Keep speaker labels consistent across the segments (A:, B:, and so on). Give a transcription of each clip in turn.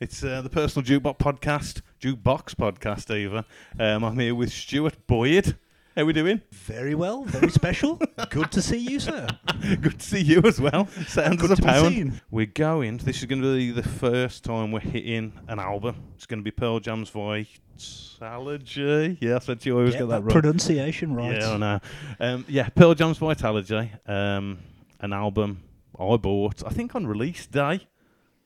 A: It's uh, the Personal Jukebox Podcast, Jukebox Podcast, Eva. Um, I'm here with Stuart Boyd. How we doing?
B: Very well, very special. Good to see you, sir.
A: Good to see you as well. Sounds
B: Good
A: as a
B: to be
A: pound.
B: seen.
A: We're going. This is going to be the first time we're hitting an album. It's going to be Pearl Jam's Vitalogy. Yeah, I said you always
B: Get
A: get that
B: that
A: wrong.
B: pronunciation right.
A: Yeah, I know. Um, yeah, Pearl Jam's Vitalogy, um, an album I bought, I think on release day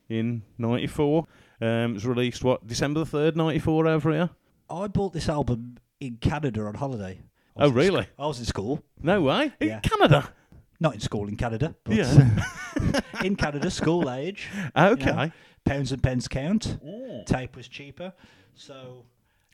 A: in 94. Um, it was released, what, December the 3rd, 94 over here?
B: I bought this album in Canada on holiday. I
A: Oh,
B: was in sc-
A: really?
B: I was in school.
A: No way. In
B: Yeah.
A: Canada.
B: Not in school in Canada, but
A: Yeah.
B: in Canada, school age. you know,
A: Okay.
B: pounds and pence count. Tape was cheaper. So,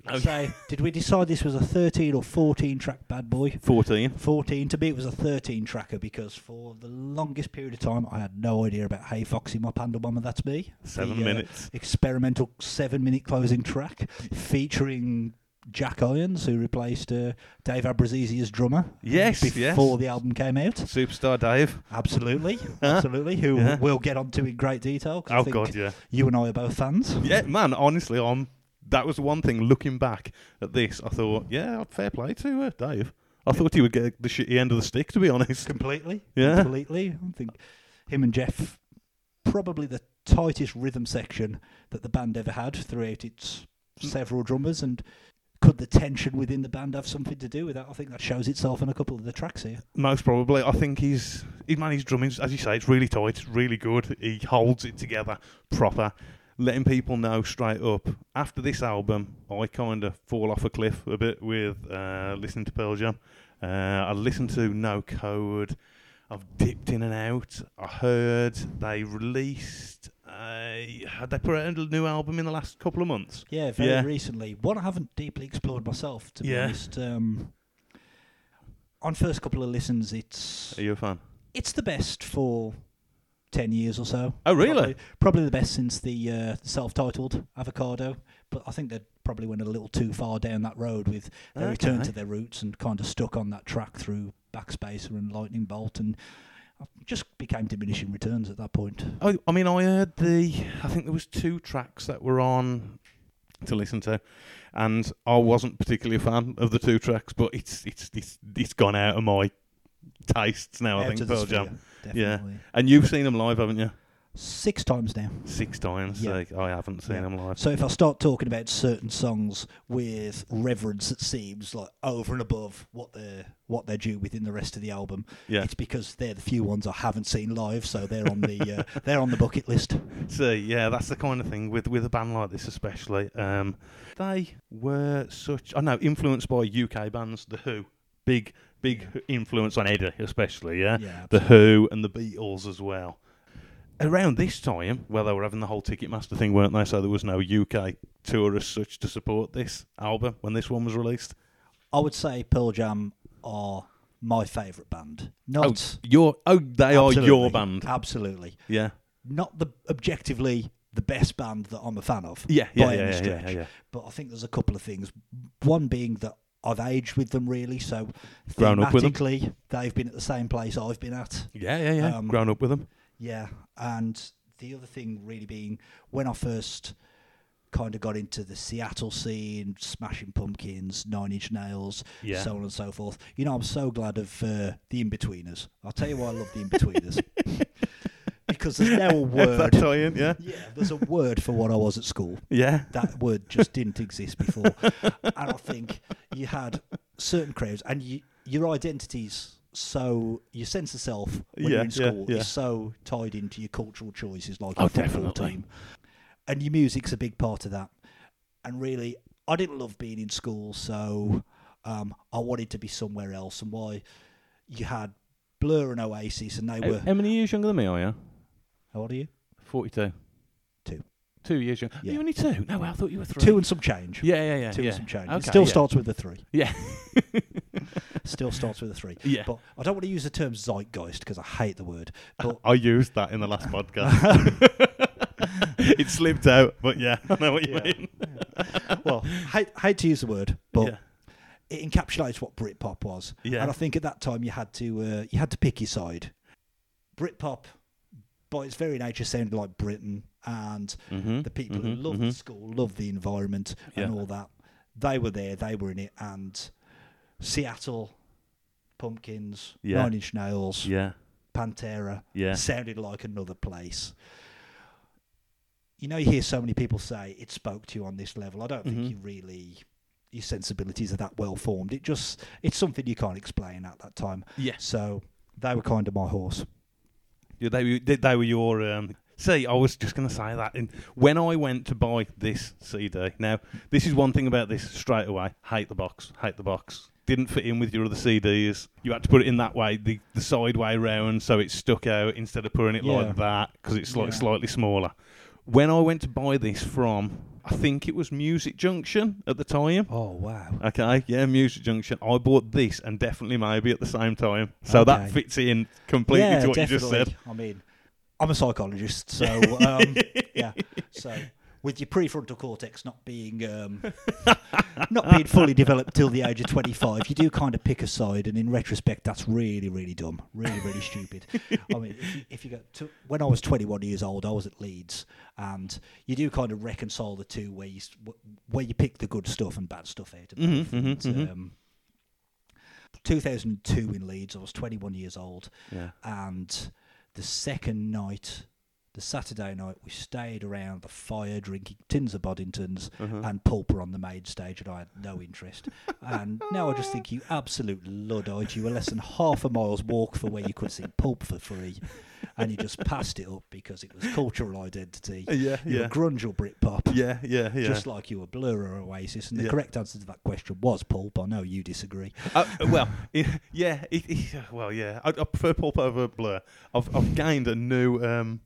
A: Oh.
B: let's say, did we decide this was a 13 or 14 track bad boy?
A: 14.
B: 14. To me, it was a 13 tracker because for the longest period of time, I had no idea about Hey Foxy, my Panda Bomber, that's me.
A: Seven
B: The, uh,
A: minutes.
B: experimental seven minute closing track featuring Jack Irons, who replaced uh, Dave Abrazizi as drummer. um,
A: Yes, yes.
B: Before the album came out.
A: Superstar Dave.
B: Absolutely. Absolutely. Who
A: Yeah.
B: we'll get onto in great detail. 'cause I
A: Oh,
B: think
A: God, yeah.
B: You and I are both fans.
A: Yeah, man, honestly, I'm. That was one thing. Looking back at this, I thought, yeah, fair play to uh, Dave. I thought he would get the shitty end of the stick, to be honest.
B: Completely.
A: Yeah.
B: Completely. I think him and Jeff probably the tightest rhythm section that the band ever had throughout its
A: Mm.
B: several drummers and could the tension within the band have something to do with that? I think that shows itself in a couple of the tracks here.
A: Most probably, I think he's. He man, his drumming, as you say, it's really tight, it's really good. He holds it together proper. Letting people know straight up after this album, I kind of fall off a cliff a bit with uh, listening to Pearl Jam. Uh, I listened to No Code. I've dipped in and out. I heard they released. A, had they put out a new album in the last couple of months?
B: Yeah, very
A: Yeah.
B: recently. One I haven't deeply explored myself, to be
A: Yeah.
B: honest. Um, on first couple of listens, it's
A: Are you a fan?
B: it's the best for ten years or so.
A: Oh, really?
B: Probably, probably the best since the uh, self-titled Avocado. But I think they probably went a little too far down that road with their return
A: Okay.
B: to their roots and kind of stuck on that track through Backspacer and Lightning Bolt and just became diminishing returns at that point.
A: I, I mean, I heard the. I think there was two tracks that were on to listen to, and I wasn't particularly a fan of the two tracks, but it's it's it's it's gone out of my tastes now. Oh, I
B: Out
A: think
B: of the
A: Pearl Jam.
B: sphere,
A: Yeah.
B: Definitely.
A: And you've seen them live, haven't you?
B: Six times now.
A: Six times.
B: Yeah.
A: so I haven't seen
B: Yeah.
A: them live.
B: So if I start talking about certain songs with reverence that seems like over and above what they're what they're due within the rest of the album,
A: Yeah.
B: it's because they're the few ones I haven't seen live, so they're on the uh, they're on the bucket list.
A: So yeah, that's the kind of thing with with a band like this, especially. Um, they were such. I know influenced by UK bands, The Who, big big influence on Eddie, especially. Yeah,
B: Yeah,
A: The Who and the Beatles as well. Around this time, well, they were having the whole Ticketmaster thing, weren't they? So there was no UK tour as such to support this album when this one was released.
B: I would say Pearl Jam are my favourite band. Not
A: Your oh, they are your
B: absolutely-
A: band.
B: absolutely.
A: Yeah,
B: Not the objectively the best band that I'm a fan of.
A: Yeah, yeah,
B: by
A: yeah,
B: any
A: yeah,
B: stretch.
A: yeah, yeah.
B: But I think there's a couple of things. One being that I've aged with them really, so
A: Grown up with them.
B: thematically, they've been at the same place I've been at.
A: yeah, yeah, yeah.
B: Um,
A: Grown up with them.
B: Yeah, and the other thing really being when I first kind of got into the Seattle scene, Smashing Pumpkins, Nine Inch Nails,
A: Yeah.
B: so on and so forth. You know, I'm so glad of uh, the In Betweeners. I'll tell you why I love the In Betweeners because there's now a
A: That
B: word.
A: tie in, yeah,
B: Yeah, there's a word for what I was at school
A: yeah.
B: that word just didn't exist before. and I think you had certain crowds, and you, your identity's so your sense of self when
A: Yeah,
B: you're in
A: yeah,
B: school
A: yeah.
B: is so tied into your cultural choices, like
A: Oh,
B: your football
A: definitely.
B: team, and your music's a big part of that. And really, I didn't love being in school, so um, I wanted to be somewhere else. And why you had Blur and Oasis, and they
A: How,
B: were
A: how many years younger than me are you?
B: how old are you?
A: 42.
B: Two.
A: Two years young.
B: Yeah.
A: Are you only two? No, I thought you were three.
B: Two and some change.
A: Yeah, yeah, yeah.
B: Two
A: Uh, yeah.
B: and some change. it
A: Okay,
B: still
A: yeah.
B: starts with a three.
A: Yeah.
B: still starts with a three.
A: Yeah.
B: But I don't want to use the term zeitgeist because I hate the word. But
A: I used that in the last podcast. it slipped out, but yeah, I know what you
B: Yeah.
A: mean.
B: well, hate hate to use the word, but
A: Yeah.
B: it encapsulates what Britpop was.
A: Yeah.
B: And I think at that time you had to uh, you had to pick your side. Britpop, by its very nature, sounded like Britain. and
A: Mhm,
B: the people
A: mhm,
B: who loved
A: mhm.
B: school, loved the environment, and
A: Yeah.
B: all that. They were there, they were in it, and Seattle, Pumpkins,
A: Yeah.
B: Nine Inch Nails,
A: Yeah.
B: Pantera
A: Yeah.
B: sounded like another place. You know, you hear so many people say it spoke to you on this level. I don't
A: Mhm.
B: think you really your sensibilities are that well formed. It just it's something you can't explain at that time.
A: Yes.
B: So they were kind of my horse.
A: Yeah, they were they, they were your. Um, see, I was just going to say that. In, when I went to buy this CD, now this is one thing about this straight away. Hate the box. Hate the box. Didn't fit in with your other CDs. You had to put it in that way, the, the side way round, so it stuck out instead of putting it
B: Yeah.
A: like that because it's like
B: Yeah.
A: slightly smaller. When I went to buy this from, I think it was Music Junction at the time.
B: Oh wow.
A: Okay, yeah, Music Junction. I bought this and definitely maybe at the same time, so that
B: Okay.
A: fits in completely to what you just said.
B: I mean, I'm a psychologist, so um, yeah. So with your prefrontal cortex not being um, not being fully developed till the age of 25, you do kind of pick a side, and in retrospect, that's really, really dumb, really, really stupid. I mean, if you, if you go to when I was 21 years old, I was at Leeds, and you do kind of reconcile the two where you s- wh- where you pick the good stuff and bad stuff out. Of
A: Mhm,
B: both,
A: mhm,
B: and,
A: mhm.
B: um, 2002 in Leeds, I was 21 years old
A: Yeah.
B: and the second night, the Saturday night, we stayed around the fire drinking tins of Boddingtons
A: Mm-hmm.
B: and Pulper on the main stage, and I had no interest. and now I just think you absolute luddite. You were less than half a mile's walk for where you could see Pulp for free, and you just passed it up because it was cultural identity.
A: Yeah,
B: You were
A: yeah.
B: grunge or Britpop.
A: Yeah, yeah, yeah.
B: Just like you were Blur or Oasis, and the
A: Yeah.
B: correct answer to that question was Pulp. I know you disagree.
A: Uh, well, i- yeah, it, it, well, yeah. I, I prefer pulp over blur. I've I've gained a new um,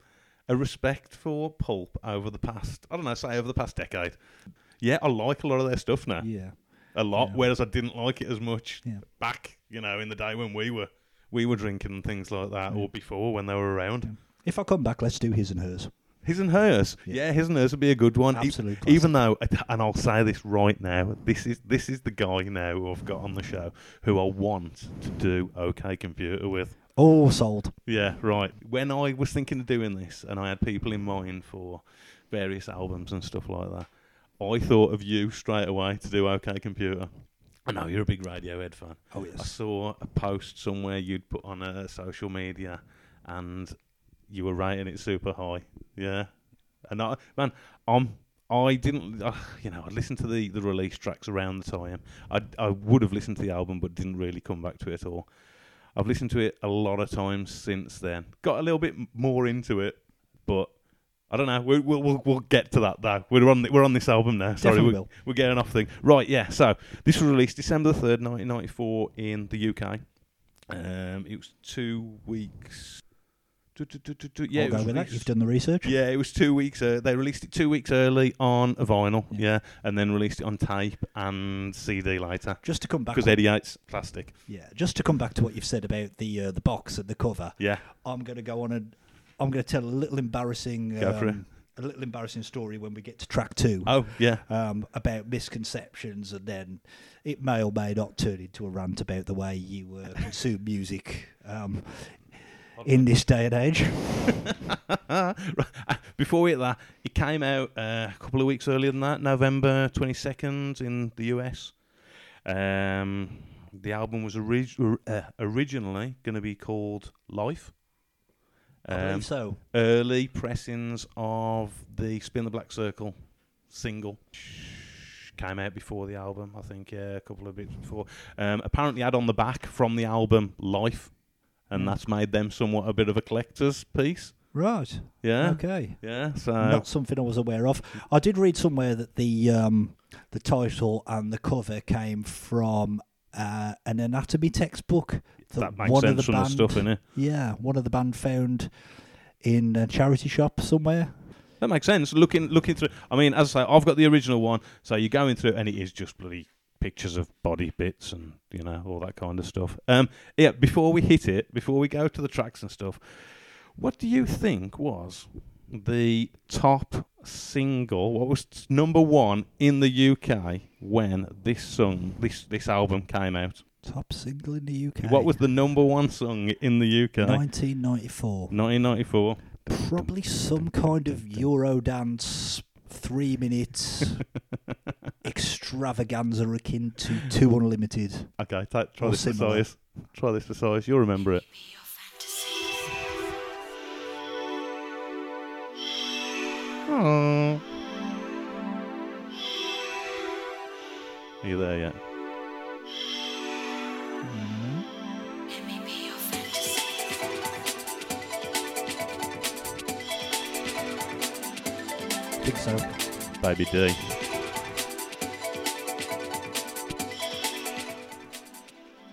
A: a respect for pulp over the past. I don't know, say over the past decade. Yeah, I like a lot of their stuff now,
B: Yeah,
A: a lot.
B: Yeah.
A: Whereas I didn't like it as much
B: yeah.
A: back, you know, in the day when we were we were drinking and things like that, or before when they were around.
B: If I come back, let's do his and hers.
A: His and hers.
B: Yeah.
A: Yeah. his and hers would be a good one. E-
B: Absolute classic.
A: even though, and I'll say this right now, this is this is the guy now who I've got on the show who I want to do OK Computer with.
B: All sold.
A: Yeah, right. When I was thinking of doing this, and I had people in mind for various albums and stuff like that, I thought of you straight away to do OK Computer. I know you're a big Radiohead fan.
B: Oh
A: I
B: yes.
A: saw a post somewhere you'd put on a social media, and you were rating it super high. Yeah, and I, man, um, I didn't, uh, you know, I listened to the the release tracks around the time. I I would have listened to the album, but didn't really come back to it at all. I've listened to it a lot of times since then. Got a little bit m- more into it, but. I don't know. we we'll, we'll we'll get to that though. We're on the, we're on this album now. Sorry,
B: Definitely
A: we-
B: will.
A: we're getting off thing. Right, yeah. So this was released December the third, nineteen ninety four, in the UK. Um, it was two weeks. Du- du- du- du- du- Yeah,
B: I'll
A: it
B: go
A: was
B: with that.
A: released-
B: You've done the research.
A: yeah, it was two weeks. Uh, they released it two weeks early on a vinyl,
B: Yeah.
A: yeah, and then released it on tape and CD later
B: Just to come back.
A: because Eddie Eight's plastic.
B: yeah. Just to come back to what you've said about the uh, the box and the cover.
A: Yeah,
B: I'm going to go on and I'm going to tell a little embarrassing
A: Go for it.
B: um, a little embarrassing story when we get to track two.
A: Oh yeah,
B: Um, about misconceptions, and then it may or may not turn into a rant about the way you uh, consume music um, in this day and age.
A: Right, uh, Before we hit that, it came out uh, a couple of weeks earlier than that, November 22nd in the US. Um, the album was orig- or- uh, originally going to be called Life.
B: I
A: Um,
B: believe so.
A: early pressings of the Spin the Black Circle single came out before the album, I think, yeah, a couple of bits before. Um, apparently, had on the back from the album Life, and
B: Mm.
A: that's made them somewhat a bit of a collector's piece.
B: Right.
A: Yeah.
B: Okay.
A: Yeah, so
B: not something I was aware of. I did read somewhere that the um, the title and the cover came from uh, an anatomy textbook.
A: that makes sense from the stuff in it.
B: Yeah, one of the band found in a charity shop somewhere.
A: That makes sense. Looking looking through, I mean, as I say, I've got the original one, so you go into it and it is just bloody pictures of body bits and you know all that kind of stuff. Um, yeah. Before we hit it, before we go to the tracks and stuff, what do you think was the top single? What was t- number one in the UK when this song, this this album came out?
B: Top single in the UK.
A: What was the number one song in the UK?
B: 1994?
A: 1994.
B: Probably some kind of Eurodance three minutes extravaganza akin to Two Unlimited.
A: Okay, ta- try
B: Or
A: this for
B: similar.
A: size. Try this for size. You'll remember it. Oh. Are you there yet?
B: I think so.
A: Baby D.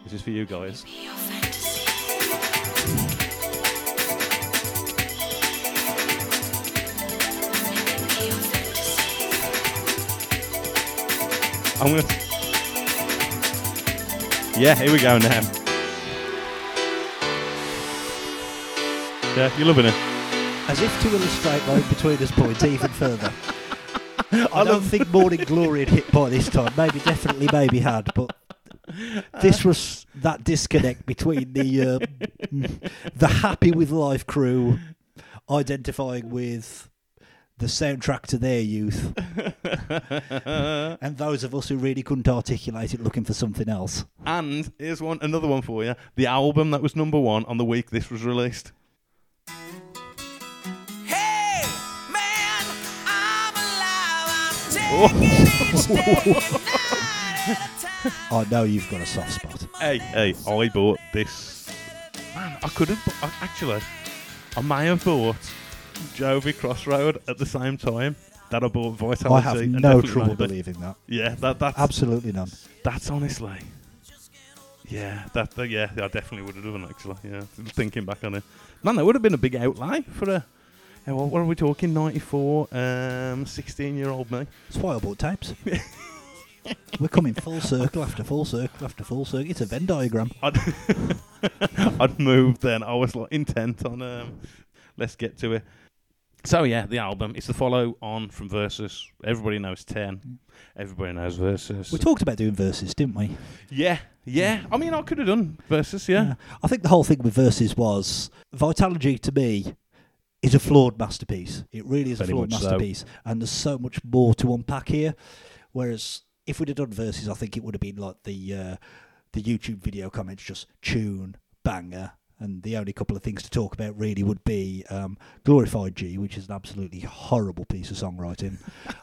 A: This is for you guys. I'm gonna. Yeah, here we go now. Yeah, you're loving it.
B: As if to illustrate my between us points even further. I don't think Morning Glory had hit by this time. Maybe, definitely, maybe had, but this was that disconnect between the uh, mm, the happy with life crew identifying with the soundtrack to their youth, and those of us who really couldn't articulate it, looking for something else.
A: and here's one, another one for you. The album that was number one on the week this was released.
C: Hey, man, I'm alive. I'm
A: Oh.
C: taking each day and night at a time.
B: I know you've got a soft spot.
A: Hey, hey, I bought this. Man, I could have. bu- I- Actually, I may have bought Jovi Crossroad at the same time that I bought Vitality.
B: I have
A: and
B: no
A: Definitely
B: trouble
A: Maybe.
B: believing that.
A: Yeah, that, that's
B: Absolutely none.
A: That's honestly. Yeah, that, that- yeah, I definitely would have done actually. Yeah, thinking back on it, man, that would have been a big outlay for a. eh, what- what are we talking? 94, um, 16 year old me.
B: It's why I bought tapes. We're coming full circle after full circle after full circle. It's a Venn diagram.
A: I'd, I'd moved then. I was like intent on. Um, let's get to it. So yeah, the album. It's the follow on from Versus. Everybody knows
B: Mm.
A: Ten. Everybody knows Versus.
B: We talked about doing verses, didn't we?
A: yeah, yeah. I mean, I could have done Versus. Yeah.
B: I think the whole thing with verses was Vitalogy to me is a flawed masterpiece. It really is
A: Very
B: a flawed
A: much so.
B: masterpiece, and there's so much more to unpack here. Whereas if we'd have done verses, I think it would have been like the uh, the YouTube video comments, just tune banger. And the only couple of things to talk about really would be um, Glorified G, which is an absolutely horrible piece of songwriting.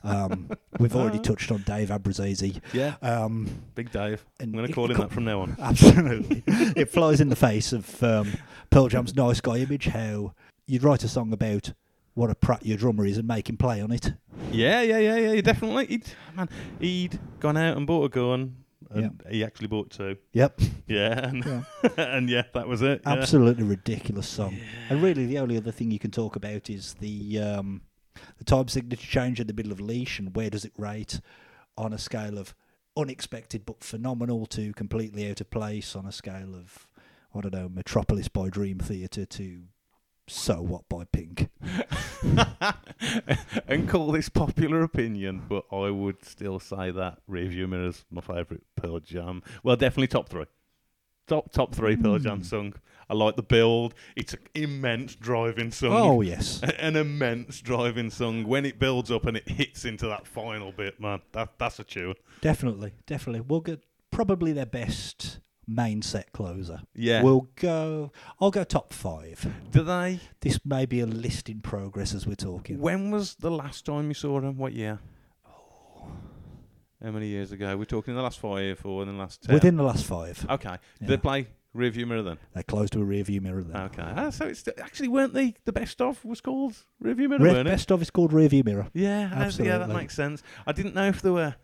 B: Um, we've already touched on Dave Abruzzese.
A: Yeah.
B: Um,
A: Big Dave. I'm
B: And
A: going to
B: it-
A: call
B: it
A: him
B: co-
A: that from now on.
B: Absolutely. it flies in the face of um, Pearl Jam's nice guy image how you'd write a song about what a prat your drummer is and make him play on it.
A: Yeah, yeah, yeah, yeah. Definitely. He'd, man, he'd gone out and bought a gun, and he actually bought two.
B: Yep.
A: Yeah, and
B: Yeah.
A: and yeah, that was it. yeah.
B: Absolutely ridiculous song. And really, the only other thing you can talk about is the um, the time signature change in the middle of leash and where does it rate on a scale of unexpected but phenomenal to completely out of place on a scale of I don't know Metropolis by Dream Theater to So What by Pink.
A: and call this popular opinion, but I would still say that Review Mirror's my favourite Pearl Jam. Well, definitely top three. Top top three Pearl Jam song. I like the build. It's an immense driving song.
B: Oh yes.
A: an immense driving song when it builds up and it hits into that final bit, man. That that's a tune.
B: Definitely, definitely. We'll get probably their best main set closer.
A: Yeah.
B: We'll go. I'll go top five.
A: Do they?
B: This may be a list in progress as we're talking.
A: When was the last time you saw them? What year? Oh. How many years ago? We're talking the last five or in the last ten.
B: Within the last five,
A: Okay. Did
B: Yeah.
A: They play Rearview Mirror then.
B: they're close to a rearview mirror. Then.
A: Okay. Ah, so it's actually weren't they the best of was called Rearview Mirror,
B: Re-
A: weren't it?
B: best of is called rearview mirror.
A: Yeah. I- Yeah, that
B: Absolutely.
A: makes sense. I didn't know if there were.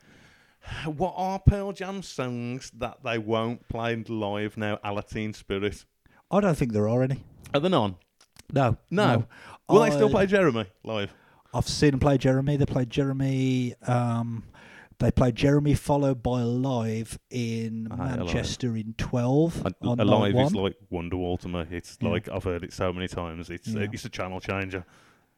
A: What are Pearl Jam songs that they won't play live now? A la Teen Spirit.
B: I don't think there are any.
A: Are they on?
B: No,
A: No. Will they still
B: I-
A: play Jeremy live?
B: I've seen them play Jeremy. They played Jeremy. Um, they played Jeremy followed by Alive in
A: Ah, Alive.
B: Manchester in twelve.
A: And
B: on night
A: Alive
B: one.
A: is like Wonderwall to me. It's
B: Yeah.
A: like I've heard it so many times. It's
B: Yeah.
A: it's a channel changer.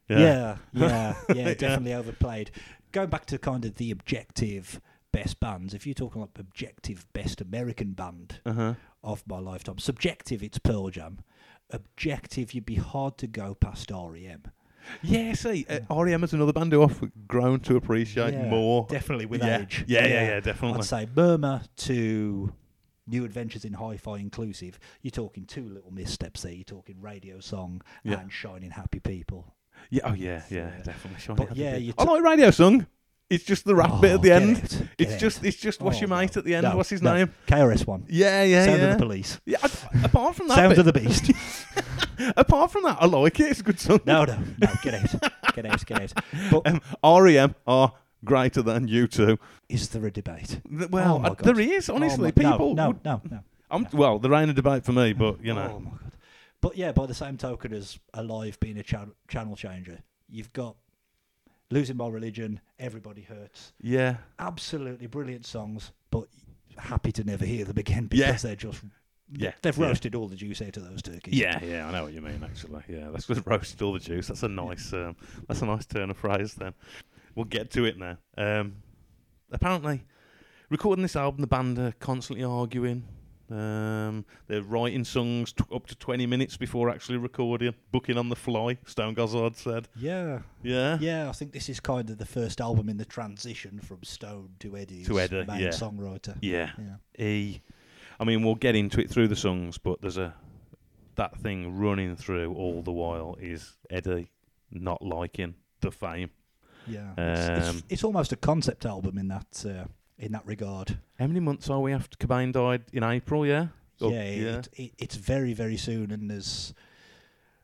B: Yeah, yeah, yeah, definitely overplayed. Going back to kind of the objective best bands, if you're talking like objective best American band
A: Uh huh.
B: of my lifetime, subjective it's Pearl Jam, objective, you'd be hard to go past E REM.
A: Yeah, see, uh, REM is another band who I've grown to appreciate
B: Yeah,
A: more.
B: Definitely with
A: yeah.
B: age.
A: Yeah, yeah, yeah, definitely.
B: I'd say Murmur to New Adventures in Hi-Fi Inclusive. You're talking two little missteps there. You're talking Radio Song
A: Yeah.
B: and Shining Happy People.
A: yeah, oh yeah, yeah,
B: Yeah.
A: definitely. Shiny
B: But
A: Happy
B: yeah,
A: Days.
B: you
A: I
B: t-
A: like Radio Song. It's just the rap bit
B: Oh,
A: at the
B: get
A: end.
B: out, get
A: It's
B: out.
A: just, it's just what's
B: Oh,
A: your
B: no.
A: mate at the end?
B: No,
A: what's his
B: no.
A: name?
B: KRS One.
A: Yeah, yeah,
B: Sound
A: yeah.
B: of the Police.
A: yeah I- apart from that,
B: Sound
A: bit,
B: of the Beast.
A: apart from that, I like it. It's a good song.
B: no, no, no. Get out. Get out. Get out. But
A: Um, REM are greater than you two.
B: is there a debate?
A: Well,
B: Oh my
A: uh,
B: God.
A: there is
B: Oh
A: honestly
B: my-
A: people.
B: No,
A: would-
B: no, no. no.
A: I'm, well, there ain't a debate for me, but you know.
B: Oh my god! But yeah, by the same token as Alive being a chan- channel changer, you've got losing my religion, everybody hurts,
A: Yeah,
B: absolutely brilliant songs, but happy to never hear them again because
A: Yeah.
B: they're just
A: yeah,
B: they've
A: yeah.
B: roasted all the juice out of those turkeys.
A: Yeah, yeah, I know what you mean. Actually, yeah, that's just roasted all the juice. That's a nice, um, that's a nice turn of phrase. Then we'll get to it now. Um, apparently, recording this album, the band are constantly arguing. Um, they're writing songs t- up to twenty minutes before actually recording, booking on the fly. Stone Gossard said,
B: yeah,
A: "Yeah,
B: yeah. I think this is kind of the first album in the transition from Stone to Eddie's
A: To Eddie,
B: main
A: yeah.
B: songwriter.
A: yeah."
B: Yeah.
A: He, I mean, we'll get into it through the songs, but there's a that thing running through all the while is Eddie not liking the fame.
B: Yeah, it's,
A: Um,
B: it's, it's almost a concept album in that uh, in that regard.
A: How many months are we after Cobain died in April? Yeah. Or-
B: yeah, It, it, it's very very soon, and there's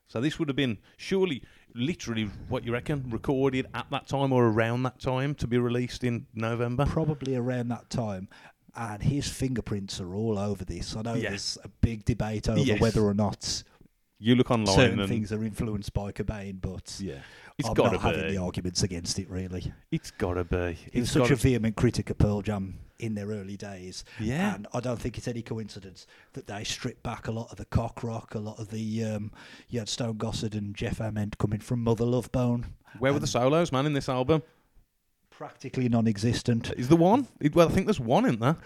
A: So this would have been surely, literally, what you reckon, recorded at that time or around that time to be released in November.
B: probably around that time. And his fingerprints are all over this. I know
A: Yeah.
B: there's a big debate over
A: Yes.
B: whether or not
A: You look online
B: certain
A: and
B: things are influenced by Cobain, but
A: yeah, it's
B: I'm
A: gotta
B: not having
A: be.
B: the arguments against it really.
A: It's gotta be.
B: He was
A: It's
B: such
A: gotta
B: a vehement critic of Pearl Jam in their early days,
A: yeah.
B: and I don't think it's any coincidence that they stripped back a lot of the cock rock, a lot of the um, you had Stone Gossard and Jeff Ament coming from Mother Love Bone,
A: Where were the solos, man, in this album?
B: practically non-existent.
A: Is there one? It- well, I think there's one in there.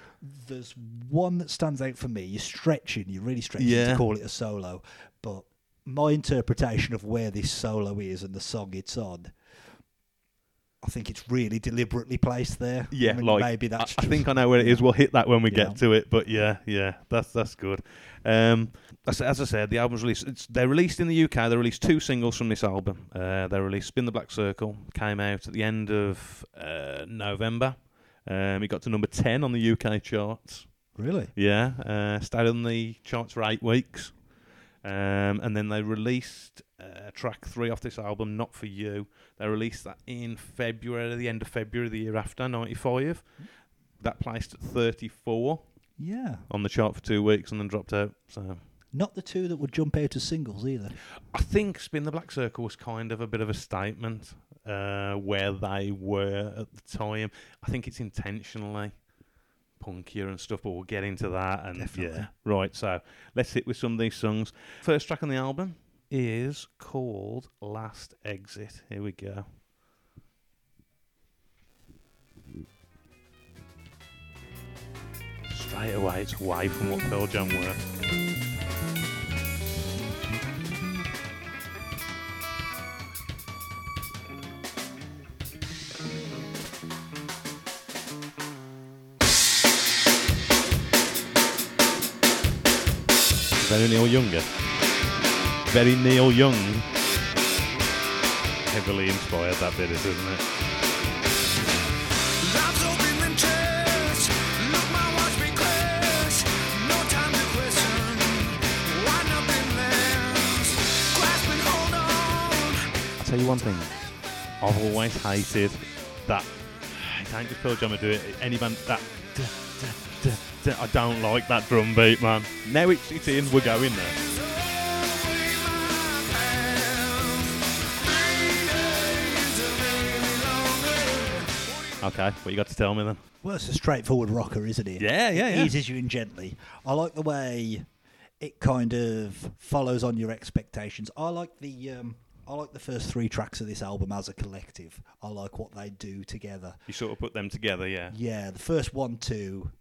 B: there's one that stands out for me. You're stretching, you're really stretching
A: Yeah.
B: to call it a solo, but my interpretation of where this solo is and the song it's on, I think it's really deliberately placed there. I
A: Yeah,
B: mean,
A: like
B: maybe that's.
A: I, I
B: just-
A: think I know where it is. We'll hit that when we
B: Yeah.
A: get to it. But yeah, yeah, that's that's good. Um, as, as I said, the album's released. It's, they're released in the UK. They released two singles from this album. Uh, they released "Spin the Black Circle," came out at the end of uh, November. Um, it got to number ten on the UK charts.
B: really.
A: Yeah, uh, stayed on the charts for eight weeks, um, and then they released uh, track three off this album, "Not for You." They released that in February, the end of February the year after, 95. That placed at 34
B: Yeah,
A: on the chart for two weeks and then dropped out. So
B: not the two that would jump out as singles either.
A: I think Spin the Black Circle was kind of a bit of a statement uh, where they were at the time. I think it's intentionally punkier and stuff, but we'll get into that. And
B: Definitely.
A: yeah, right. So let's hit with some of these songs. First track on the album is called Last Exit. Here we go. Straight away, it's away from what Pearl Jam were. Very Neil Younger. Very Neil Young. Heavily inspired that bit is, isn't it?
C: Lives open and church. Look, my watch be crushed. No time to question. Why nothing less? Grasp and hold on.
A: I'll tell you one thing. I've always hated that. It ain't just Pearl Jam that do it. Any band that. duh, duh, duh, duh. I don't like that drum beat, man. Now it's, it's in, we're going there. Okay, what you got to tell me then?
B: Well, it's a straightforward rocker, isn't it?
A: Yeah, yeah, yeah.
B: It eases you in gently. I like the way it kind of follows on your expectations. I like the um, I like the first three tracks of this album as a collective. I like what they do together.
A: You sort of put them together, yeah.
B: Yeah, the first one, two,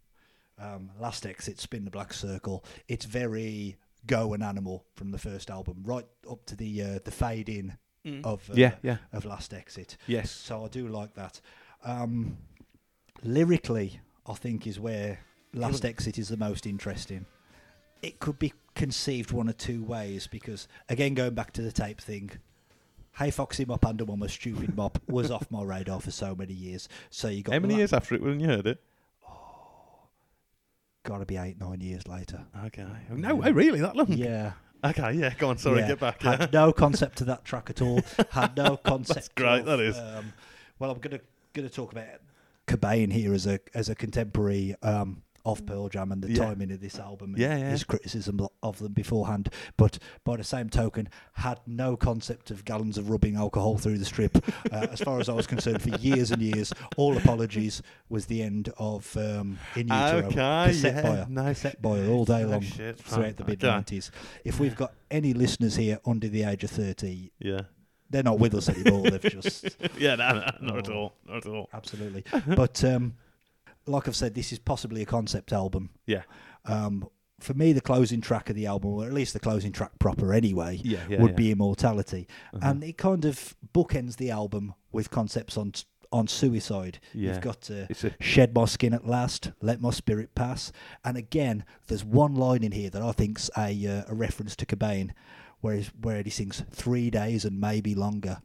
B: um, Last Exit, Spin the Black Circle. It's very Go and Animal from the first album, right up to the uh, the fade in of uh,
A: Yeah, yeah.
B: of Last Exit.
A: Yes.
B: So I do like that. Um, lyrically, I think is where Last Exit is the most interesting. It could be conceived one of two ways because, again, going back to the tape thing, Hey Foxy Mop and Mama Stupid Mop was off my radar for so many years. So you got
A: How many years after it when you heard it?
B: Got to be eight, nine years later.
A: Okay. No, oh, really? That long?
B: Yeah.
A: Okay, yeah. Go on, sorry,
B: Yeah.
A: get back. Yeah.
B: Had no concept of that track at all. Had no concept.
A: great,
B: Of,
A: that is.
B: Um, well, I'm gonna gonna talk about Cobain here as a as a contemporary um, of Pearl Jam and the
A: Yeah.
B: timing of this album. And
A: Yeah, yeah.
B: His criticism lo- of them beforehand, but by the same token, had no concept of gallons of rubbing alcohol through the strip. uh, as far as I was concerned, for years and years, all apologies was the end of um, in utero
A: Okay,
B: cassette
A: yeah,
B: buyer,
A: no
B: cassette buyer all day
A: no
B: long
A: shit,
B: throughout the
A: right,
B: mid
A: okay.
B: nineties. If we've got any listeners here under the age of thirty,
A: Yeah.
B: they're not with us anymore. They've just
A: Yeah, no, no, not at
B: Oh.
A: all. Not at all.
B: absolutely. But um, like I've said, this is possibly a concept album.
A: Yeah.
B: Um, for me, the closing track of the album, or at least the closing track proper anyway,
A: Yeah, yeah, yeah.
B: would
A: Uh-huh.
B: be Immortality, and it kind of bookends the album with concepts on on suicide.
A: Yeah.
B: You've got uh,
A: It's a-
B: shed my skin at last, let my spirit pass, and again, there's one line in here that I think's a uh, a reference to Cobain, where he's- where he sings three days and maybe longer.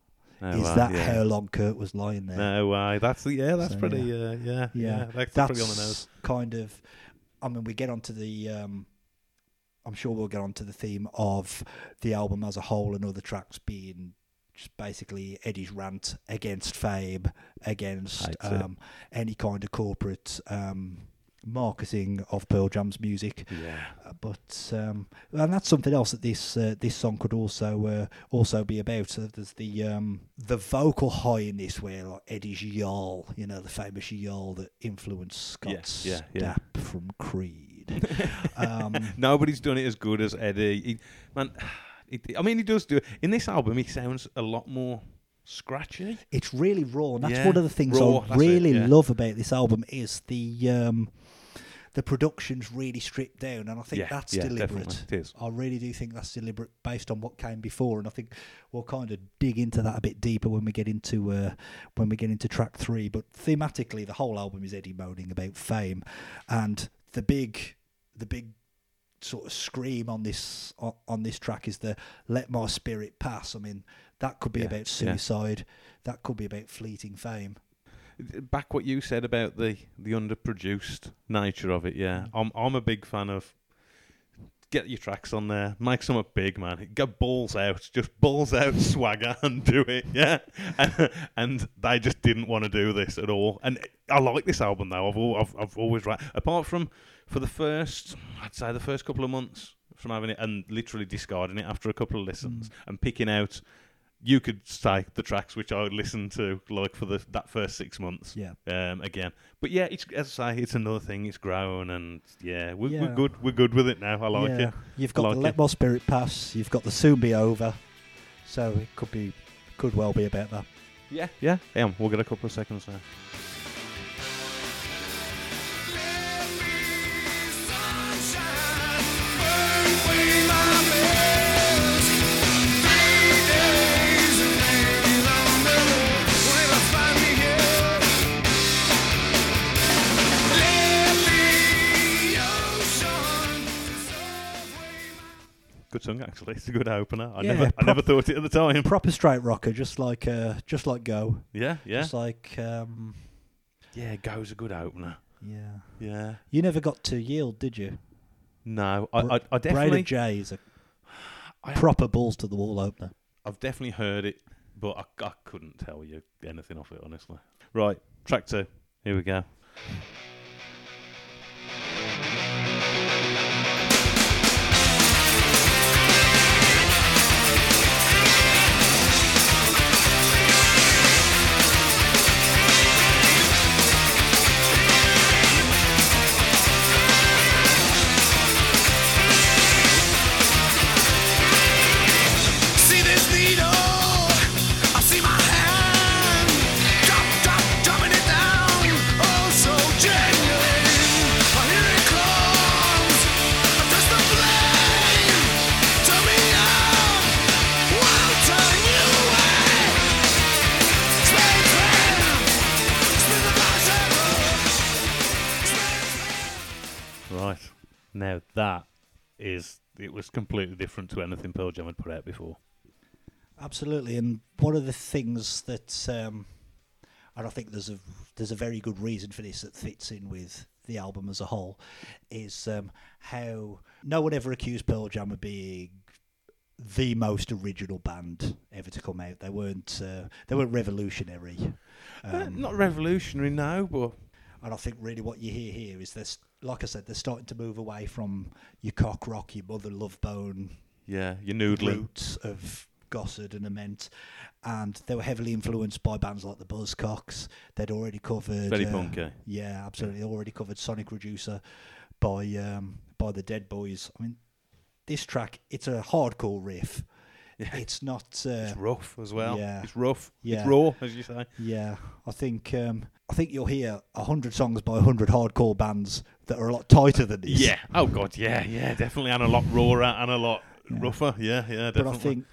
A: Oh,
B: is
A: wow,
B: that
A: yeah.
B: how long Kurt was lying there?
A: No way. That's yeah. That's
B: So,
A: pretty.
B: yeah.
A: Uh, yeah, yeah.
B: yeah,
A: That's,
B: that's
A: pretty on the nose.
B: kind of. I mean, we get onto the. Um, I'm sure we'll get onto the theme of the album as a whole and other tracks being just basically Eddie's rant against fame, against
A: Hates it.
B: um, any kind of corporate um, marketing of Pearl Jam's music.
A: Yeah.
B: Uh, But um, and that's something else that this uh, this song could also uh, also be about. So there's the um, the vocal high in this, where like Eddie's yarl, you know, the famous yarl that influenced Scott
A: Yes, yeah, yeah.
B: Stapp from Creed. um,
A: Nobody's done it as good as Eddie. He, man, it, I mean, he does do it. In this album, he sounds a lot more scratchy.
B: it's really raw, and that's
A: Yeah,
B: one of the things
A: raw,
B: I
A: that's it,
B: really
A: yeah.
B: love about this album is the um, the production's really stripped down, and I think
A: Yeah,
B: that's
A: yeah,
B: deliberate.
A: definitely, it is.
B: I really do think that's deliberate based on what came before, and I think we'll kind of dig into that a bit deeper when we get into uh, when we get into track three. But thematically, the whole album is Eddie moaning about fame, and the big the big sort of scream on this on, on this track is the "Let My Spirit Pass." I mean, that could be
A: Yeah,
B: about
A: yeah.
B: suicide, that could be about fleeting fame.
A: Back what you said about the the underproduced nature of it. Yeah, I'm I'm a big fan of. Get your tracks on there. Make something big, man. Go balls out, just balls out swagger and do it. Yeah, and, and they just didn't want to do this at all. And I like this album though. I've al- I've, I've always right. Apart from for the first, I'd say the first couple of months from having it and literally discarding it after a couple of listens and picking out. You could say the tracks which I listened to like for the that first six months
B: Yeah.
A: um, again. But yeah, it's as I say, it's another thing. It's grown, and yeah, we're, we're
B: Yeah.
A: good. We're good with it now. I like
B: yeah,
A: it.
B: you've got
A: Like
B: the
A: it.
B: "Let My Spirit Pass," you've got the "Soon Be Over," so it could be could well be about that.
A: Yeah, yeah. Um, we'll get a couple of seconds now. Good song, actually. It's a good opener. I
B: Yeah,
A: never, I
B: prop-
A: never thought it at the time.
B: Proper straight rocker, just like uh, just like Go,
A: yeah, yeah,
B: just like um,
A: yeah. Go's a good opener.
B: yeah.
A: Yeah.
B: You never got to yield, did you?
A: No, I,
B: Br-
A: I, I
B: Brader
A: definitely,
B: J is a
A: I-
B: proper balls to the wall opener.
A: I've definitely heard it, but I, I couldn't tell you anything off it, honestly. Right, track two. Here we go.
C: See this needle? I see my hand. Drop, drop, dropping it down. Oh, so jam.
A: Now that is it was completely different to anything Pearl Jam had put out before.
B: Absolutely, and one of the things that, um, and I think there's a there's a very good reason for this that fits in with the album as a whole, is um, how no one ever accused Pearl Jam of being the most original band ever to come out. They weren't uh, they weren't revolutionary,
A: Uh,
B: um,
A: not revolutionary now, but
B: and I think really what you hear here is this. Like I said, they're starting to move away from your cock rock, your mother love bone,
A: yeah, you're noodling.
B: roots of Gossard and Ament, and they were heavily influenced by bands like the Buzzcocks. They'd already covered
A: Very
B: uh,
A: punky.
B: Yeah, absolutely. Already covered Sonic Reducer by um, by the Dead Boys. I mean, this track it's a hardcore riff. It's not. Uh,
A: It's rough as well.
B: Yeah.
A: It's rough.
B: Yeah.
A: It's raw, as you say.
B: yeah, I think um, I think you'll hear a hundred songs by a hundred hardcore bands that are a lot tighter than this.
A: Yeah. Oh god. Yeah. Yeah. Definitely, and a lot rawer and a lot rougher. Yeah. Yeah. Definitely.
B: But I think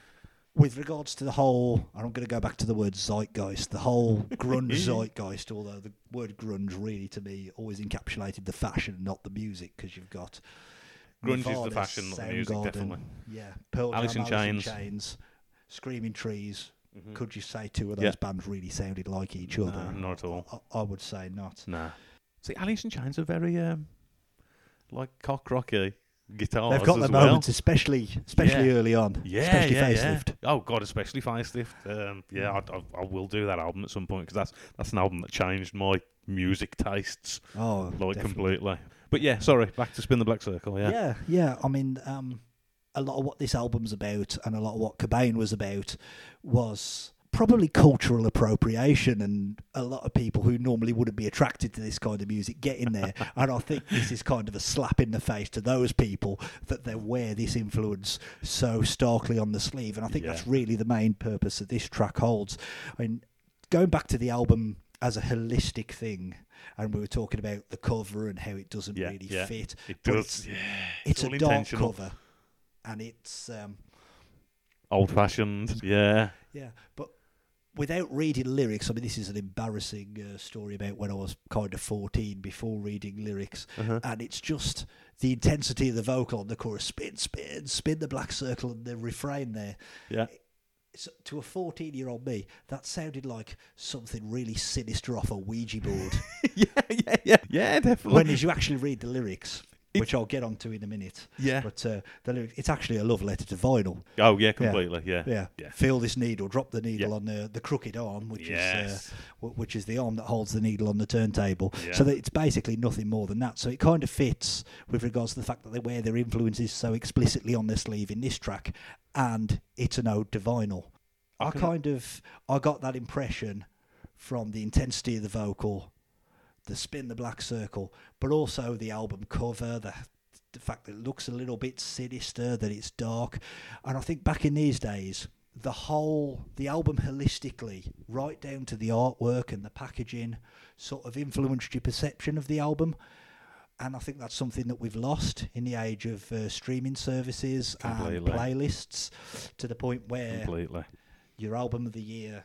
B: with regards to the whole, and I'm going to go back to the word zeitgeist, the whole grunge zeitgeist, although the word grunge really to me always encapsulated the fashion, not the music, because you've got.
A: Grunge is the
B: Nirvana,
A: fashion, not the music,
B: Soundgarden,
A: definitely.
B: Yeah. Pearl
A: Alice
B: Jam,
A: in
B: Alice in
A: Chains. Mm-hmm.
B: Chains, Screaming Trees. Could you say two of those
A: Yeah.
B: bands really sounded like each other?
A: not at all.
B: I, I would say not.
A: Nah. See, Alice in Chains are very um, like cock rocky guitars.
B: They've got
A: Oh, as
B: their
A: well.
B: moments, especially especially
A: Yeah.
B: early on.
A: Yeah,
B: especially
A: yeah, yeah.
B: facelift.
A: Oh god, especially facelift. Um, yeah, I, I, I will do that album at some point because that's that's an album that changed my music tastes
B: Oh,
A: like
B: definitely.
A: completely. But yeah, sorry, back to spin the black circle. Yeah,
B: yeah, yeah. I mean, um, a lot of what this album's about and a lot of what Cobain was about was probably cultural appropriation and a lot of people who normally wouldn't be attracted to this kind of music get in there and i think this is kind of a slap in the face to those people that they wear this influence so starkly on the sleeve and i think
A: Yeah.
B: that's really the main purpose that this track holds i mean going back to the album as a holistic thing and we were talking about the cover and how it doesn't
A: Yeah,
B: really
A: yeah.
B: fit
A: It
B: but
A: does,
B: it's-
A: yeah. It's
B: it's, a
A: all
B: dark
A: intentional.
B: cover, and it's um,
A: old fashioned. Yeah,
B: yeah, but without reading lyrics, I mean, this is an embarrassing uh, story about when I was kind of fourteen before reading lyrics,
A: Uh-huh.
B: and it's just the intensity of the vocal on the chorus: spin, spin, spin the black circle, and the refrain there.
A: yeah.
B: So to a fourteen-year-old me, that sounded like something really sinister off a Ouija board.
A: yeah, yeah, yeah, yeah, definitely.
B: when as you actually read the lyrics, which I'll get onto in a minute.
A: Yeah.
B: but uh, the lyrics, it's actually a love letter to vinyl.
A: oh yeah, completely. Yeah,
B: yeah,
A: yeah.
B: feel this needle, drop the needle
A: Yeah.
B: on the the crooked arm, which is
A: Yes.
B: uh, wh- which is the arm that holds the needle on the turntable. So
A: Yeah.
B: that it's basically nothing more than that. So it kind of fits with regards to the fact that they wear their influences so explicitly on their sleeve in this track, and it's an ode to vinyl. I
A: can-
B: kind of I got that impression from the intensity of the vocal, the spin, the black circle, but also the album cover, the the fact that it looks a little bit sinister, that it's dark, and I think back in these days, the whole the album holistically, right down to the artwork and the packaging, sort of influenced your perception of the album. And I think that's something that we've lost in the age of uh, streaming services
A: Completely.
B: and playlists, to the point where
A: completely.
B: your album of the year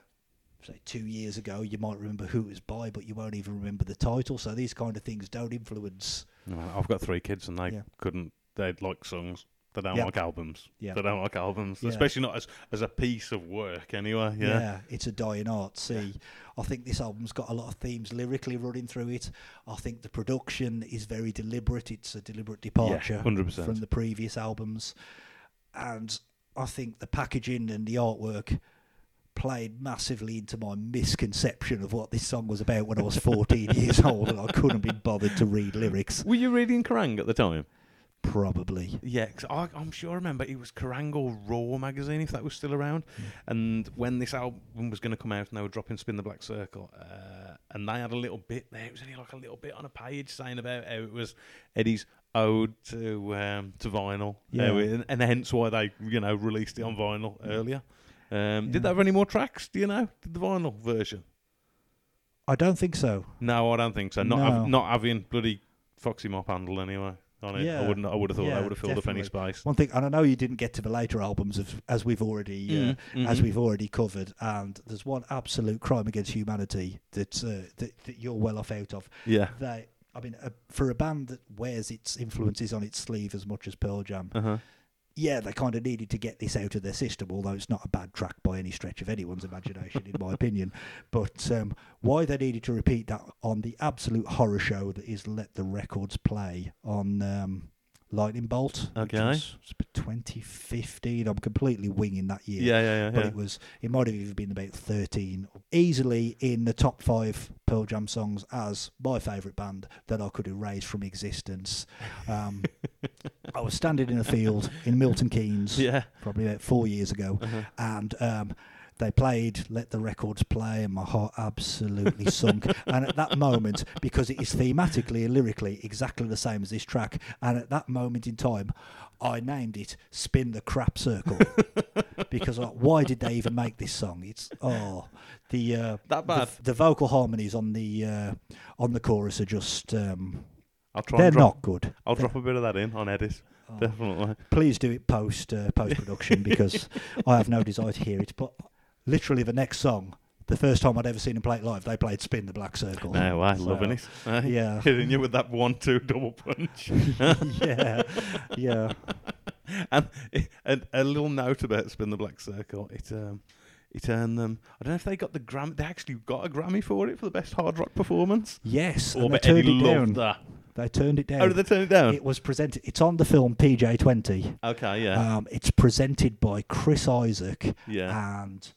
B: say two years ago you might remember who it was by but you won't even remember the title so these kind of things don't influence
A: No, I've got three kids and they
B: Yeah.
A: couldn't. They'd like songs. They don't
B: Yeah.
A: like albums.
B: Yeah.
A: They don't like albums,
B: Yeah.
A: especially not as as a piece of work. Anyway,
B: yeah,
A: yeah.
B: it's a dying art see i think this album's got a lot of themes lyrically running through it i think the production is very deliberate it's a deliberate departure
A: 100%.
B: from the previous albums and i think the packaging and the artwork played massively into my misconception of what this song was about when i was 14 years old and i couldn't be bothered to read lyrics
A: Were you reading Kerrang at the time?
B: Probably.
A: Yeah, 'cause I, I'm sure I remember it was Kerrang or Raw magazine, if that was still around. And when this album was going to come out and they were dropping Spin the Black Circle, uh, and they had a little bit there, it was only like a little bit on a page saying about how it was Eddie's ode to um, to vinyl.
B: Yeah.
A: how it- and hence why they, you know, released it on vinyl earlier. Um,
B: Yeah.
A: Did they have any more tracks, do you know? Did the vinyl version?
B: I don't think so.
A: No, I don't think so. Not hav-
B: No.
A: not having bloody Foxy Mop handle anyway on it.
B: Yeah.
A: I wouldn't. I would have thought
B: Yeah,
A: I would have filled up
B: definitely.
A: any space.
B: One thing, and I know you didn't get to the later albums of, as we've already uh,
A: Mm, mhm.
B: as we've already covered. And there's one absolute crime against humanity that uh, that, that you're well off out of.
A: Yeah.
B: They I mean, uh, for a band that wears its influences on its sleeve as much as Pearl Jam,
A: Uh-huh.
B: yeah, they kind of needed to get this out of their system, although it's not a bad track by any stretch of anyone's imagination, in my opinion. But um, why they needed to repeat that on the absolute horror show that is Let the Records Play on um, Lightning Bolt. which
A: Okay.
B: was- it's 2015. I'm completely winging that year.
A: Yeah, yeah, yeah.
B: But
A: yeah.
B: it was, it might have even been about 13. Easily in the top five Pearl Jam songs as my favourite band that I could erase from existence. Um, I was standing in a field in Milton Keynes,
A: yeah.
B: probably about four years ago,
A: Uh-huh.
B: and um, they played Let the Records Play, and my heart absolutely sunk. and at that moment, because it is thematically and lyrically exactly the same as this track, and at that moment in time, I named it Spin the Crap Circle. because like, why did they even make this song? It's oh the uh,
A: That
B: the,
A: bad?
B: the vocal harmonies on the uh, on the chorus are just um,
A: I'll try
B: they're Oh.
A: and drop,
B: not good.
A: I'll drop a bit of that in on edit. Definitely.
B: please do it post uh, post production because I have no desire to hear it. But literally, the next song, the first time I'd ever seen them play it live, they played "Spin the Black Circle."
A: No, I'm
B: Oh, So,
A: loving Oh, it. Aye.
B: yeah.
A: Hitting you with that one two double punch.
B: yeah, yeah.
A: and, and a little note about Spin the Black Circle. It um it earned them I don't know if they got the Grammy they actually got a Grammy for it for the best hard rock performance.
B: Yes,
A: Or
B: and they
A: but
B: turned
A: Eddie
B: it down.
A: loved that.
B: They turned it down.
A: Oh did they turn it down?
B: It was presented. It's on the film PJ Twenty.
A: okay, yeah.
B: Um, it's presented by Chris Isaac
A: yeah.
B: and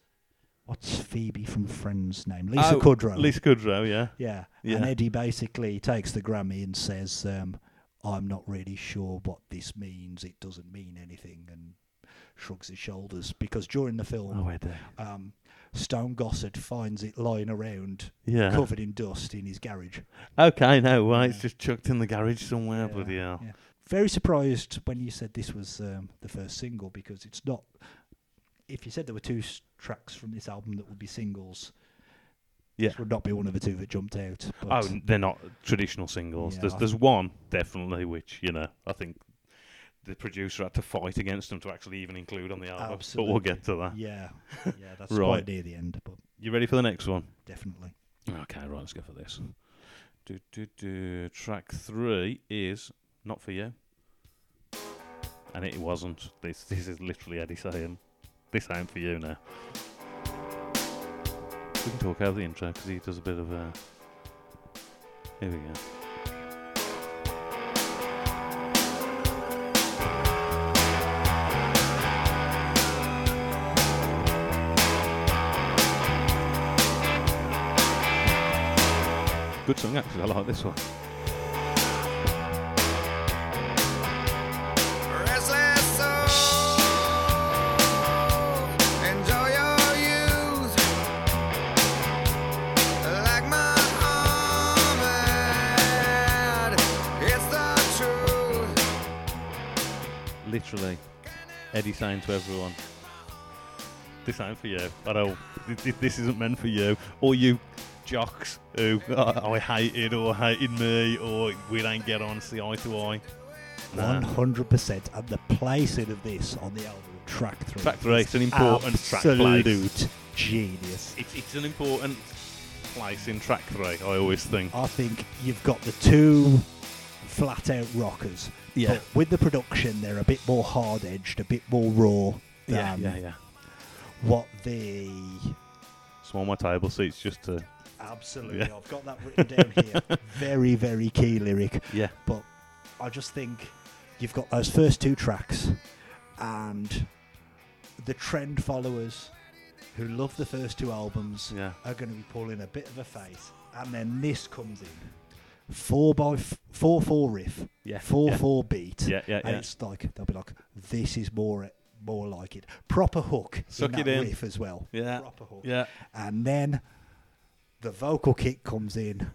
B: what's Phoebe from Friends' name? Lisa
A: Oh,
B: Kudrow.
A: Lisa Kudrow, yeah.
B: Yeah.
A: Yeah.
B: And Eddie basically takes the Grammy and says, um, I'm not really sure what this means. It doesn't mean anything. And shrugs his shoulders because during the film,
A: Eddie.
B: um, Stone Gossard finds it lying around
A: Yeah.
B: covered in dust in his garage.
A: Okay, no, why it's
B: Yeah.
A: just chucked in the garage somewhere, Oh, bloody hell.
B: Yeah. Very surprised when you said this was um, the first single because it's not. If you said there were two s- tracks from this album that would be singles,
A: Yeah.
B: this would not be one of the two that jumped out. But
A: Oh, n- they're not traditional singles.
B: Yeah,
A: there's
B: I-
A: there's one definitely which you know I think the producer had to fight against them to actually even include on the album. But we'll
B: Absolutely.
A: get to that.
B: Yeah, yeah, that's
A: Right.
B: quite near the end, but
A: You ready for the next one?
B: definitely.
A: Okay, right. Let's go for this. Do, do, do. Track three is not for you, and it wasn't. This this is literally Eddie saying, "This ain't for you now." We can talk over the intro because he does a bit of a. Here we go. Good song, actually. I like this one.
C: Restless soul, enjoy your youth. Like my arm, it's the truth.
A: Literally, Eddie saying to everyone, "This ain't for you. I don't. th- th- This isn't meant for you. Or you jocks who I, I hated or hated me or we don't get on, see eye to eye." Nah.
B: One hundred percent, and the placing of this on the album, track three,
A: Track three, it's an
B: is
A: important track place.
B: absolute genius.
A: It's it's an important place in track three. I always think.
B: I think you've got the two flat out rockers.
A: Yeah.
B: But with the production, they're a bit more hard edged, a bit more raw than
A: yeah.
B: what the.
A: Small my table seats just to.
B: Absolutely,
A: Yeah.
B: I've got that written down here. very, very key lyric.
A: Yeah.
B: But I just think you've got those first two tracks and the trend followers who love the first two albums
A: Yeah.
B: are going to be pulling a bit of a face. And then this comes in. Four by f- four four riff.
A: Yeah,
B: Four
A: yeah.
B: four beat.
A: Yeah, yeah,
B: And
A: yeah.
B: it's like they'll be like, this is more more like it. Proper hook
A: Suck
B: in
A: it
B: that
A: in.
B: riff as well.
A: Yeah.
B: Proper hook.
A: Yeah.
B: And then the vocal kick comes in.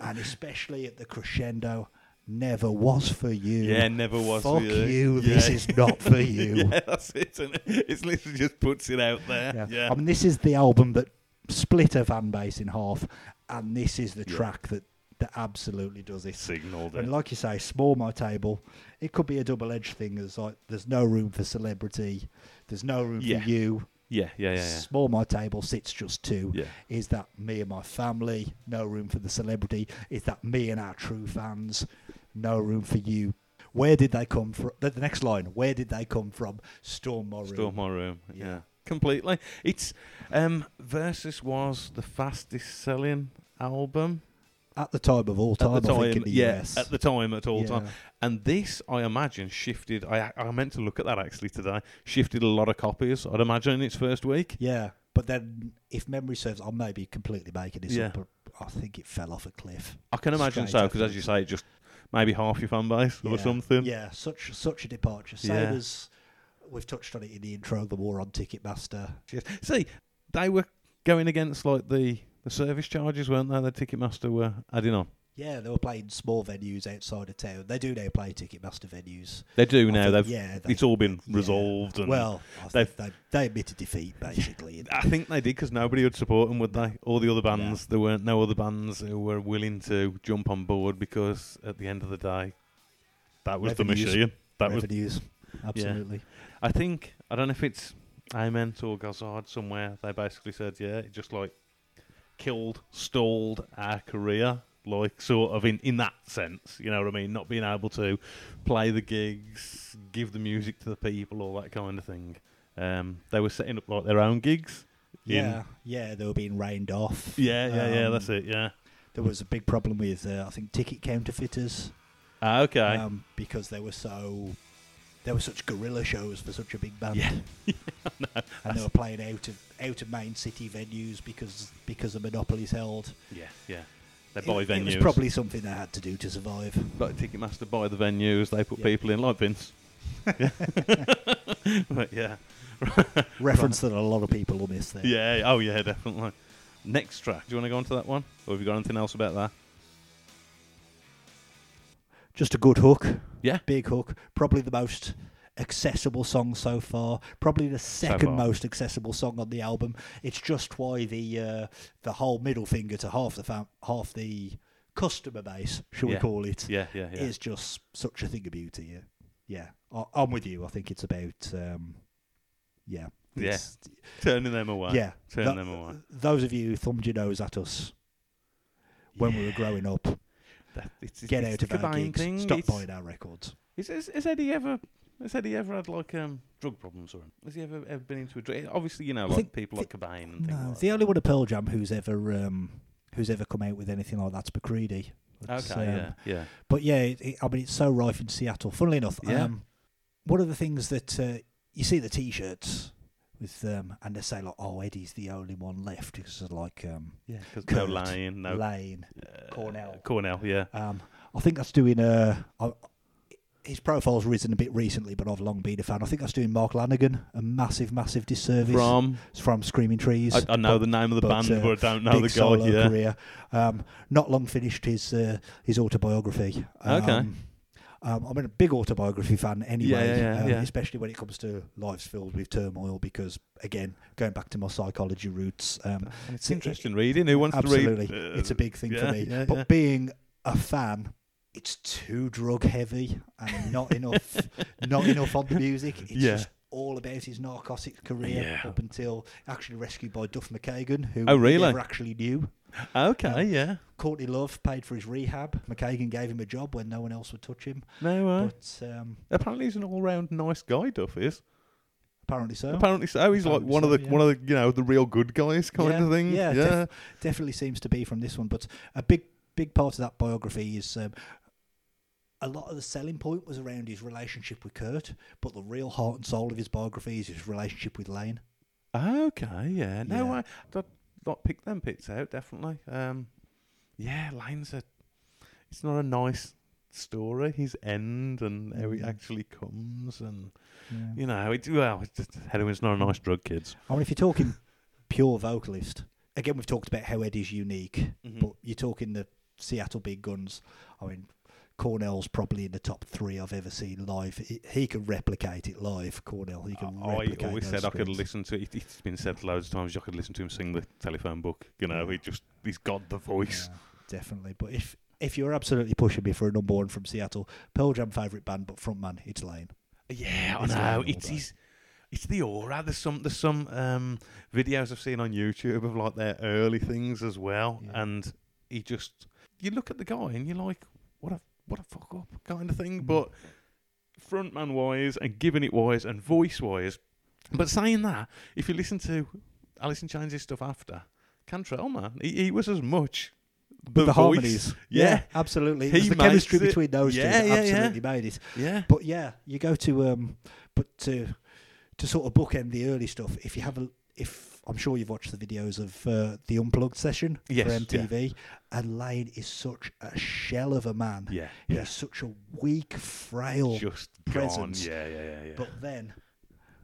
B: and especially at the crescendo, never was for you.
A: Yeah, never was for
B: Fuck
A: you. Yeah.
B: This is not for you.
A: yeah, that's it. Isn't it? It's literally just puts it out there.
B: Yeah.
A: Yeah.
B: I mean, this is the album that split a fan base in half, and this is the
A: Yeah.
B: track that, that absolutely does it.
A: signalled it.
B: And like you say, small my table. It could be a double edged thing. As like, there's no room for celebrity. There's no room
A: Yeah.
B: for you.
A: Yeah, yeah, yeah, yeah.
B: Small my table sits just two.
A: Yeah.
B: Is that me and my family? No room for the celebrity. Is that me and our true fans? No room for you. Where did they come from? The the next line. Where did they come from? Storm my room.
A: Storm my room. Yeah.
B: Yeah.
A: Completely. It's um Versus was the fastest selling album
B: At the time of all time,
A: at the
B: I
A: time.
B: think in the
A: yeah,
B: US.
A: at the time at all time.
B: Yeah.
A: And this I imagine shifted I I meant to look at that actually today. Shifted a lot of copies, I'd imagine in its first week.
B: Yeah, but then if memory serves, I may be completely making this
A: Yeah.
B: up, but I think it fell off a cliff.
A: I can imagine
B: Straight
A: so because as you say just maybe half your fan base
B: Yeah.
A: or something.
B: Yeah, such such a departure. Same
A: Yeah.
B: as we've touched on it in the intro, the war on Ticketmaster.
A: Yes. See, they were going against like the the service charges, weren't they? The Ticketmaster were adding on.
B: Yeah, they were playing small venues outside of town. They do now play Ticketmaster venues.
A: They do
B: I
A: now.
B: think-
A: They've
B: yeah,
A: it's all been resolved.
B: Yeah.
A: And
B: well, I
A: they've-
B: think they they admitted defeat basically.
A: I think they did because nobody would support them, would they? All the other bands, there weren't no other bands who were willing to jump on board because at the end of the day, that was
B: Revenues.
A: the machine. That was.
B: revenues, absolutely.
A: I think I don't know if it's Ament or Gazard somewhere. They basically said, yeah, it just like killed, stalled our career, like sort of in in that sense. You know what I mean? Not being able to play the gigs, give the music to the people, all that kind of thing. Um, they were setting up like their own gigs. in-
B: Yeah, yeah, they were being rained off.
A: Yeah, yeah, yeah.
B: Um,
A: That's it. Yeah.
B: There was a big problem with uh, I think ticket counterfeiters.
A: Ah, okay.
B: um, because they were so they were such guerrilla shows for such a big band.
A: Yeah.
B: and they were playing out of out of main city venues because because the monopoly's held.
A: yeah, yeah. They
B: It-
A: buy
B: it,
A: venues.
B: was probably something they had to do to survive.
A: like Ticketmaster buy the venues. They put
B: Yeah.
A: people in like Vince. Yeah. but yeah,
B: Reference that a lot of people will miss there.
A: yeah. Oh yeah, definitely. Next track. Do you want to go on to that one, or have you got anything else about that?
B: Just a good hook,
A: Yeah.
B: big hook. Probably the most accessible song so far. Probably the second
A: far.
B: most accessible song on the album. It's just why the uh, the whole middle finger to half the fam- half the customer base, shall
A: Yeah.
B: we call it,
A: Yeah, yeah, yeah.
B: is just such a thing of beauty. Yeah, yeah. I- I'm with you. I think it's about um, yeah,
A: Yeah.
B: It's-
A: Turning them away.
B: yeah.
A: Turn
B: Tho-
A: them away.
B: Those of you who thumbed your nose at us when we were growing up,
A: That- it's, it's,
B: get
A: it's
B: out of
A: the
B: our
A: combined
B: gigs,
A: Thing.
B: stop
A: it's,
B: buying our records.
A: Is, is, is Eddie ever? Has Eddie ever had like um, drug problems or has he ever, ever been into a drug? Obviously, you know,
B: I
A: like
B: think
A: people
B: the-
A: like Cobain and things
B: No,
A: like
B: the
A: that.
B: only one of Pearl Jam who's ever um, who's ever come out with anything like that's McCready. That's,
A: Okay,
B: um,
A: yeah, yeah.
B: But yeah, it, it, I mean, it's so rife in Seattle. Funnily enough,
A: Yeah.
B: um, one of the things that uh, you see the T-shirts with um, and they say like, "Oh, Eddie's the only one left," because of like um,
A: Yeah, because no
B: Kurt,
A: Lane, no
B: Lane.
A: uh,
B: Cornell.
A: Cornell, yeah.
B: Um, I think that's doing. Uh, I, his profile's risen a bit recently, but I've long been a fan. I think that's doing Mark Lanigan a massive, massive disservice
A: From
B: from Screaming Trees.
A: I, I know
B: But-
A: the name of the
B: but,
A: band,
B: uh,
A: but I don't know
B: big
A: the
B: solo
A: guy. Yeah,
B: career. Um, not long finished his uh, his autobiography. Um,
A: Okay.
B: Um, I'm a big autobiography fan anyway,
A: yeah, yeah,
B: um,
A: yeah.
B: especially when it comes to lives filled with turmoil. Because again, going back to my psychology roots, um,
A: And it's
B: it-
A: interesting reading. Who wants
B: absolutely,
A: to read? uh,
B: it's a big thing
A: yeah,
B: for me.
A: yeah,
B: but
A: yeah.
B: being a fan, it's too drug heavy and not enough, not enough on the music. It's
A: Yeah.
B: just all about his narcotic career
A: Yeah.
B: up until actually rescued by Duff McKagan, who
A: Oh,
B: he
A: really?
B: never actually knew.
A: Okay,
B: um,
A: yeah.
B: Courtney Love paid for his rehab. McKagan gave him a job when no one else would touch him.
A: No way.
B: But um,
A: apparently, he's an all-round nice guy. Duff is.
B: apparently so.
A: Apparently, so he's like
B: Apparently
A: one of
B: so,
A: the
B: yeah.
A: one of the you know the real good guys kind
B: yeah,
A: of thing.
B: Yeah,
A: Yeah,
B: def- definitely seems to be from this one. But a big, big part of that biography is um, a lot of the selling point was around his relationship with Kurt, but the real heart and soul of his biography is his relationship with Lane.
A: Okay, yeah. No,
B: Yeah.
A: I I'd not pick them bits out definitely. Um, yeah, Lane's a. It's not a nice story. His end and how it
B: Mm.
A: actually comes, and you know, it's well, it's just, heroin's not a nice drug, kids.
B: I mean, if you're talking pure vocalist, again, we've talked about how Eddie's unique,
A: Mhm.
B: but you're talking the Seattle Big Guns. I mean, Cornell's probably in the top three I've ever seen live. He, he can replicate it live, Cornell. He can
A: I
B: replicate
A: always
B: those
A: said I could
B: screams.
A: listen to it. It's been said loads of times. I could listen to him sing the telephone book. You know, he just he's got the voice.
B: Yeah, definitely. But if if you're absolutely pushing me for a number one from Seattle, Pearl Jam favourite band, but frontman, it's Lane.
A: Yeah, I
B: It's
A: know.
B: like all
A: It's
B: that.
A: his. It's the aura. There's some there's some um, videos I've seen on YouTube of like their early things as well,
B: Yeah.
A: and he just you look at the guy and you're like, what a what a fuck up kind of thing.
B: Mm.
A: But frontman wise and giving it wise and voice wise, but saying that, if you listen to Alison Chains' stuff after Cantrell, man, he, he was as much the,
B: the
A: voice-
B: harmonies.
A: yeah,
B: absolutely. It
A: He
B: was the
A: makes
B: chemistry
A: it.
B: between those two
A: Yeah,
B: that
A: yeah, yeah.
B: absolutely made it.
A: yeah.
B: But yeah, you go to um, but to to sort of bookend the early stuff. If you have a, if I'm sure you've watched the videos of uh, the unplugged session
A: Yes,
B: for
A: yeah.
B: MTV, and Lane is such a shell of a man.
A: Yeah,
B: He
A: yeah.
B: is such a weak, frail.
A: Just
B: presence.
A: gone. Yeah, yeah, yeah, yeah.
B: But then,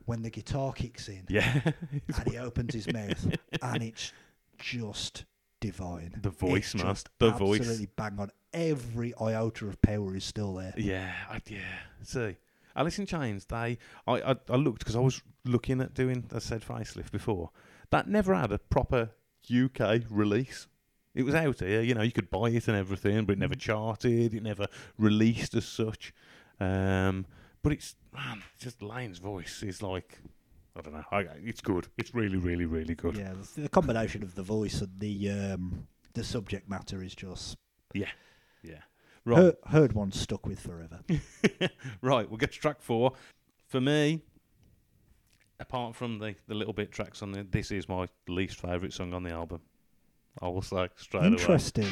B: when the guitar kicks in
A: yeah,
B: and he opens his mouth, and it's just divine.
A: the voice,
B: it's
A: man.
B: just
A: The voice.
B: absolutely bang on. Every iota of power is still there.
A: Yeah, I, yeah. See, Alice in Chains. They, I, I, I looked because I was looking at doing, as I said, facelift before. That never had a proper UK release. It was out here, you know, you could buy it and everything, but it
B: Mm.
A: never charted. It never released as such. Um, but it's man, it's just Lane's voice is like, I don't know. I, it's good. It's really, really, really good.
B: Yeah, the, the combination of the voice and the um, the subject matter is just
A: yeah.
B: her
A: Right.
B: heard, one stuck with forever.
A: right, we'll get to track four. For me, apart from the, the little bit tracks on the, this is my least favourite song on the album. I will say straight away.
B: Interesting.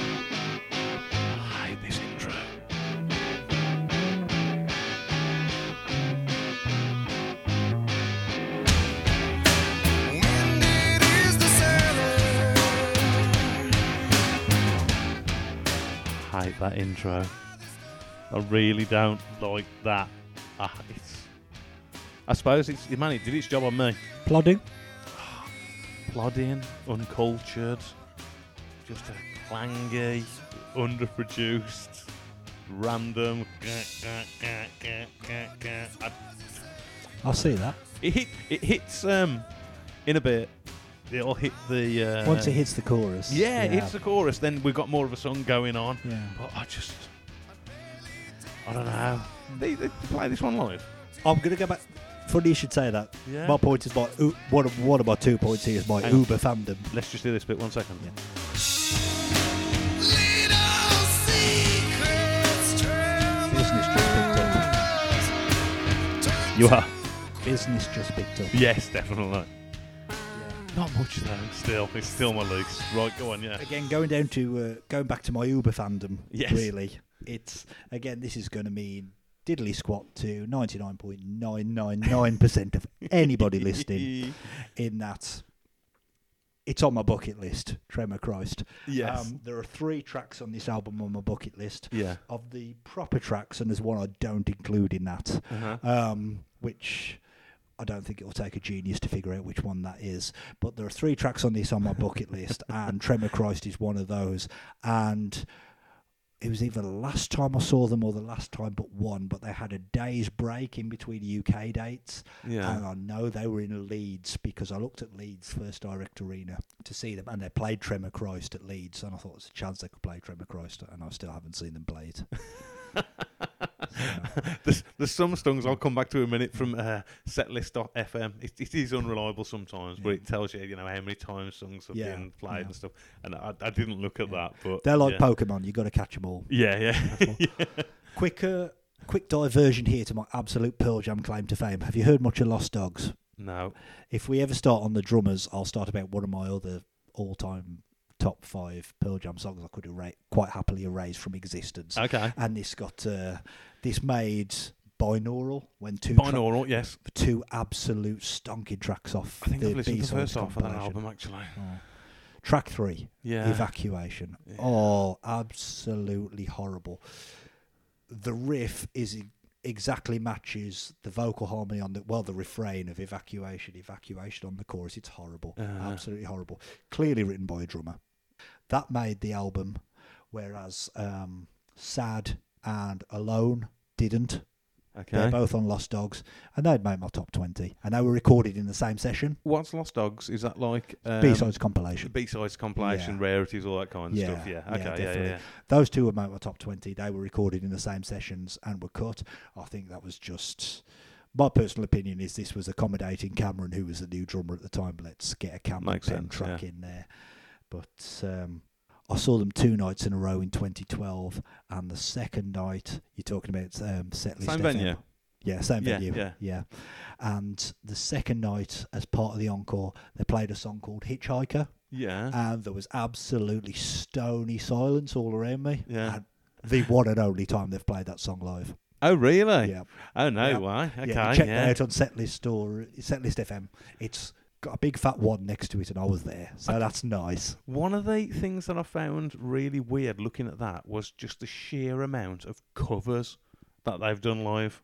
A: I hate this intro.
C: Mended is the saddle.
A: hate that intro. I really don't like that. Ah, it's, I suppose it's man, it did its job on me.
B: Plodding.
A: plodding, uncultured, just a clangy, underproduced, random. I-
B: I see that.
A: It, hit, it hits um in a bit. It'll hit the uh,
B: Once it hits the chorus.
A: Yeah, it hits the chorus. Then we've got more of a song going on.
B: yeah.
A: But I just, I don't know. They, they play this one live.
B: I'm gonna go back. Funny you should say that.
A: Yeah.
B: My point is my u- one of one of my two points here is my
A: Hang on.
B: Uber fandom.
A: Let's just do this bit. One second.
B: Yeah.
C: Little secrets
B: Business just picked up.
A: You are.
B: Business just picked up.
A: Yes, definitely. Not much though. Still, it's still my least. Right, go on. Yeah.
B: Again, going down to uh, going back to my Uber fandom.
A: Yes.
B: Really, it's again. This is going to mean diddly squat to ninety nine point nine nine nine percent of anybody listening. In that, it's on my bucket list. Tremor Christ. Um,
A: Yes.
B: there are three tracks on this album on my bucket list
A: yeah.
B: of the proper tracks, and there's one I don't include in that,
A: Uh-huh.
B: um, which. I don't think it will take a genius to figure out which one that is. But there are three tracks on this on my bucket list, and Tremor Christ is one of those. And it was either the last time I saw them or the last time but one, but they had a day's break in between UK dates.
A: Yeah.
B: And I know they were in Leeds because I looked at Leeds First Direct Arena to see them, and they played Tremor Christ at Leeds. And I thought there's a chance they could play Tremor Christ, and I still haven't seen them play it. So,
A: There's, there's some songs I'll come back to in a minute from uh, setlist.fm. It, it is unreliable sometimes, but
B: Yeah.
A: it tells you, you know, how many times songs have
B: Yeah,
A: been played
B: yeah.
A: and stuff. And I, I didn't look at
B: Yeah.
A: that, but
B: they're like
A: yeah.
B: Pokemon, you've got to catch them all.
A: Yeah, yeah.
B: Quick, uh, quick diversion here to my absolute Pearl Jam claim to fame. Have you heard much of Lost Dogs?
A: no.
B: If we ever start on the drummers, I'll start about one of my other all-time top five Pearl Jam songs I could erase, quite happily erase from existence.
A: Okay.
B: and this got uh, this made binaural when two tra-
A: Binaural, yes.
B: two absolute stonking tracks off.
A: I think
B: the
A: I've listened to the
B: B-sides
A: first half of that
B: compilation.
A: album, actually.
B: Oh. Track three,
A: Yeah.
B: evacuation.
A: Yeah.
B: Oh, absolutely horrible. The riff is e- exactly matches the vocal harmony on the well, the refrain of evacuation, evacuation on the chorus. It's horrible,
A: Uh-huh.
B: absolutely horrible. Clearly written by a drummer. That made the album, whereas um, Sad and Alone didn't.
A: Okay.
B: They're both on Lost Dogs, and they'd made my top 20. And they were recorded in the same session,
A: What's Lost Dogs? Is that like um,
B: B-sides compilation.
A: B-sides compilation,
B: Yeah.
A: rarities, all that kind of
B: Yeah,
A: stuff? Yeah.
B: yeah,
A: Okay. Yeah, yeah,
B: definitely. Those two were made my top 20. They were recorded in the same sessions and were cut. I think that was just. My personal opinion is this was accommodating Cameron, who was the new drummer at the time. but Let's get a Cameron
A: Makes
B: pen
A: sense,
B: track in there. But um, I saw them two nights in a row in 2012, and the second night you're talking about um, setlist.
A: Same
B: FM.
A: venue?
B: Yeah, same
A: Yeah,
B: venue.
A: yeah.
B: yeah. And the second night, as part of the encore, they played a song called Hitchhiker
A: yeah. Yeah.
B: and there was absolutely stony silence all around me.
A: Yeah.
B: And the one and only time they've played that song live.
A: oh, really?
B: Yeah.
A: Oh, no,
B: Yeah.
A: why? Okay,
B: yeah.
A: yeah.
B: you Check that out on Setlist or uh, Setlist FM. It's got a big fat one next to it, and I was there, so that's nice.
A: One of the things that I found really weird looking at that was just the sheer amount of covers that they've done live.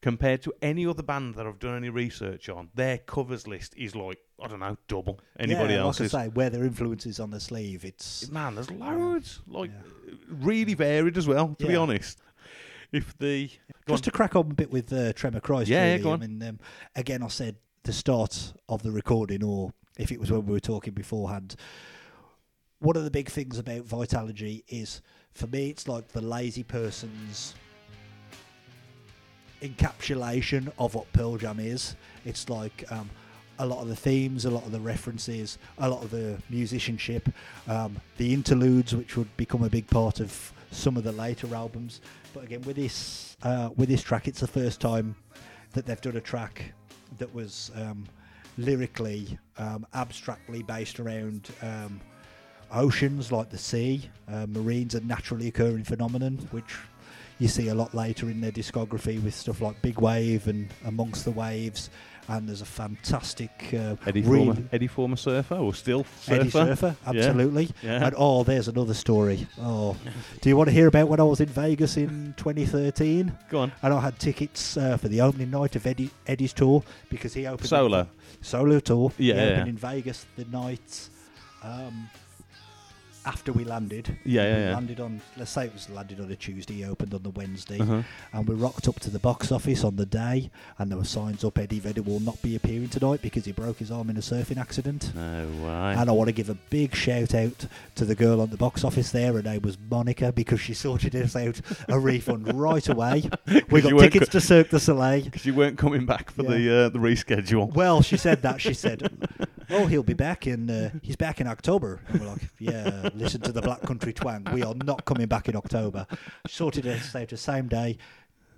A: Compared to any other band that I've done any research on, their covers list is like, I don't know, double anybody
B: yeah,
A: else's.
B: Like I say, where their influence is on the sleeve, it's
A: Man, there's loads. Like, really varied as well, to be
B: Yeah.
A: honest. If the. go on.
B: Just to crack on a bit with uh, Tremor Christ,
A: Yeah, yeah,
B: really,
A: go on.
B: I mean, um, again, I said the start of the recording, or if it was when we were talking beforehand, one of the big things about Vitalogy is, for me, it's like the lazy person's encapsulation of what Pearl Jam is. It's like um, a lot of the themes, a lot of the references, a lot of the musicianship, um, the interludes, which would become a big part of some of the later albums. But again, with this uh, with this track, it's the first time that they've done a track that was um, lyrically, um, abstractly based around. Um, Oceans like the sea, uh, marines are naturally occurring phenomenon, which you see a lot later in their discography with stuff like Big Wave and Amongst the Waves. And there's a fantastic uh,
A: Eddie,
B: really-
A: former, Eddie, former surfer, or still surfer.
B: Eddie Surfer, absolutely.
A: Yeah.
B: And oh, there's another story. Oh, do you want to hear about when I was in Vegas in 2013?
A: Go on.
B: And I had tickets uh, for the opening night of Eddie, Eddie's tour because he opened
A: Solo.
B: solo tour.
A: Yeah,
B: he
A: yeah,
B: opened
A: yeah.
B: in Vegas the night um, after we landed.
A: Yeah, yeah,
B: We
A: yeah.
B: landed on. Let's say it was landed on a Tuesday. He opened on the Wednesday,
A: Uh-huh.
B: and we rocked up to the box office on the day, and there were signs up. Eddie Vedder will not be appearing tonight because he broke his arm in a surfing accident.
A: No way.
B: And I want to give a big shout out to the girl on the box office there. Her name was Monica because she sorted us out a refund right away. We
A: 'Cause you
B: got
A: weren't
B: tickets
A: co-
B: to Cirque du Soleil.
A: Because you weren't coming back for
B: Yeah.
A: the uh, the reschedule.
B: Well, she said that. She said, "Oh, he'll be back in. Uh, he's back in October." And we're like, "Yeah, listen to the Black Country twang. We are not coming back in October." Sorted it out the same day.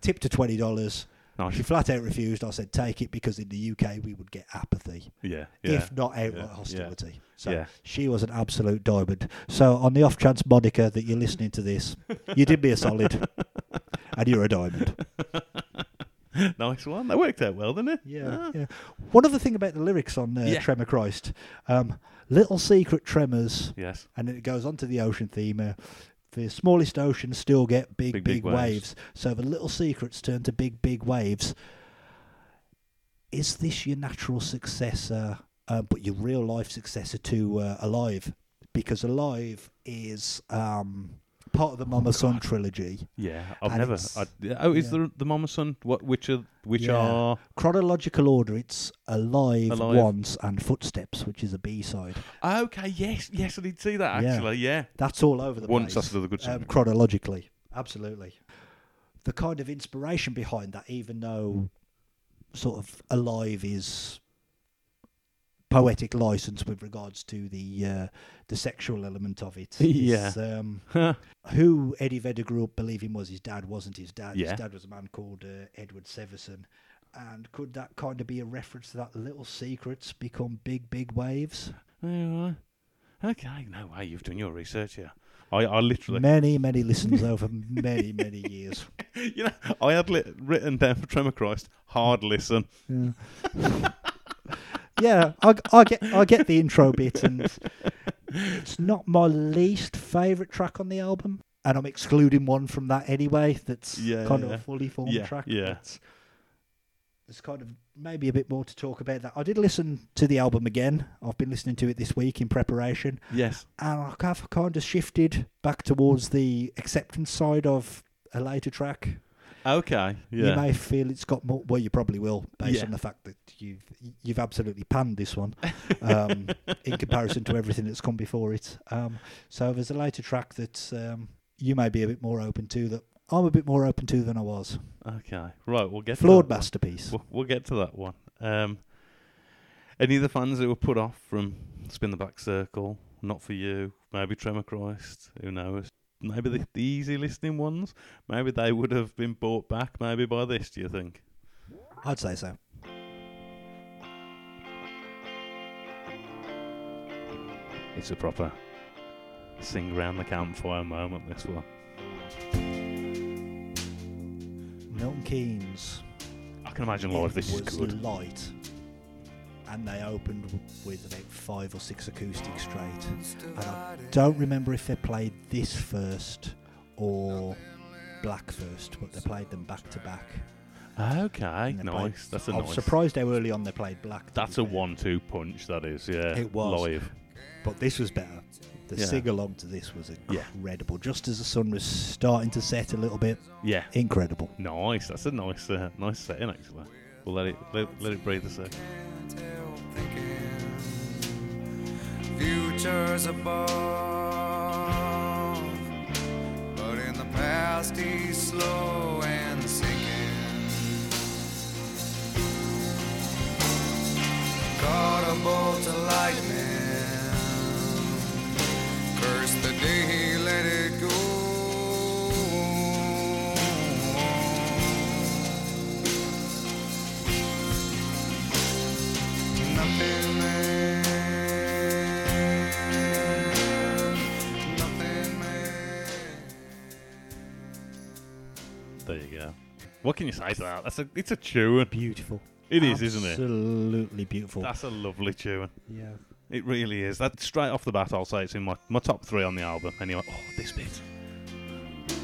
B: Tipped her twenty dollars. She
A: Nice.
B: flat out refused. I said, "Take it," because in the UK we would get apathy,
A: Yeah. Yeah.
B: if not outright
A: yeah,
B: hostility. So
A: yeah.
B: she was an absolute diamond. So on the off chance, Monica, that you're listening to this, you did me a solid, and you're a diamond.
A: nice one. That worked out well, didn't it?
B: Yeah,
A: Ah.
B: yeah. One other thing about the lyrics on uh,
A: Yeah.
B: Tremor Christ, um, little secret tremors,
A: Yes.
B: and it goes on to the ocean theme. Uh, the smallest oceans still get big, big, waves. So the little secrets turn to big, big waves. Is this your natural successor, uh, but your real life successor to uh, Alive? Because Alive is um, part of the Mama Son trilogy.
A: Yeah. I've
B: And
A: never.
B: it's-
A: I, yeah, oh, is
B: yeah.
A: there the Mama Son? What? Which are? Which
B: Yeah.
A: are?
B: chronological order, it's Alive,
A: Alive.
B: Once and Footsteps, which is a B side.
A: oh, Okay. Yes. Yes. I did see that
B: Yeah.
A: actually. Yeah.
B: That's all over the
A: Once
B: place.
A: that's another good song.
B: um, chronologically, absolutely. The kind of inspiration behind that, even though
A: Hmm.
B: sort of Alive is poetic license with regards to the uh, the sexual element of it.
A: Yeah.
B: is, um, who Eddie Vedder grew up believing was his dad wasn't his dad.
A: Yeah.
B: His dad was a man called uh, Edward Severson. And could that kind of be a reference to that little secrets become big, big waves?
A: Yeah. Okay. No way. You've done your research here. I, I literally,
B: Many, many listens over many, many years.
A: you know, I had li- written down for Tremor Christ, hard listen.
B: Yeah, yeah I, I get I get the intro bit, and it's not my least favourite track on the album, and I'm excluding one from that anyway. That's
A: Yeah,
B: kind of
A: yeah.
B: a fully formed
A: Yeah,
B: track.
A: yeah.
B: but There's kind of maybe a bit more to talk about that. I did listen to the album again. I've been listening to it this week in preparation,
A: Yes.
B: and I have kind of shifted back towards the acceptance side of a later track.
A: Okay.
B: You
A: Yeah.
B: may feel it's got more. Well, you probably will, based
A: Yeah.
B: on the fact that you've you've absolutely panned this one um, in comparison to everything that's come before it. Um, so there's a later track that um, you may be a bit more open to that I'm a bit more open to than I was.
A: Okay. Right. We'll get
B: Flawed
A: to that one.
B: masterpiece.
A: We'll, we'll get to that one. Um, any of the fans who were put off from Spin the Black Circle, Not For You, maybe Tremor Christ, who knows? Maybe the, the easy listening ones, maybe they would have been bought back maybe by this, do you think?
B: I'd say so.
A: It's a proper sing round the campfire moment, this one.
B: Milton Keynes.
A: I can imagine live this is
B: was
A: good.
B: light, and they opened w- with about five or six acoustics straight. And I don't remember if they played this first or Black first, but they played them back to back.
A: Okay,
B: And they played-
A: nice. That's a
B: I was
A: nice.
B: surprised how early on they played Black. to
A: That's
B: be
A: a
B: fair.
A: one-two punch. That is, yeah.
B: It was.
A: live.
B: But this was better. The
A: Yeah.
B: sing along to this was
A: Yeah.
B: incredible. Just as the sun was starting to set a little bit,
A: Yeah,
B: incredible.
A: nice. That's a nice, uh, nice setting actually. We'll let it let, let it breathe a second.
C: Futures above, but in the past he's slow and sinking. Caught a bolt of lightning, cursed the day he let it go. Nothing left. Nothing
A: There you go. What can you say to that? That's a it's a tune.
B: Beautiful.
A: It is, isn't it?
B: Absolutely beautiful.
A: That's a lovely tune.
B: yeah.
A: It really is. That straight off the bat, I'll say it's in my, my top three on the album. Anyway, oh this bit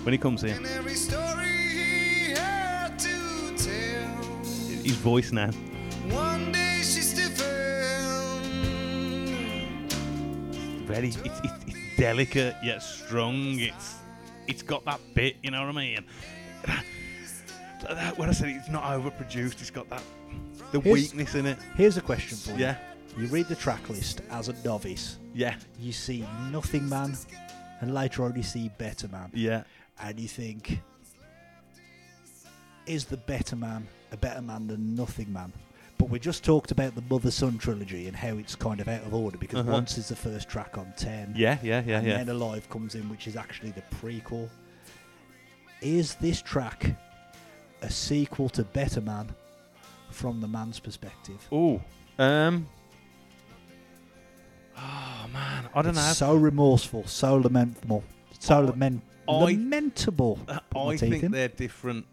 A: when he comes in,
C: In every story he had to tell.
A: his voice now.
C: One day she stiffened.
A: very it's, it's, it's delicate yet strong it's it's got that bit you know what i mean when i said it's not overproduced it's got that the
B: Here's-
A: weakness in it
B: Here's a question for you.
A: yeah
B: You read the track list as a novice.
A: yeah
B: You see Nothing Man, and later on you see Better Man,
A: yeah
B: and you think, is the Better Man a better man than Nothing Man? But we just talked about the Mother Son trilogy and how it's kind of out of order because
A: Uh-huh.
B: Once is the first track on 10,
A: yeah yeah yeah
B: and
A: yeah
B: then Alive comes in, which is actually the prequel. Is this track a sequel to Better Man from the man's perspective?
A: oh um oh man i don't know
B: So remorseful, so lamentable, so lament-
A: I-
B: lamentable. Put my
A: i
B: teeth
A: think
B: in.
A: they're different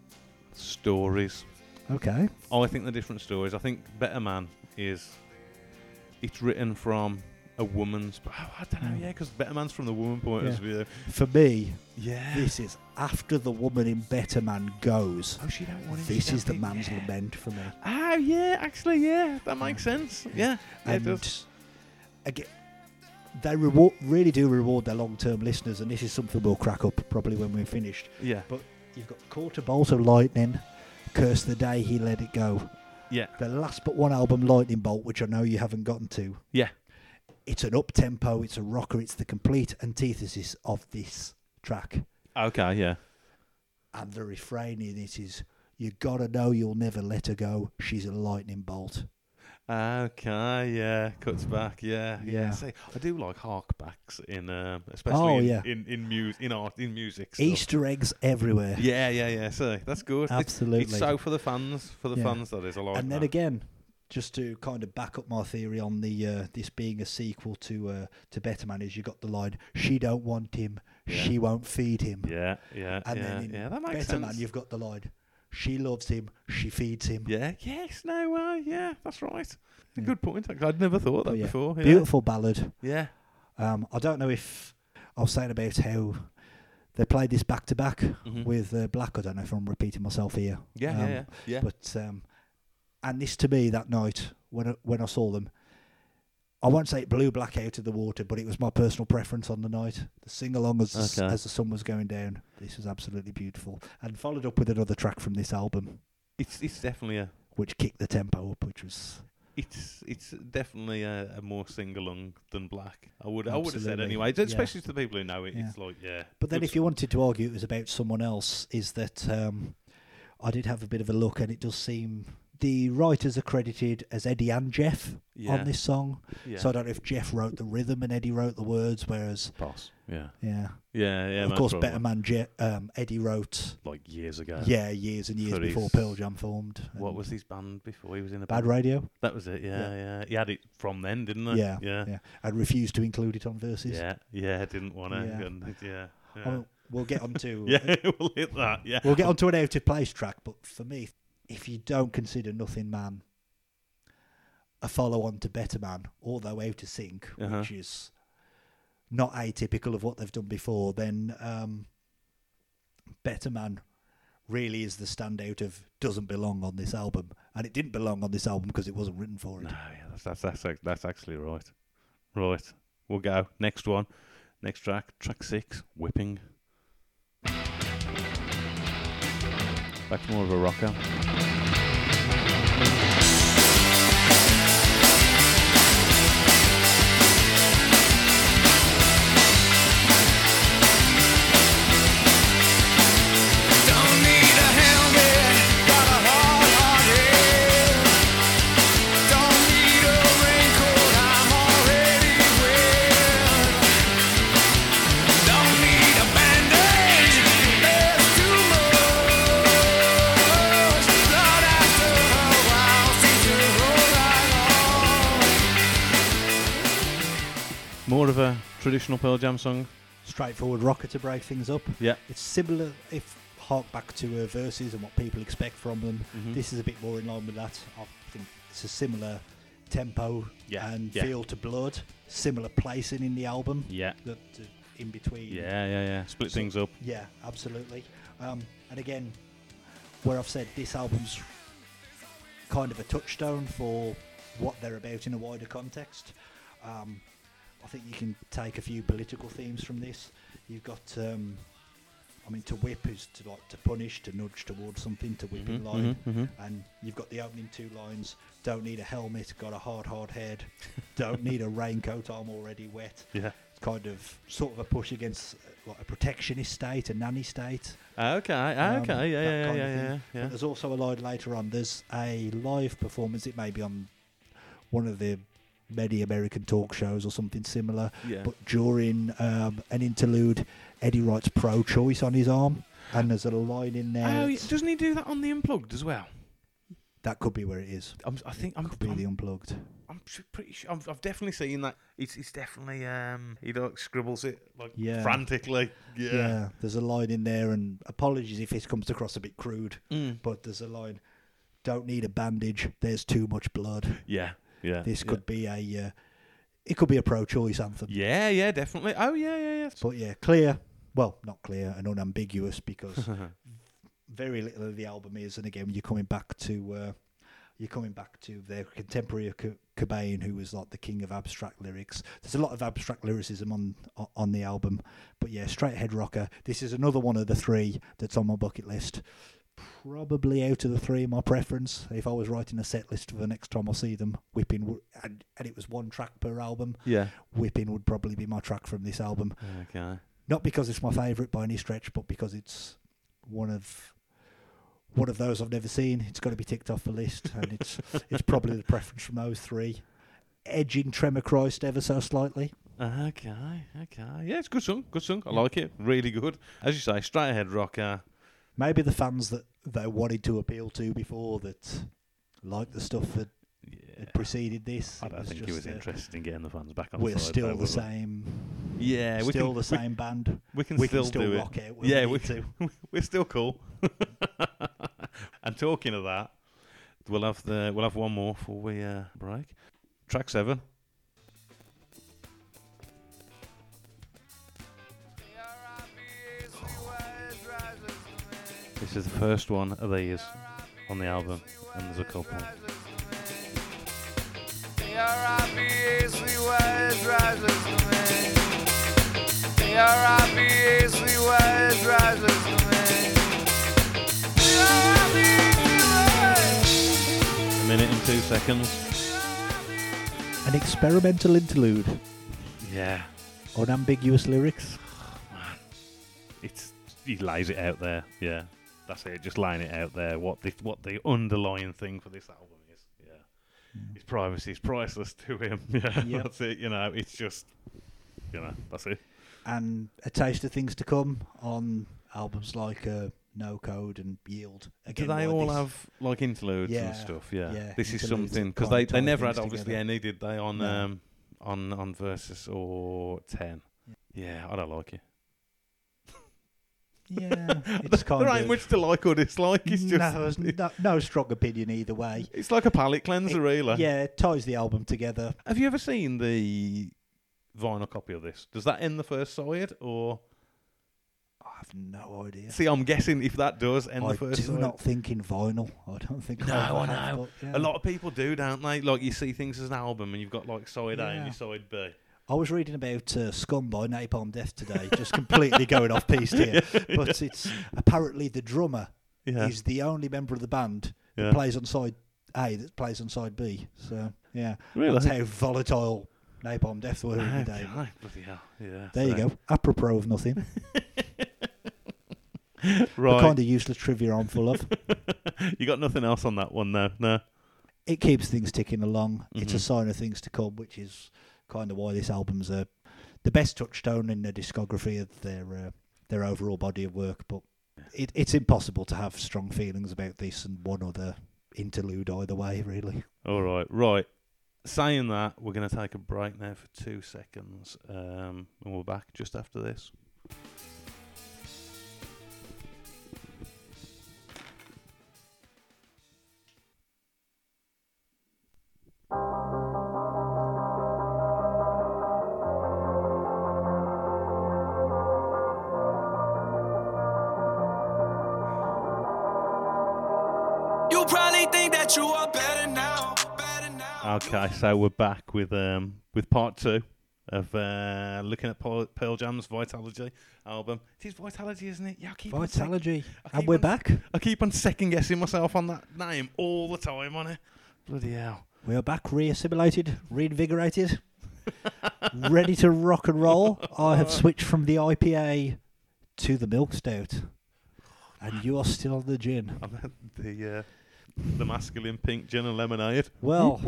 A: stories
B: Okay.
A: Oh, I think the different stories. I think Better Man is it's written from a woman's. Oh, I don't know.
B: Mm.
A: Yeah, because Better Man's from the woman point of
B: Yeah.
A: view.
B: For me,
A: Yeah.
B: this is after the woman in Better Man goes.
A: oh, she don't want it.
B: This
A: she
B: is the
A: don't think-
B: man's
A: yeah.
B: lament for me.
A: Ah, yeah. Actually, yeah, that makes sense. Yeah, yeah it does.
B: And again, they reward really do reward their long-term listeners, and this is something we'll crack up probably when we're finished.
A: Yeah,
B: But you've got Caught a Bolt of Lightning, Curse the Day He Let It Go.
A: yeah,
B: The last but one album, Lightning Bolt, which I know you haven't gotten to.
A: yeah.
B: It's an up tempo, it's a rocker, it's the complete antithesis of this track.
A: Okay, yeah.
B: And the refrain in it is, You gotta know you'll never let her go, she's a lightning bolt.
A: Okay, yeah. Cuts back, yeah, yeah.
B: Yeah.
A: See, I do like harkbacks in, um, especially
B: Oh,
A: in,
B: yeah.
A: in in music, in art, in music. stuff.
B: Easter eggs everywhere.
A: Yeah, yeah, yeah. So that's good. It's-
B: Absolutely.
A: It's so for the fans, for the
B: Yeah.
A: fans that is. I like
B: and then
A: that.
B: again, just to kind of back up my theory on the uh, this being a sequel to uh, to Better Man, is you got the line, She don't want him,
A: Yeah.
B: she won't feed him.
A: Yeah, yeah,
B: And
A: yeah,
B: then in
A: yeah. That makes
B: Better
A: sense.
B: Man, you've got the line. She loves him. She feeds him.
A: yeah, yes, no way. Yeah, that's right.
B: Yeah.
A: Good point. actually. I'd never thought
B: But
A: that
B: yeah,
A: before. Yeah.
B: Beautiful ballad.
A: Yeah.
B: Um, I don't know if I was saying about how they played this back to back
A: Mhm.
B: with uh, Black. I don't know if I'm repeating myself here.
A: Yeah, yeah,
B: Um,
A: yeah, yeah.
B: But um, and this to me that night when I, when I saw them, I won't say it blew black out of the water, but it was my personal preference on the night. The sing along as, the s-
D: Okay.
B: as the sun was going down. This was absolutely beautiful. And followed up with another track from this album,
A: It's it's definitely a
B: which kicked the tempo up, which was
A: it's it's definitely a, a more sing along than black. I would I would have said
B: Absolutely.
A: anyway,
B: Yeah.
A: especially to the people who know it.
B: Yeah.
A: It's like yeah.
B: But then,
A: good
B: if you wanted to argue it was about someone else, is that um, I did have a bit of a look, and it does seem the writers are credited as Eddie and Jeff
A: Yeah.
B: on this song.
A: stuff. yeah.
B: So I don't know if Jeff wrote the rhythm and Eddie wrote the words, whereas
A: Boss. Yeah.
B: yeah,
A: Yeah. Yeah.
B: of
A: most
B: course,
A: probably.
B: Better Man Je- um, Eddie wrote
A: Like years ago.
B: yeah years and years
A: Pretty
B: before
A: s-
B: Pearl Jam formed.
A: What
B: and
A: was his band before he was in a
B: Bad
A: band?
B: Radio?
A: That was it. Yeah, yeah. He had it from then, didn't he?
B: Yeah,
A: Yeah.
B: yeah, and refused to include it on
A: Yeah.
B: verses.
A: Yeah. didn't want to.
B: Yeah.
A: And, yeah. Yeah.
B: I mean, we'll get on to
A: yeah. we'll hit that. Yeah.
B: We'll get onto an out of place track, but for me, if you don't consider Nothing Man a follow on to Better Man, although out of sync,
A: Uh-huh.
B: which is not atypical of what they've done before, then um, Better Man really is the standout of doesn't belong on this album. And it didn't belong on this album because it wasn't written for it.
A: No, yeah, that's, that's that's ac- that's actually right. Right, we'll go next one, next track, track six, whipping. Back to more of a rocker.
C: Don't need a helmet, got a hard hard head. Don't need a raincoat, I'm already wet. Don't need a bandage, there's too much blood after a while seems to roll right off.
A: More of a traditional Pearl Jam song.
B: Straightforward rocker to break things up.
A: Yeah.
B: It's similar if hark back to uh, verses and what people expect from them.
A: Mhm.
B: This is a bit more in line with that. I think it's a similar tempo
A: Yeah,
B: and
A: yeah.
B: feel to Blood, similar placing in the album.
A: Yeah.
B: That uh, in between.
A: Yeah, yeah, yeah. Split things up.
B: Yeah, absolutely. Um, and again, where I've said this album's kind of a touchstone for what they're about in a wider context. Um, I think you can take a few political themes from this. You've got, um, I mean, to whip is to like to punish, to nudge towards something, to whip
A: Mm-hmm,
B: in line. And you've got the opening two lines: "Don't need a helmet, got a hard, hard head. Don't need a raincoat, I'm already wet."
A: Yeah.
B: It's kind of sort of a push against uh, like a protectionist state, a nanny state.
A: Ah, Okay,
B: um,
A: okay, yeah, yeah,
B: that
A: yeah,
B: kind of
A: yeah, yeah,
B: thing. But There's also a line later on. There's a live performance. It may be on one of the many American talk shows or something similar.
A: yeah.
B: But during um, an interlude, Eddie writes pro-choice on his arm, and there's a line in there.
A: Oh, yeah,
B: that's-
A: doesn't he do that on the unplugged as well?
B: That could be where it is.
A: I'm, I think I'm,
B: Could be
A: I'm
B: the unplugged.
A: I'm su- pretty sure. I've, I've definitely seen that. It's it's definitely um. He like scribbles it like
B: Yeah.
A: frantically.
B: Yeah. there's a line in there, and apologies if this comes across a bit crude,
A: Mm.
B: but there's a line. Don't need a bandage. There's too much blood.
A: Yeah. Yeah.
B: This
A: yeah.
B: could be a. Uh, it could be a pro-choice anthem.
A: Yeah, yeah, definitely. Oh, yeah, yeah, yeah.
B: But yeah, clear. Well, not clear and unambiguous because very little of the album is. And again, you're coming back to uh, you're coming back to their contemporary Co- Cobain, who was like the king of abstract lyrics. There's a lot of abstract lyricism on o- on the album, but yeah, straight ahead rocker. This is another one of the three that's on my bucket list. Probably out of the three, my preference. If I was writing a set list for the next time I see them, whipping w- and, and it was one track per album,
A: Yeah.
B: whipping would probably be my track from this album
A: Okay.
B: not because it's my favourite by any stretch, but because it's one of one of those I've never seen. It's got to be ticked off the list, and it's it's probably the preference from those three, edging Tremor Christ ever so slightly.
A: Okay. Okay. Yeah, it's a good song. Good song. I like it. Really good. As you say, straight ahead rocker.
B: Maybe the fans that they wanted to appeal to before that liked the stuff that
A: Yeah.
B: had preceded this.
A: I
B: It
A: don't think he
B: just
A: was
B: a-
A: interested in getting the fans back on
B: We're
A: side,
B: still
A: though,
B: the
A: was he?
B: same.
A: Yeah, we
B: still
A: can,
B: the same band.
A: We, we can
B: we
A: still,
B: can still
A: do
B: rock
A: it.
B: out when we
A: yeah,
B: need
A: we,
B: to.
A: we're still cool. and talking of that, we'll have the we'll have one more before we uh, break. Track seven. This is the first one of these on the album, and there's a couple.
C: They are obviously You're obviously why it drives us mad. You're obviously why.
A: A minute and two seconds.
B: An experimental interlude.
A: Yeah.
B: Unambiguous lyrics.
A: It's he lays it out there. Yeah, that's it. Just laying it out there. What the what the underlying thing for this album is. Yeah, his privacy is priceless to him. Yeah,
B: Yep.
A: that's it. You know, it's just you know that's it.
B: And a taste of things to come on albums like uh, No Code and Yield.
A: Do
B: Again,
A: they
B: like
A: all
B: this.
A: have like interludes
B: Yeah,
A: and stuff? Yeah,
B: yeah,
A: this is
B: interludes
A: something
B: that
A: because
B: kind
A: they,
B: of
A: they
B: tie
A: never had
B: things
A: obviously
B: together.
A: any did they on
B: No.
A: um on on versus or ten. Yeah, I don't like it.
B: Yeah, it's kind
A: there ain't
B: of.
A: much to like or dislike. It's just
B: no, there's no, no strong opinion either way.
A: it's like a palate cleanser, really.
B: Yeah, it ties the album together.
A: Have you ever seen the vinyl copy of this? Does that end the first side, or
B: I have no idea.
A: see? I'm guessing if that does end
B: I
A: the first
B: do
A: side,
B: not think in vinyl. I don't think.
A: No,
B: I,
A: I
B: ever have,
A: know.
B: but, yeah.
A: a lot of people do, don't they? Like you see things as an album, and you've got like side A
B: Yeah.
A: and your side B.
B: I was reading about uh, Scum by Napalm Death today, just completely going off piece here. But it's apparently the drummer
A: Yeah,
B: is the only member of the band that
A: Yeah.
B: plays on side A that plays on side B. So yeah, that's how volatile Napalm Death were
A: Ah,
B: in the day.
A: Okay, bloody hell. Yeah.
B: There you
A: so-
B: go. Apropos of nothing, the
A: Right.
B: kind of useless trivia I'm full of.
A: you got nothing else on that one, though. No.
B: it keeps things ticking along. It's a
A: Mhm.
B: sign of things to come, which is kind of why this album's uh, the best touchstone in the discography of their uh, their overall body of work. But it, it's impossible to have strong feelings about this and one other interlude either way, really.
A: All right. Right. Saying that, we're going to take a break now for two seconds, um, and we're back just after this.
C: You probably think that you are better now. Better now.
A: Okay, so we're back with um with part two of uh, looking at Pearl, Pearl Jam's Vitalogy album. It is Vitalogy, isn't it? Yeah, I keep On sec-
B: Vitalogy,
A: I
B: and
A: keep
B: we're
A: on-
B: back.
A: I keep on second guessing myself on that name all the time on it. Bloody hell!
B: We are back, reassimilated, reinvigorated, ready to rock and roll. I have switched from the IPA to the milk stout, and you are still on the gin.
A: I'm at the uh, the masculine pink gin and lemonade.
B: Well,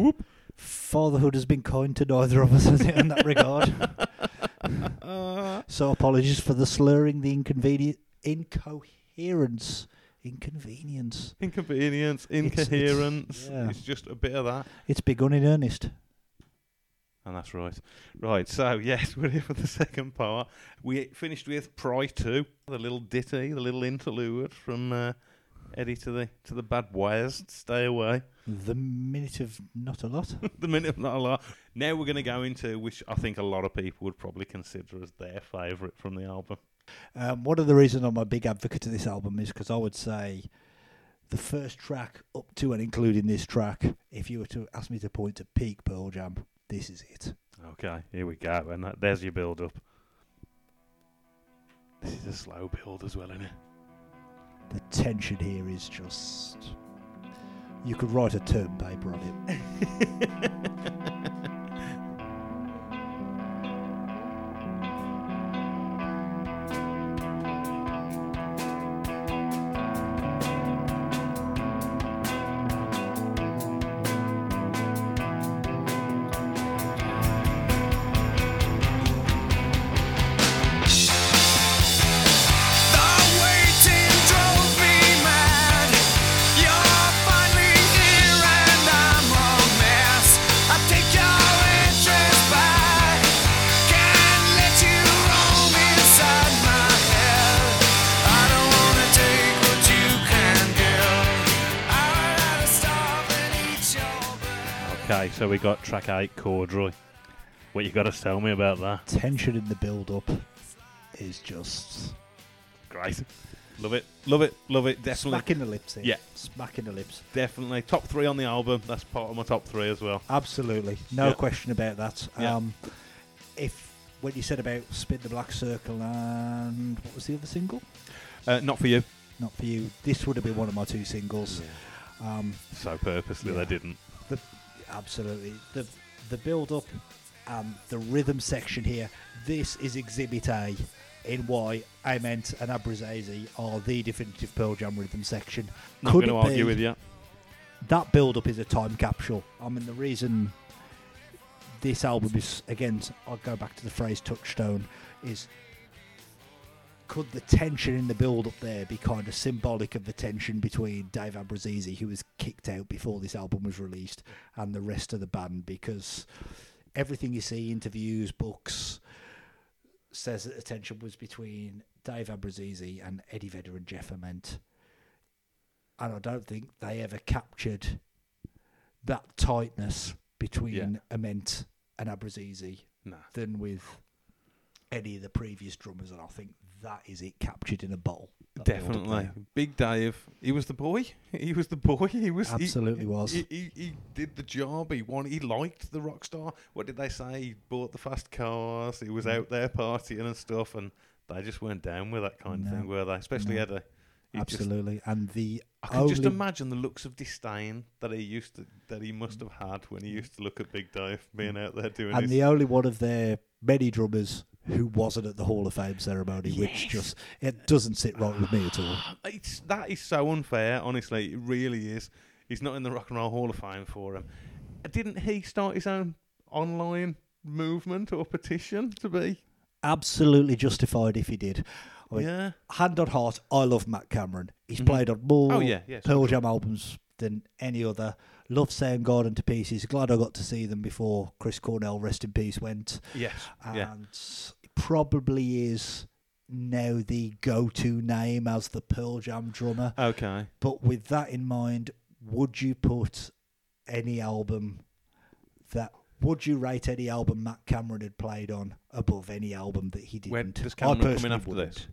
B: fatherhood has been kind to neither of us has it, in that regard. so apologies for the slurring, the inconvenient, incoherence, inconvenience.
A: Inconvenience,
B: it's-
A: incoherence. It's,
B: yeah.
A: just a bit of that.
B: It's begun in earnest.
A: And that's right. Right, so yes, we're here for the second part. We finished with Pry 2, the little ditty, the little interlude from uh, Eddie to the to the bad wires. Stay away.
B: The minute of not a lot.
A: the minute not a lot. Now we're going to go into which I think a lot of people would probably consider as their favourite from the album.
B: Um, one of the reasons I'm a big advocate of this album is because I would say the first track up to and including this track, if you were to ask me to point to peak Pearl Jam, this is it.
A: Okay, here we go. And that, there's your build up. This is a slow build as well, isn't it?
B: The tension here is just. You could write a term paper on it.
C: The waiting drove me mad. You're finally here and I'm a mess. I take your interest back. Can't let you roam inside my head. I don't wanna take what you can give. I'd rather starve than eat your bread.
A: Okay, so we got track eight, Corduroy. What you got to tell me about that?
B: tension in the build up is just
A: Great, love it, love it, love it. Definitely,
B: smacking the lips. Here.
A: Yeah.
B: smacking the lips.
A: definitely top three on the album. That's part of my top three as well.
B: Absolutely, no
A: Yeah.
B: question about that.
A: Yeah.
B: Um, if when you said about Spin the Black Circle and what was the other single?
A: Uh, not for you.
B: Not for you. This would have been one of my two singles. Um,
A: So purposely
B: Yeah.
A: they didn't.
B: the absolutely the the build up and the rhythm section here. This is Exhibit A in why Ament and Abrazazi are the definitive Pearl Jam rhythm section.
A: Not
B: Could
A: going to
B: it
A: argue
B: be-
A: with you.
B: that build up is a time capsule. I mean, the reason this album is again, I'll go back to the phrase touchstone, is could the tension in the build up there be kind of symbolic of the tension between Dave Abrazizi, who was kicked out before this album was released, and the rest of the band? Because everything you see, interviews, books, says that the tension was between Dave Abrazizi and Eddie Vedder and Jeff Ament and I don't think they ever captured that tightness between
A: Yeah.
B: Ament and Abrazizi
A: Nah.
B: than with any of the previous drummers, and I think that is it captured in a bowl. that build-up
A: Definitely.
B: there.
A: Big Dave. He was the boy. He was the boy. He was he-
B: Absolutely was.
A: He, he, he did the job. He won. He liked the rock star. What did they say? He bought the fast cars. He
B: Mm.
A: was out there partying and stuff. And they just weren't down with that kind of
B: No.
A: thing, were they? Especially
B: No.
A: Eddie. He just-
B: Absolutely, and the
A: I can just
B: only-
A: imagine the looks of disdain that he used to that he must have had when he used to look at Big Dave being out there doing
B: Mm. and
A: his
B: the only one of their many drummers who wasn't at the Hall of Fame ceremony, which just it doesn't sit right with me at all.
A: It's that is so unfair. Honestly, it really is. He's not in the Rock and Roll Hall of Fame for him. Didn't he start his own online movement or petition to be?
B: Absolutely justified if he did. I mean,
A: yeah,
B: hand on heart, I love Matt Cameron. He's
A: Mhm.
B: played on more
A: Oh, yeah, yes,
B: Pearl
A: for
B: Jam albums than any other. Love Soundgarden to pieces. Glad I got to see them before Chris Cornell, rest in peace, went.
A: yes,
B: And
A: yeah.
B: it probably is now the go-to name as the Pearl Jam drummer.
A: Okay,
B: But with that in mind, would you put any album that would you rate any album Matt Cameron had played on above any album that he didn't?
A: Where does
B: I
A: Cameron come in
B: personally
A: after
B: wouldn't.
A: this?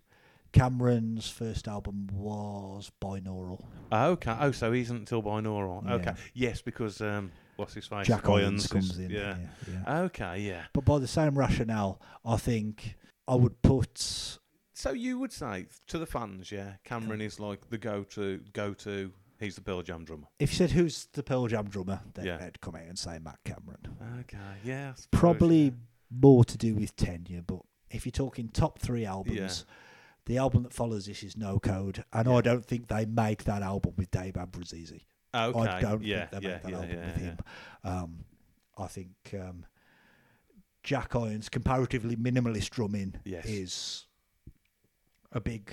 B: Cameron's first album was binaural.
A: okay. Oh, so he isn't until binaural. Okay,
B: Yeah.
A: yes, because um, what's his face?
B: Jack Irons
A: is-
B: comes in.
A: Yeah.
B: there, yeah.
A: Okay, yeah.
B: But by the same rationale, I think I would put
A: So you would say to the fans, yeah, Cameron is like the go-to, go-to. He's the Pearl Jam drummer.
B: if you said who's the Pearl Jam drummer, then
A: Yeah.
B: they'd come out and say Matt Cameron.
A: Okay, yeah. I suppose,
B: Probably
A: yeah.
B: more to do with tenure, but if you're talking top three albums, the album that follows this is No Code, and I don't think they make that album with Dave Abrazizi.
A: Okay.
B: I don't
A: yeah,
B: think they
A: yeah,
B: make that
A: yeah,
B: album
A: yeah,
B: with
A: yeah.
B: him. Um, I think um, Jack Irons' comparatively minimalist drumming
A: Yes.
B: is a big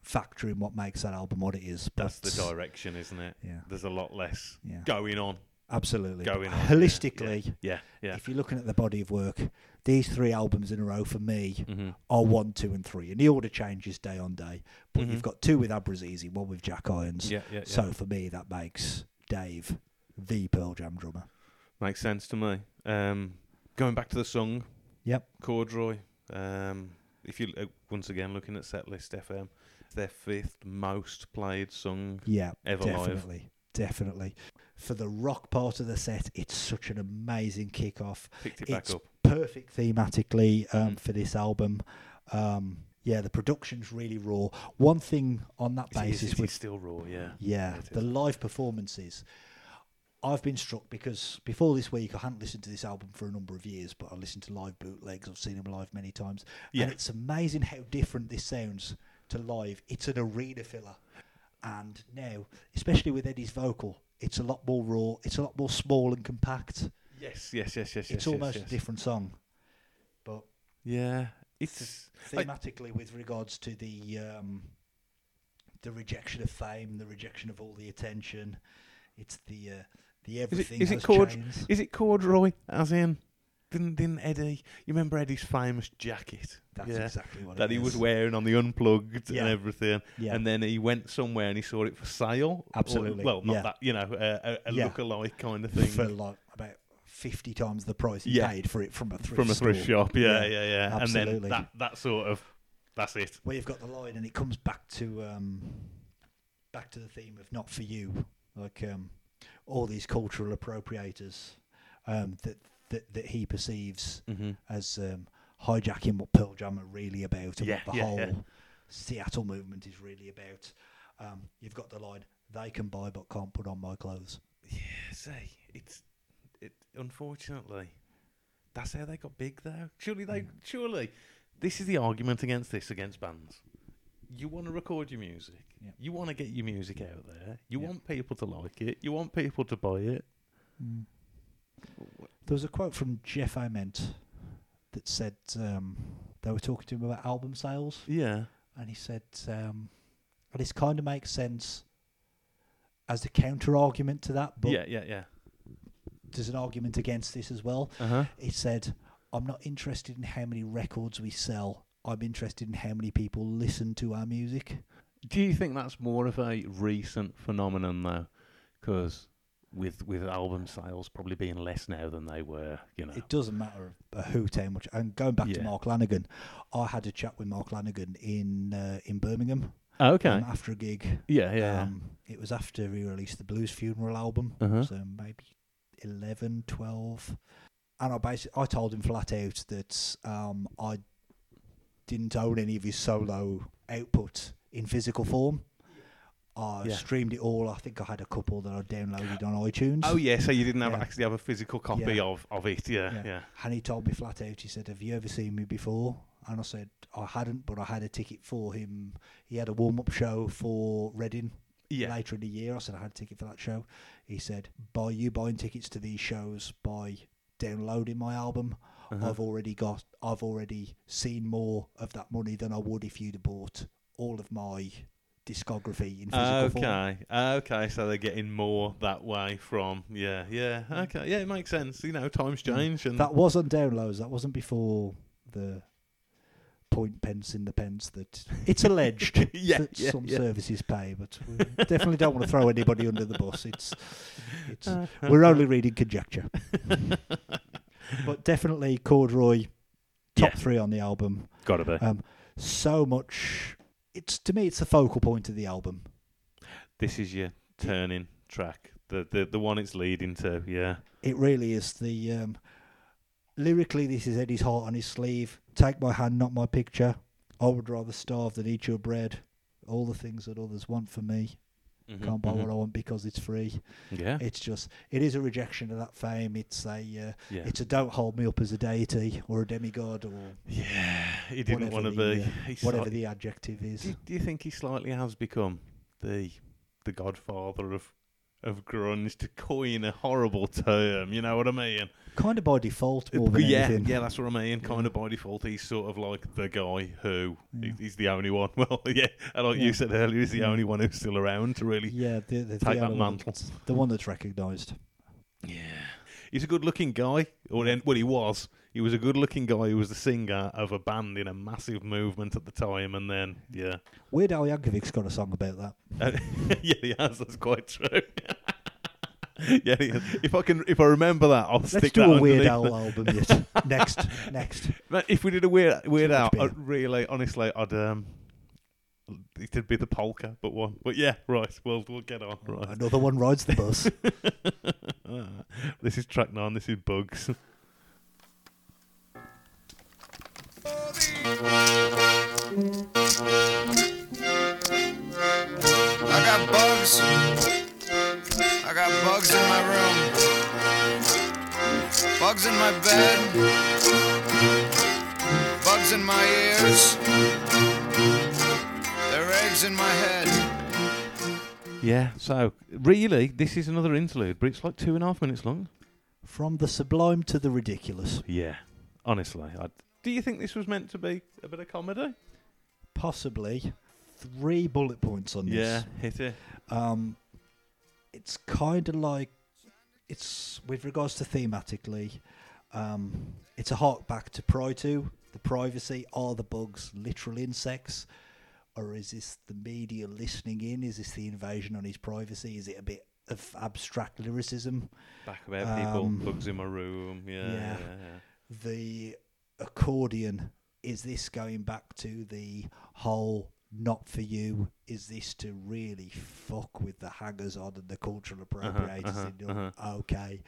B: factor in what makes that album what it is.
A: That's the
B: but-
A: direction, isn't it?
B: Yeah,
A: There's a lot less
B: yeah,
A: going on.
B: absolutely. But
A: Going on. yeah,
B: holistically,
A: Yeah, yeah.
B: if you're looking at the body of work, these three albums in a row for me
A: hmm
B: are one, two, and three, and the order changes day on day. But
A: Mhm.
B: you've got two with Abrazizi, one with Jack Irons.
A: Yeah, yeah, yeah.
B: So for me, that makes Dave the Pearl Jam drummer.
A: Makes sense to me. Um, going back to the song.
B: Yep.
A: Corduroy. Um, if you uh, once again looking at Setlist FM, their fifth most played song
B: Yeah,
A: ever live.
B: definitely, definitely. For the rock part of the set, it's such an amazing kick off.
A: Picked it
B: It's
A: back up.
B: perfect thematically um,
A: Mhm.
B: for this album. Um, yeah, the production's really raw. One thing on that
A: It is-
B: basis
A: it
B: with
A: is still raw. Yeah.
B: Yeah,
A: It
B: the
A: is.
B: live performances. I've been struck because before this week I hadn't listened to this album for a number of years, but I listened to live bootlegs. I've seen them live many times,
A: Yeah.
B: and it's amazing how different this sounds to live. It's an arena filler, and now, especially with Eddie's vocal, it's a lot more raw. It's a lot more small and compact.
A: Yes. Yes. Yes. Yes. yes, yes,
B: it's almost
A: yes.
B: a different song, but
A: Yeah. It's I-
B: thematically with regards to the um, the rejection of fame, the rejection of all the attention. It's the uh, the everything
A: is it
B: has
A: called-
B: changed.
A: Is it corduroy? As in, didn't didn't Eddie? You remember Eddie's famous jacket?
B: That's
A: yeah,
B: exactly what
A: that
B: it
A: he was
B: is.
A: wearing on the unplugged
B: Yeah.
A: and everything.
B: Yeah,
A: And then he went somewhere and he saw it for sale. Or-
B: Absolutely,
A: well, not
B: yeah.
A: that you know, uh, a, a
B: Yeah.
A: look-alike kind of thing
B: for like about fifty times the price he
A: Yeah.
B: paid for it from a thrift
A: from a thrift
B: store.
A: shop. Yeah,
B: Yeah,
A: yeah, yeah. And then
B: absolutely.
A: that that sort of that's it.
B: Where you've got the line, and it comes back to um, back to the theme of not for you, like um, all these cultural appropriators um, that, that that he perceives
A: Mm-hmm.
B: as um, hijacking what Pearl Jam are really about and
A: Yeah,
B: what the
A: yeah,
B: whole
A: yeah.
B: Seattle movement is really about. Um, you've got the line, they can buy but can't put on my clothes.
A: say it's it unfortunately that's how they got big though surely
B: Mm.
A: they surely this is the argument against this against bands you want to record your music
B: Yeah.
A: you want to get your music out there you
B: Yeah.
A: want people to like it you want people to buy it
B: There was a quote from Jeff Ament that said um, they were talking to him about album sales.
A: yeah
B: and he said, um, and this kind of makes sense as a counter argument to that, but
A: yeah yeah yeah
B: there's an argument against this as well.
A: uh-huh
B: He said, I'm not interested in how many records we sell, I'm interested in how many people listen to our music.
A: do you think that's more of a recent phenomenon though because with with album sales probably being less now than they were you know
B: It doesn't matter a hoot how much. And going back to
A: Yeah.
B: Mark Lanigan, I had a chat with Mark Lanigan in uh, in Birmingham
A: oh, okay
B: um, after a gig.
A: yeah yeah
B: Um, it was after he released the Blues Funeral album,
A: Uh-huh.
B: so maybe 11, 12. And I basically I told him flat out that um, I didn't own any of his solo output in physical form. I
A: Yeah.
B: streamed it all. I think I had a couple that I downloaded on iTunes.
A: Oh yeah, so you didn't have
B: Yeah.
A: actually have a physical copy
B: Yeah.
A: of, of it, yeah, yeah.
B: Yeah. And he told me flat out, he said, Have you ever seen me before? And I said, I hadn't, but I had a ticket for him. He had a warm up show for Reading
A: Yeah.
B: later in the year. I said I had a ticket for that show. He said, by you buying tickets to these shows, by downloading my album,
A: Uh-huh.
B: I've already got, I've already seen more of that money than I would if you'd have bought all of my discography in physical form.
A: Okay, okay, so they're getting more that way from yeah, yeah, okay, yeah, it makes sense. You know, times change and
B: Mm. That was on downloads. That wasn't before the point pence in the pence that it's alleged
A: Yeah,
B: that
A: yeah,
B: some
A: yeah.
B: services pay, but we definitely don't want to throw anybody under the bus. It's, it's we're only reading conjecture. but definitely Corduroy, top
A: Yeah.
B: three on the album.
A: gotta be.
B: Um, so much. It's to me, it's the focal point of the album.
A: this is your turning track. The, the the one it's leading to, yeah.
B: It really is the um, lyrically. This is Eddie's heart on his sleeve. Take my hand, not my picture. I would rather starve than eat your bread. All the things that others want for me.
A: Mhm,
B: Can't buy
A: mhm.
B: what I want because it's free.
A: Yeah.
B: It's just, it is a rejection of that fame. It's a, uh,
A: yeah.
B: it's a don't hold me up as a deity or a demigod or
A: yeah. He didn't
B: whatever
A: want to
B: the,
A: be
B: uh,
A: he
B: whatever
A: slight-
B: the adjective is.
A: do, you- do you think he slightly has become the the godfather of of grunge to coin a horrible term, you know what I mean?
B: kind of by default more
A: But
B: than
A: yeah,
B: anything.
A: yeah, that's what I mean. Kind of by default, he's sort of like the guy who
B: Yeah.
A: he- he's the only one. Well, yeah, and like
B: Mm. Yeah. Mm.
A: you said earlier, he's the
B: Yeah.
A: only one who's still around to really.
B: yeah. The, the, the
A: Take that
B: other one,
A: mantle.
B: the one that's recognised.
A: Yeah, he's a good-looking guy, or en- well, he was. He was a good-looking guy. He was the singer of a band in a massive movement at the time, and then yeah,
B: Weird Al Yankovic's got a song about that.
A: Uh, yeah, he has. That's quite true. yeah, he has. if I can, if I remember that, I'll
B: Let's
A: stick
B: do
A: that
B: a Weird
A: underneath
B: Al
A: the-
B: album yet. next, next.
A: Mate, if we did a weird weird
B: much
A: out,
B: beer.
A: I'd really honestly, I'd um, it'd be the polka, but one. But yeah, right. We'll we'll get on. Right.
B: Another one rides the bus.
A: This is track nine. This is bugs.
C: I got bugs. I got bugs in my room. Bugs in my bed. Bugs in my ears. There are eggs in my head.
A: yeah. So really, this is another interlude, but it's like two and a half minutes long.
B: From the sublime to the ridiculous,
A: Yeah. Honestly, I. Do you think this was meant to be a bit of comedy?
B: possibly three bullet points on this.
A: hit it.
B: Um, it's kind of like it's with regards to thematically. Um, it's a hark back to Pry 2. The privacy are the bugs literal insects, or is this the media listening in? Is this the invasion on his privacy? Is it a bit of abstract lyricism?
A: Back about people,
B: Um,
A: bugs in my room. Yeah.
B: yeah.
A: Yeah.
B: The accordion is this going back to the whole not for you? Is this to really fuck with the hangers on and the cultural appropriators?
A: uh-huh,
B: in your- Okay.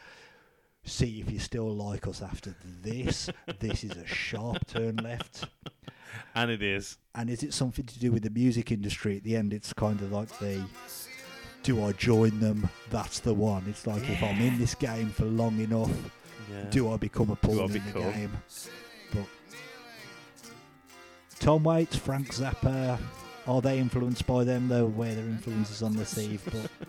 B: see if you still like us after this. this is a sharp turn left.
A: And it is.
B: And is it something to do with the music industry? At the end, it's kind of like the do I join them? That's the one. It's like if I'm in this game for long enough,
A: Yeah.
B: do I become a pawn in the
A: become?
B: game? But Tom Waits, Frank Zappa, are they influenced by them? Though where their influence is on the sieve, but.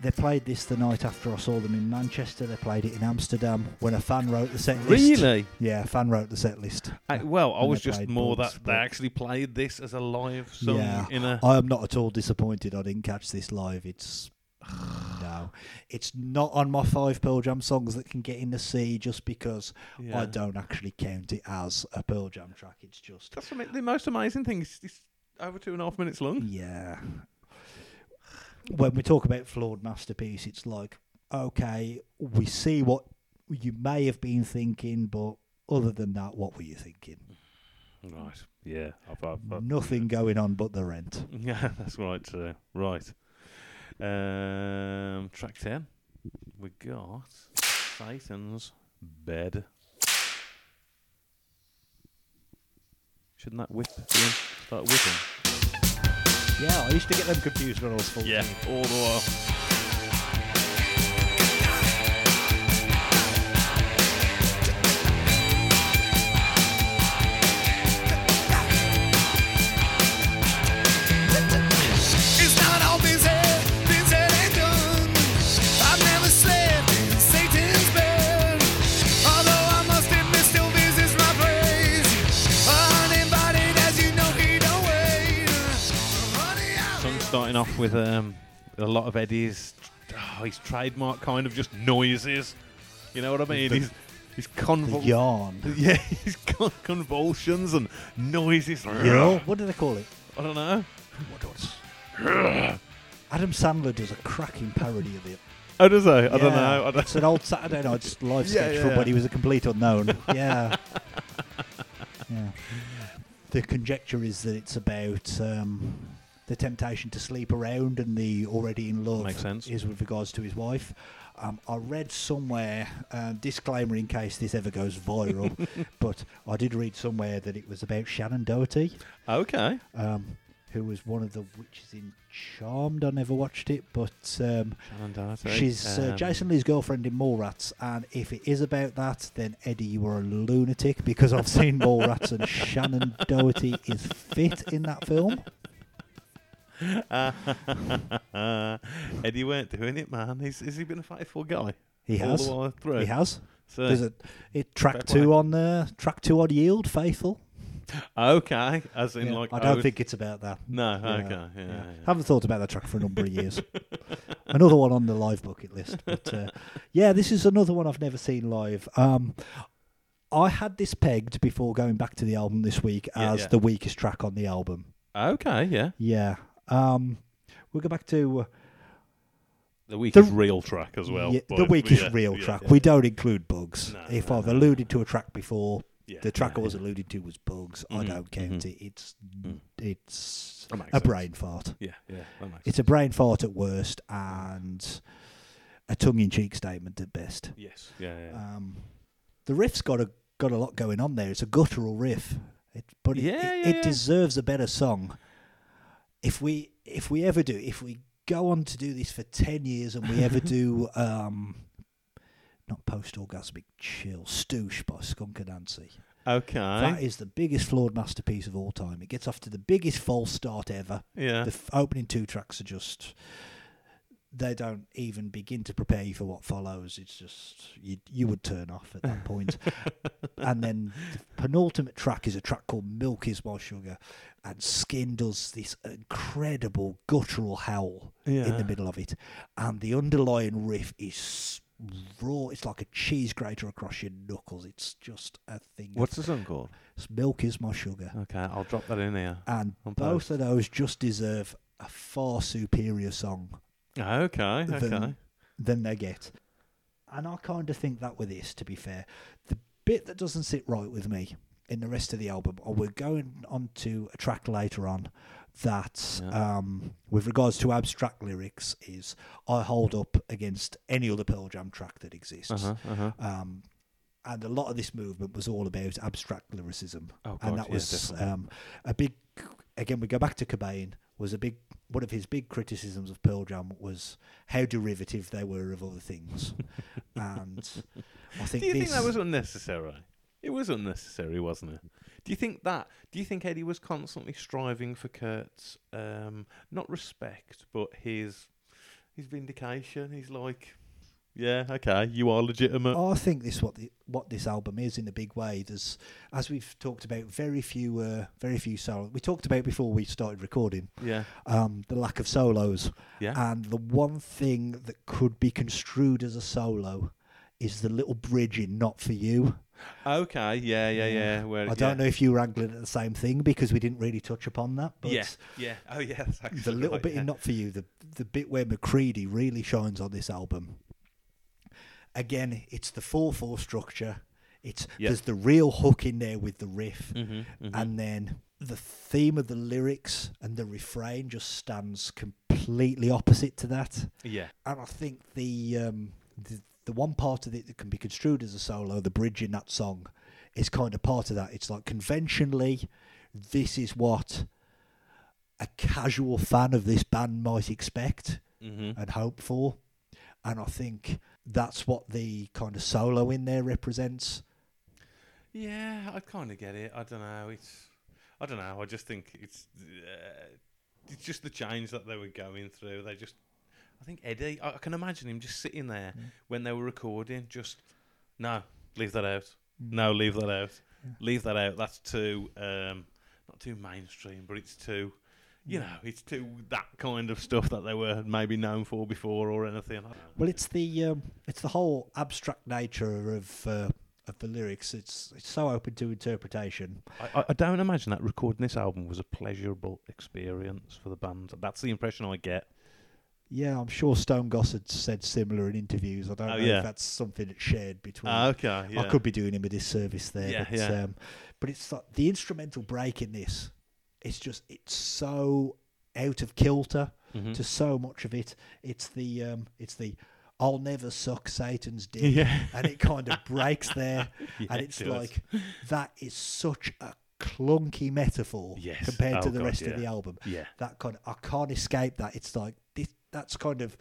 B: They played this the night after I saw them in Manchester. They played it in Amsterdam when a fan wrote the set list.
A: Really?
B: Yeah, a fan wrote the set list.
A: I, well, I
B: And
A: was
B: they
A: just
B: played
A: more
B: Bugs,
A: that they
B: but-
A: actually played this as a live song
B: Yeah.
A: in a.
B: I am not at all disappointed I didn't catch this live. It's no, it's not on my five Pearl Jam songs that can get in the C just because
A: Yeah.
B: I don't actually count it as a Pearl Jam track. It's just
A: That's ama- the most amazing thing. It's, it's over two and a half minutes long.
B: yeah. When we talk about flawed masterpiece, it's like okay, we see what you may have been thinking, but other than that, what were you thinking?
A: Right. Yeah. I've, I've, I've-
B: Nothing going on but the rent.
A: Yeah, that's right. Uh, right. Um, track 10. We got Satan's Bed. Shouldn't that whip be in? start whipping?
B: Yeah, I used to get them confused when I was fourteen.
A: all the while.
C: It's not all things that, things that ain't done. I've never slept in Satan's bed. Although I must admit, still visits my place. Uninvited, as you know, he don't wait. Running out.
A: Song starting off with um, a lot of Eddie's oh, his trademark kind of just noises. You know what I mean?
B: The-
A: He's he's convul-
B: Yarn.
A: yeah, his con- convulsions and noises.
B: Yeah. What do they call it?
A: I don't know.
B: What does? Adam Sandler does a cracking parody of it.
A: Oh, does he? I don't
B: Yeah,
A: know. I don't
B: It's an old Saturday night live
A: Yeah,
B: sketch
A: yeah,
B: from
A: yeah.
B: when he was a complete unknown. Yeah. yeah. The conjecture is that it's about um, the temptation to sleep around and the already in love
A: Makes sense.
B: is with regards to his wife. Um, I read somewhere, uh, disclaimer in case this ever goes viral, but I did read somewhere that it was about Shannon Doherty
A: Okay.
B: um, who was one of the witches in Charmed. I never watched it, but um,
A: Shannon Doherty.
B: she's uh,
A: Um,
B: Jason Lee's girlfriend in Mallrats. And if it is about that, then Eddie, you are a lunatic because I've seen Mallrats and Shannon Doherty is fit in that film. Um,
A: Eddie weren't doing it, man. He's, has he been a faithful guy?
B: He
A: all
B: has.
A: the while through.
B: He has.
A: So-
B: There's a it track
A: fair play.
B: two on uh, track two on yield faithful.
A: okay, as in
B: Yeah,
A: like
B: I don't
A: oh,
B: think it's about that.
A: No,
B: Yeah,
A: okay, yeah, yeah.
B: Haven't thought about that track for a number of years. another one on the live bucket list, but uh, yeah, this is another one I've never seen live. Um, I had this pegged before going back to the album this week
A: Yeah,
B: as
A: yeah.
B: the weakest track on the album.
A: Okay, yeah.
B: Yeah, um, we'll go back to uh,
A: The weakest
B: The-
A: real track as well.
B: yeah,
A: but-
B: the weakest
A: yeah,
B: real
A: yeah,
B: track.
A: yeah.
B: We don't include bugs.
A: No,
B: if
A: no,
B: I've
A: no, no.
B: alluded to a track before,
A: Yeah,
B: the track
A: yeah,
B: I was
A: yeah.
B: alluded to was bugs. I
A: Mhm,
B: don't count
A: mhm.
B: it. It's
A: Mm.
B: it's
A: That makes
B: a
A: sense.
B: brain fart.
A: Yeah, yeah. That makes
B: It's
A: sense.
B: a brain fart at worst and a tongue-in-cheek statement at best.
A: yes. Yeah, yeah.
B: Um, the riff's got a got a lot going on there. It's a guttural riff, it, but it,
A: Yeah,
B: it,
A: yeah,
B: it
A: yeah.
B: deserves a better song. If we if we ever do, if we go on to do this for ten years, and we ever do, um, not post-orgasmic chill, Stoosh by Skunk and Nancy.
A: okay.
B: That is the biggest flawed masterpiece of all time. It gets off to the biggest false start ever.
A: yeah.
B: The f- opening two tracks are just they don't even begin to prepare you for what follows. It's just you you would turn off at that point. and then the penultimate track is a track called Milk Is My Sugar and Skin does this incredible guttural howl in
A: Yeah.
B: the middle of it. And the underlying riff is raw. It's like a cheese grater across your knuckles. It's just a thing. of-
A: What's the song called?
B: Milk Is My Sugar?
A: Okay, I'll drop that in here.
B: and
A: On
B: both of those just deserve a far superior song
A: Okay,
B: Then-
A: okay.
B: than they get. And I kind of think that with this, to be fair. The bit that doesn't sit right with me in the rest of the album, or we're going on to a track later on that, um, with regards to abstract lyrics, is I hold up against any other Pearl Jam track that exists.
A: Uh-huh,
B: Um, and a lot of this movement was all about abstract lyricism,
A: Oh, God,
B: and that
A: yeah,
B: was
A: definitely.
B: um, a big. Again, we go back to Cobain. Was a big one of his big criticisms of Pearl Jam was how derivative they were of other things, and I think
A: Do you
B: this,
A: think that was unnecessary? It was unnecessary, wasn't it? Do you think that? Do you think Eddie was constantly striving for Kurt's um, not respect, but his his vindication? He's like, yeah, okay, you are legitimate.
B: I think this what the, what this album is in a big way. There's, as we've talked about, very few, uh, very few solos. We talked about before we started recording
A: Yeah,
B: um, the lack of solos,
A: yeah,
B: and the one thing that could be construed as a solo is the little bridge in "Not for You."
A: okay, yeah, yeah, yeah. Where,
B: I don't
A: yeah.
B: know if you were angling at the same thing because we didn't really touch upon that, but.
A: Yeah, yeah. Oh, yeah. That's actually
B: the little
A: right,
B: bit
A: yeah.
B: in Not For You, the, the bit where McCready really shines on this album. Again, it's the 4 4 structure. It's
A: Yeah.
B: There's the real hook in there with the riff,
A: Mhm, mhm.
B: and then the theme of the lyrics and the refrain just stands completely opposite to that.
A: yeah,
B: And I think the, um, the the one part of it that can be construed as a solo, the bridge in that song, is kind of part of that. It's like conventionally, this is what a casual fan of this band might expect
A: hmm
B: and hope for. And I think that's what the kind of solo in there represents.
A: yeah. I kind of get it. I don't know. It's I don't know. I just think it's uh, it's just the change that they were going through. They just I think Eddie. I, I can imagine him just sitting there when they were recording. Just no, leave that out. No, leave that out. Leave that out. That's too um, not too mainstream, but it's too. You know, it's too that kind of stuff that they were maybe known for before or anything. I don't know.
B: Well, it's the um, it's the whole abstract nature of uh, of the lyrics. It's it's so open to interpretation.
A: I, I- I don't imagine that recording this album was a pleasurable experience for the band. That's the impression I get.
B: Yeah, I'm sure Stone Gossard said similar in interviews. I don't
A: Oh,
B: know
A: yeah. Uh,
B: if that's something that's shared between.
A: Ah, okay,
B: I could be doing him a disservice there,
A: Yeah,
B: but
A: yeah.
B: Um, but it's like the instrumental break in this. It's just it's so out of kilter
A: Mm-hmm.
B: to so much of it. It's the um, it's the I'll never suck Satan's dick,
A: Yeah.
B: and it kind of breaks there,
A: Yeah,
B: and
A: it
B: it's
A: does.
B: like that is such a clunky metaphor
A: Yes.
B: compared to
A: Oh,
B: the
A: God,
B: rest
A: yeah.
B: of the album
A: Yeah,
B: that kind of, I can't escape that. It's like this, that's kind of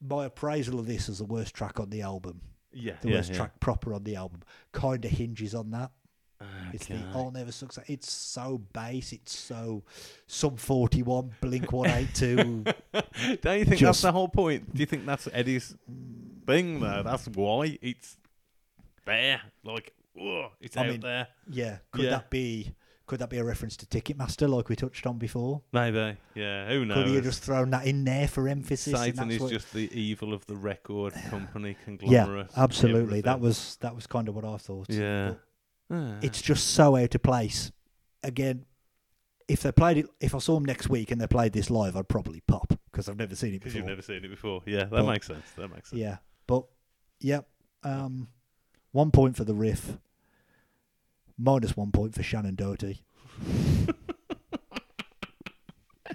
B: my appraisal of this as the worst track on the album,
A: yeah,
B: the
A: yeah,
B: worst
A: yeah.
B: track proper on the album, kind of hinges on that. It's the
A: Ah, Okay.
B: I'll never succeed. It's so base. It's so some forty one Blink one eight two.
A: Don't you think that's
B: Just-
A: the whole point? Do you think that's Eddie's thing though? That's why it's there. Like, ugh, it's
B: I
A: out
B: mean-
A: there.
B: Yeah, could
A: Yeah.
B: that be? Could that be a reference to Ticketmaster, like we touched on before?
A: Maybe, yeah. Who knows?
B: Could he have just thrown that in there for emphasis? and
A: Satan
B: that's
A: is
B: what-
A: just the evil of the record company
B: yeah,
A: conglomerate.
B: absolutely. That
A: everything.
B: was that was kind of what I thought.
A: yeah. Ah.
B: But It's just so out of place. Again, if they played it, if I saw them next week and they played this live, I'd probably pop because I've never seen it
A: because
B: before.
A: you've never seen it before. Yeah, that
B: But-
A: makes sense. That makes sense.
B: Yeah, but yeah, um, one point for the riff, minus one point for Shannon Doherty.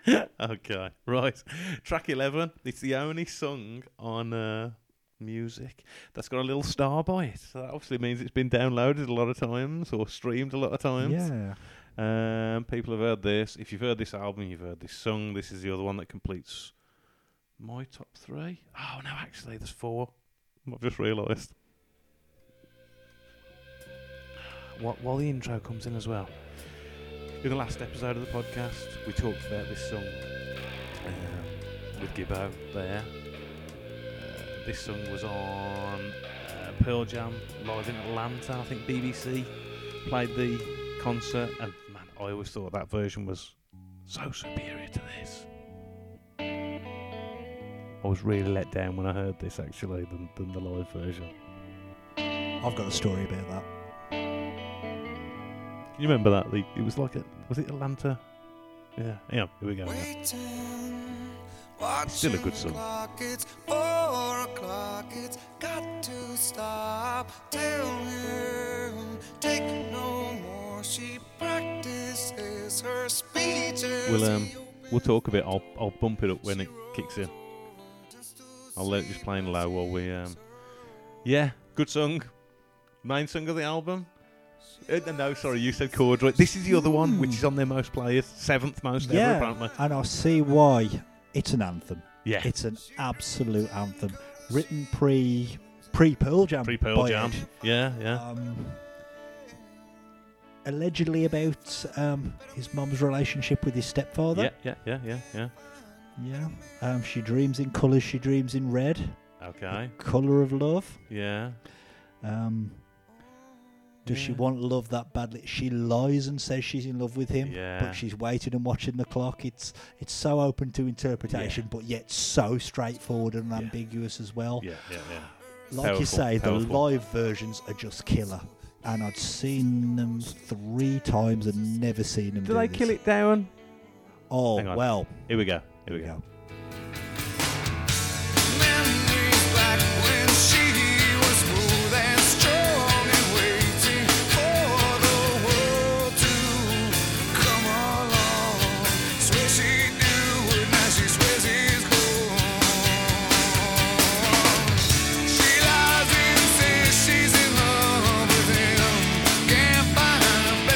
A: Okay, right. Track 11. It's the only song on uh, music that's got a little star by it. So that obviously means it's been downloaded a lot of times or streamed a lot of times.
B: Yeah,
A: Um, people have heard this. If you've heard this album, you've heard this song. This is the other one that completes my top three. Oh, no, actually, there's four. I've just realised. Wha- While the intro comes in as well. In the last episode of the podcast, we talked about this song um, with Gibbo there. Uh, this song was on uh, Pearl Jam live in Atlanta. I think BBC played the concert, and man, I always thought that version was so superior to this. I was really let down when I heard this actually than, than the live version.
B: I've got a story about that.
A: Can you remember that? The, it was like a was it Atlanta? Yeah, hang on, here we go. now.
C: Waiting,
A: Still a good song.
C: watching Clock, it's four o'clock. It's got to stop. Tell him, take no more. She practices her
A: We'll um, we'll talk a bit. I'll I'll bump it up when it kicks in. I'll let it just play in low while we um. Yeah, good song. Main song of the album. Uh, no, sorry, you said Corduroy. This is the other one, which is on their most players, seventh most ever, apparently.
B: and I see why. It's an anthem.
A: Yeah,
B: It's an absolute anthem. Written pre pre Pearl Jam.
A: pre Pearl
B: by
A: Jam.
B: Ed.
A: Yeah, yeah.
B: Um, allegedly about um, his mum's relationship with his stepfather.
A: yeah, yeah, yeah, yeah, yeah.
B: Yeah. Um, she dreams in colours. She dreams in red.
A: Okay.
B: Colour of love.
A: Yeah.
B: Um, does she
A: Yeah.
B: want love that badly? She lies and says she's in love with him,
A: Yeah.
B: but she's waiting and watching the clock. It's it's so open to interpretation, but yet so straightforward and
A: Yeah.
B: ambiguous as well.
A: Yeah, yeah, yeah.
B: Like
A: Powerful,
B: you say, the
A: powerful.
B: live versions are just killer. And I'd seen them three times and never seen them.
A: Did
B: do
A: I
B: this.
A: kill it down?
B: Oh
A: Hang on.
B: well.
A: Here we go. Here we
B: Here we
A: go.
B: go.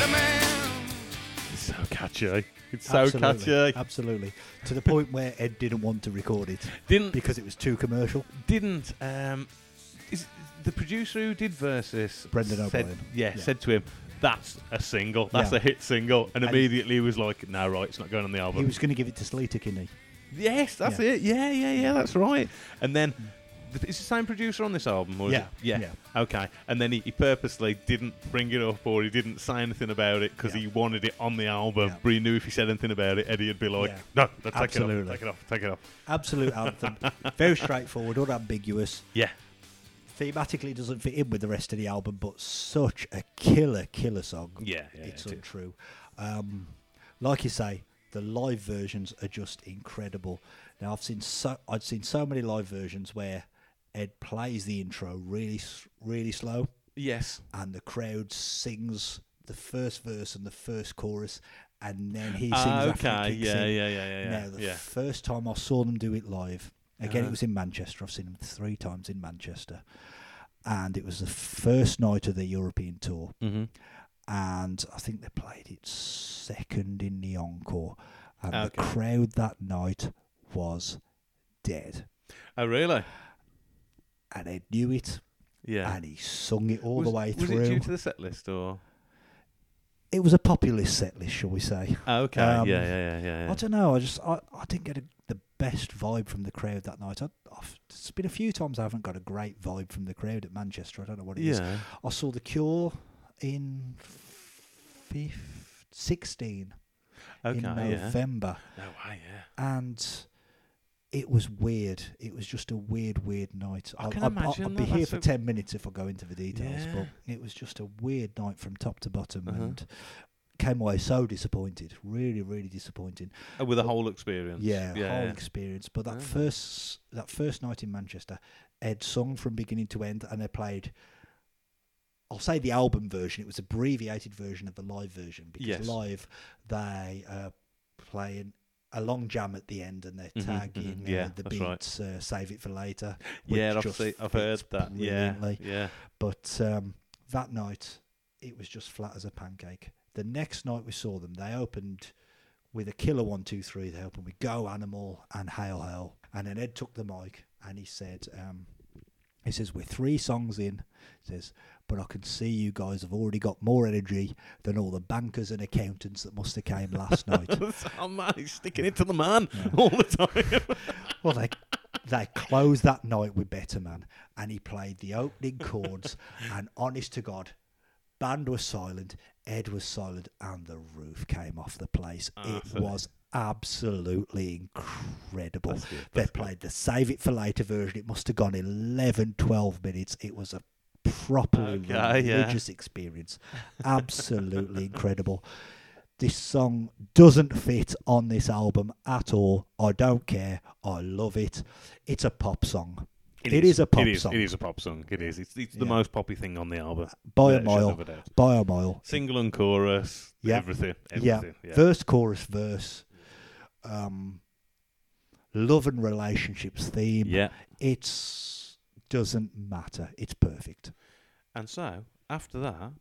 A: It's so catchy. It's so
B: Absolutely.
A: catchy.
B: Absolutely. To the point where Ed didn't want to record it
A: Didn't
B: because it was too commercial.
A: didn't um is the producer who did versus
B: Brendan
A: said,
B: O'Brien.
A: yeah,
B: Yeah.
A: said to him that's a single that's
B: Yeah.
A: a hit single and,
B: And-
A: immediately he was like no right it's not going on the album
B: He was going to give it to Sleater Kinney.
A: yes that's
B: Yeah.
A: it yeah yeah yeah that's right and then th- is the same producer on this album or is
B: Yeah,
A: it- yeah okay and then he, he purposely didn't bring it up or he didn't say anything about it because
B: Yeah.
A: he wanted it on the album
B: Yeah.
A: but he knew if he said anything about it Eddie would be like
B: Yeah.
A: no no, take it
B: Absolutely.
A: off take it off take it off
B: Absolute anthem. Very straightforward, unambiguous.
A: yeah
B: Thematically doesn't fit in with the rest of the album, but such a killer, killer song.
A: yeah, yeah
B: it's
A: yeah.
B: untrue. Um, like you say, the live versions are just incredible. Now I've seen so I've seen so many live versions where Ed plays the intro really s- really slow,
A: yes
B: and the crowd sings the first verse and the first chorus, and then he sings.
A: Ah,
B: after it
A: okay
B: kicks
A: yeah, yeah
B: in.
A: yeah yeah yeah
B: Now the
A: yeah
B: first time I saw them do it live, again
A: Uh-huh.
B: it was in Manchester. I've seen them three times in Manchester, and it was the first night of their European tour
A: mm-hmm.
B: and I think they played it second in the encore. And
A: Okay.
B: the crowd that night was dead.
A: Oh, really?
B: And Ed knew it,
A: Yeah.
B: and he sung it all
A: was,
B: the way
A: was
B: through.
A: it due to the set list or?
B: It was a populist set list, shall we say.
A: Oh, okay.
B: Um,
A: yeah, yeah, yeah, yeah.
B: I don't know. I just I, I didn't get a, the best vibe from the crowd that night. I, I've, it's been a few times I haven't got a great vibe from the crowd at Manchester. I don't know what it is.
A: yeah.
B: I saw The Cure in fifth, 16
A: Okay.
B: in
A: yeah.
B: November.
A: No way. Yeah.
B: and it was weird. It was just a weird, weird night.
A: I
B: I'll-
A: can
B: I'll- I'll,
A: imagine
B: I'll,
A: that.
B: be here
A: That's
B: for
A: a-
B: ten minutes if I go into the details,
A: Yeah.
B: but it was just a weird night from top to bottom,
A: Uh-huh.
B: and came away so disappointed. Really, really disappointing.
A: Oh, with a whole experience.
B: Yeah,
A: Yeah.
B: whole
A: yeah.
B: experience. But that
A: Ah.
B: first that first night in Manchester, Ed sung from beginning to end, and they played. I'll say the album version. It was abbreviated version of the live version because
A: Yes.
B: live they uh, playing a long jam at the end, and they're
A: Mhm,
B: tagging
A: mhm. Yeah,
B: uh, the
A: that's right.
B: beats. Uh, Save it for later.
A: Yeah,
B: which
A: I've,
B: just
A: see, I've
B: fits
A: heard that. Yeah,
B: brilliantly.
A: yeah.
B: But um, that night, it was just flat as a pancake. The next night we saw them, they opened with a killer one, two, three. They opened with Go Animal and Hail Hell. And then Ed took the mic and he said, um, he says, we're three songs in. He says, but I can see you guys have already got more energy than all the bankers and accountants that must have came last night.
A: oh man, he's sticking it to the man all the time.
B: Well, they they closed that night with Better Man, and he played the opening chords. and honest to God, band was silent, Ed was silent, and the roof came off the place.
A: Ah,
B: it
A: Absolutely.
B: was absolutely incredible.
A: That's good,
B: They
A: that's good.
B: played the Save It for Later version. It must have gone 11, 12 minutes. It was a properly
A: Okay, yeah.
B: religious experience. Absolutely incredible. This song doesn't fit on this album at all. I don't care. I love it. It's a pop song. It is a pop
A: it is,
B: song.
A: It is a pop song. It is. It's, it's the
B: Yeah.
A: most poppy thing on the album.
B: by
A: without
B: a
A: shadow
B: mile,
A: of a doubt.
B: by a mile.
A: Single and chorus.
B: Yeah.
A: Everything.
B: yeah.
A: Everything. Yeah.
B: verse, chorus, verse. Um, love and relationships theme.
A: yeah.
B: It's doesn't matter. It's perfect.
A: And so after that,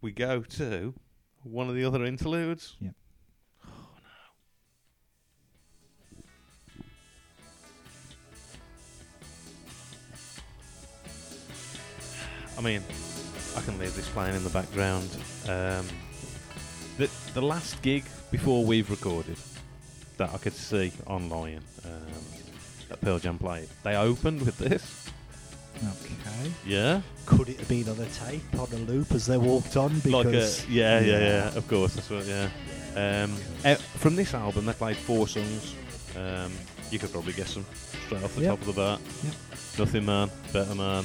A: we go to one of the other interludes. Oh,
B: Yeah.
A: I mean, I can leave this playing in the background. Um, the the last gig before we've recorded that I could see online um, that Pearl Jam played, they opened with this.
B: Okay.
A: Yeah.
B: Could it have been on a tape on a loop as they walked on? Because
A: like a, yeah, yeah, yeah, of course, that's what, yeah. Um, eh, from this album, they played four songs. Um, you could probably guess them straight off the
B: Yep.
A: top of the bat.
B: Yep.
A: Nothing Man, Better Man,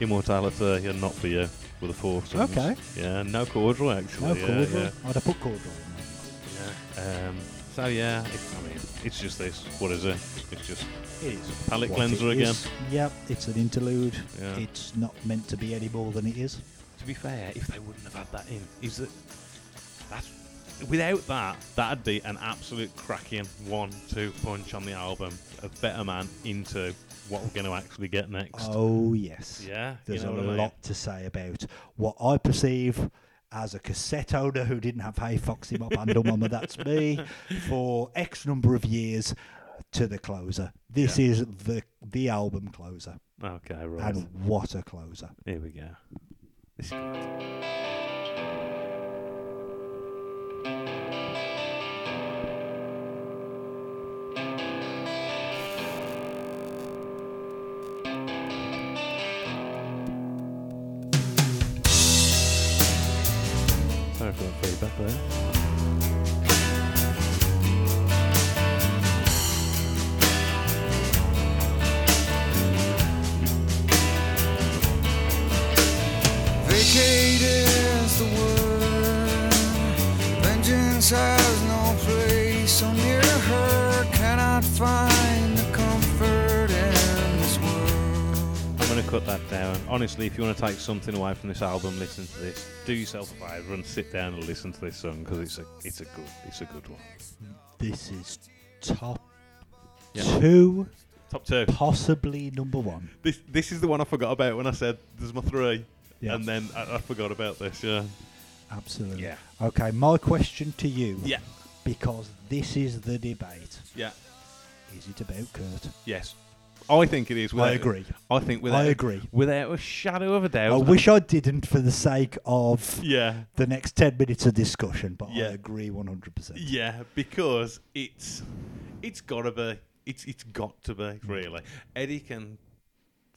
A: Immortality, and Not For You were the four songs.
B: Okay.
A: Yeah, no cordial actually.
B: no
A: yeah,
B: cordial.
A: yeah,
B: I'd have put cordial. in there.
A: yeah. Um, so yeah, it, I mean, it's just this. What is it? It's just
B: It is.
A: palate
B: what
A: cleanser
B: it
A: again.
B: is. Yep, it's an interlude.
A: Yeah.
B: It's not meant to be any more than it is.
A: to be fair, if they wouldn't have had that in, is that that's without that, that'd be an absolute cracking one-two punch on the album of Better Man into what we're going to actually get next.
B: Oh yes.
A: yeah,
B: There's
A: you know
B: a
A: what I mean?
B: lot to say about what I perceive as a cassette owner who didn't have Hey Foxy My Bando Mama, that's me, for X number of years to the closer. This is the the album closer.
A: Okay, right.
B: And what a closer.
A: Here we go. This is good. Sorry for that feedback there.
C: Vacate is the word. Vengeance has no place. So near her, cannot find the comfort in this world.
A: I'm going to cut that down. Honestly, if you want to take something away from this album, listen to this. Do yourself a favour and sit down and listen to this song because it's a it's a good it's a good one.
B: This is top
A: Yeah.
B: two,
A: Top two.
B: possibly number one.
A: This this is the one I forgot about when I said there's my three,
B: Yeah.
A: and then I, I forgot about this. Yeah,
B: Absolutely.
A: Yeah.
B: Okay, my question to you,
A: yeah,
B: because this is the debate.
A: yeah.
B: Is it about Kurt?
A: Yes, I think it is.
B: I agree.
A: I think without
B: I agree.
A: without a shadow of a doubt.
B: I wish I didn't for the sake of
A: Yeah,
B: the next 10 minutes of discussion, but
A: Yeah.
B: I agree 100%.
A: yeah, because it's it's gotta be. It's it's got to be
B: Mm.
A: really. Eddie can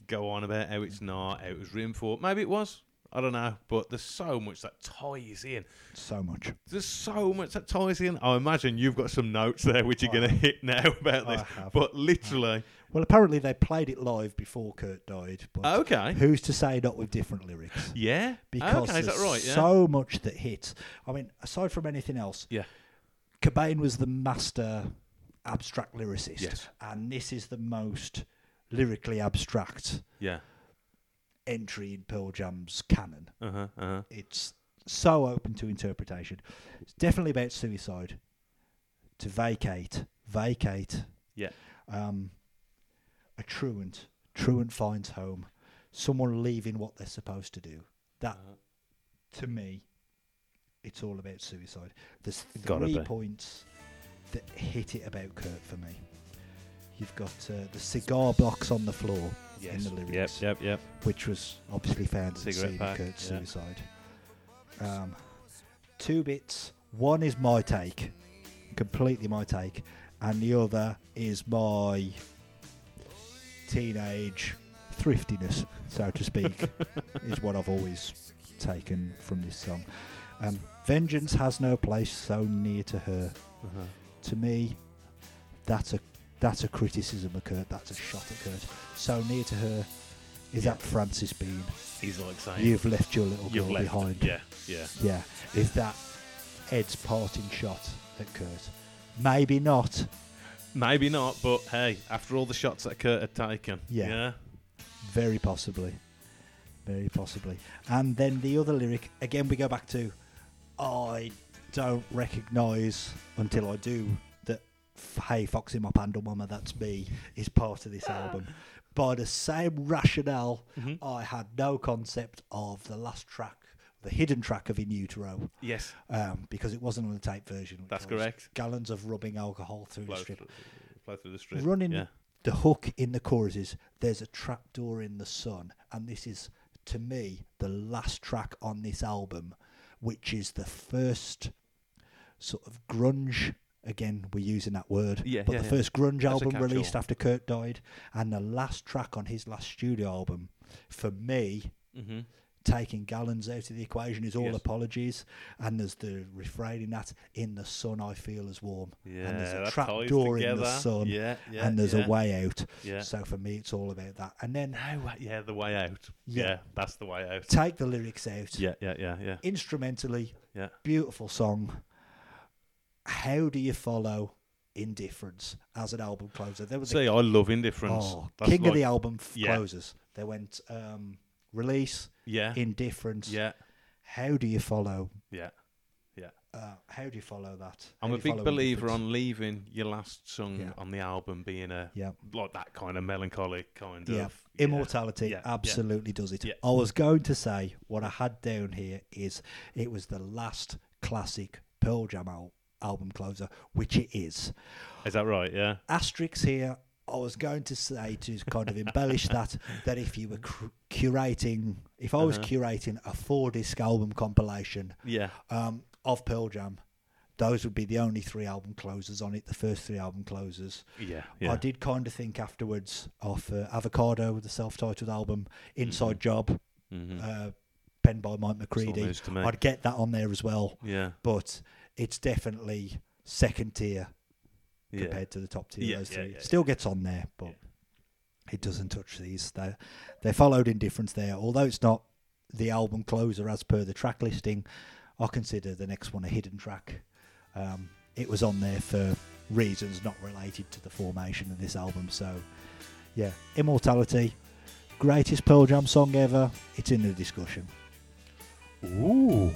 A: go on about how it's not, how it was written for. Maybe it was. I don't know, but there's so much that ties in.
B: So much.
A: There's so much that ties in. I imagine you've got some notes there which you're going to hit now about
B: I
A: this.
B: have.
A: But literally,
B: Well, apparently they played it live before Kurt died, but
A: okay,
B: who's to say not with different lyrics?
A: yeah,
B: Because
A: okay, is that
B: there's
A: right? Yeah,
B: so much that hits. I mean, aside from anything else,
A: yeah,
B: Cobain was the master abstract lyricist,
A: Yes.
B: and this is the most lyrically abstract
A: yeah.
B: entry in Pearl Jam's canon.
A: Uh huh. Uh huh.
B: it's so open to interpretation. It's definitely about suicide. To vacate, vacate.
A: Yeah.
B: Um, a truant, truant finds home. Someone leaving what they're supposed to do. That, to me, it's all about suicide. There's
A: Gotta
B: three
A: be.
B: points that hit it about Kurt for me. You've got uh, the cigar box on the floor in
A: Yes.
B: the
A: Yep.
B: lyrics
A: Yep. Yep.
B: which was obviously found at the
A: Cigarette
B: scene
A: pack,
B: of Kurt's
A: yeah.
B: suicide. Um, two bits. One is my take, completely my take, and the other is my teenage thriftiness, so to speak, is what I've always taken from this song. Um, Vengeance has no place so near to her.
A: Uh-huh.
B: To me, that's a that's a criticism of Kurt. That's a shot at Kurt. So near to her is that Francis Bean.
A: He's like saying
B: You've left your little
A: you've
B: girl
A: left.
B: behind.
A: Yeah. Yeah.
B: Yeah. Is that Ed's parting shot at Kurt? Maybe not.
A: Maybe not, but hey, after all the shots that Kurt had taken,
B: Yeah.
A: yeah
B: Very possibly. Very possibly. And then the other lyric, again, we go back to I don't recognise until I do that F- Hey Foxy Mop Handle Mama, that's me, is part of
A: Ah.
B: this album. By the same rationale,
A: Mm-hmm.
B: I had no concept of the last track, the hidden track of In Utero,
A: yes,
B: um, because it wasn't on the tape version. which
A: That's
B: was
A: correct.
B: Gallons of rubbing alcohol through
A: flow
B: the strip
A: through, flow through the strip.
B: running
A: yeah.
B: the hook in the chorus is there's a trapdoor in the sun and this is to me the last track on this album which is the first sort of grunge again we're using that word
A: Yeah,
B: but
A: yeah,
B: the
A: yeah.
B: first grunge
A: That's a
B: album released
A: catch-all.
B: after kurt died and the last track on his last studio album for me
A: Mm-hmm.
B: taking gallons out of the equation is all
A: Yes.
B: apologies and there's the refrain in that in the sun i feel as warm
A: Yeah,
B: and there's a
A: that
B: trap
A: ties
B: door in the
A: together.
B: sun
A: Yeah, yeah,
B: and there's
A: yeah.
B: a way out
A: Yeah.
B: so for me it's all about that and then
A: No, wa- yeah, the way out.
B: Yeah.
A: Yeah, that's the way out.
B: take the lyrics out
A: Yeah, yeah, yeah, yeah,
B: instrumentally
A: yeah.
B: beautiful song how do you follow indifference as an album closer there was a
A: See, I love indifference.
B: oh,
A: That's
B: king of the
A: like-
B: album f-
A: Yeah.
B: closers they went um release
A: Yeah,
B: indifference
A: yeah,
B: how do you follow
A: yeah, yeah.
B: uh, how do you follow that? How
A: I'm
B: do
A: a
B: you
A: big
B: follow
A: believer
B: indifference?
A: on leaving your last song
B: Yeah.
A: on the album being a
B: Yeah.
A: like that kind of melancholic kind
B: Yeah.
A: of
B: Immortality
A: Yeah, yeah.
B: absolutely does it.
A: Yeah.
B: I was going to say what I had down here is it was the last classic Pearl Jam al- album closer, which it is.
A: Is that right? Yeah.
B: Asterix here. I was going to say to kind of embellish that that if you were cr- curating, if I was
A: Uh-huh.
B: curating a four disc album compilation
A: Yeah.
B: um, of Pearl Jam, those would be the only three album closers on it. The first three album closers.
A: Yeah. Yeah.
B: I uh, did kind of think afterwards of uh, Avocado, the self-titled album, Inside Job,
A: Mm. Mm-hmm.
B: uh, penned by Mike McCready.
A: news to me.
B: I'd get that on there as well,
A: Yeah.
B: but it's definitely second tier
A: Yeah.
B: compared to the top tier.
A: Yeah,
B: those
A: yeah,
B: three.
A: yeah,
B: Still gets on there, but it doesn't touch these. They they followed Indifference there, although it's not the album closer as per the track listing. I consider the next one a hidden track. Um, it was on there for reasons not related to the formation of this album. So, yeah, Immortality, greatest Pearl Jam song ever. It's in the discussion.
A: Ooh.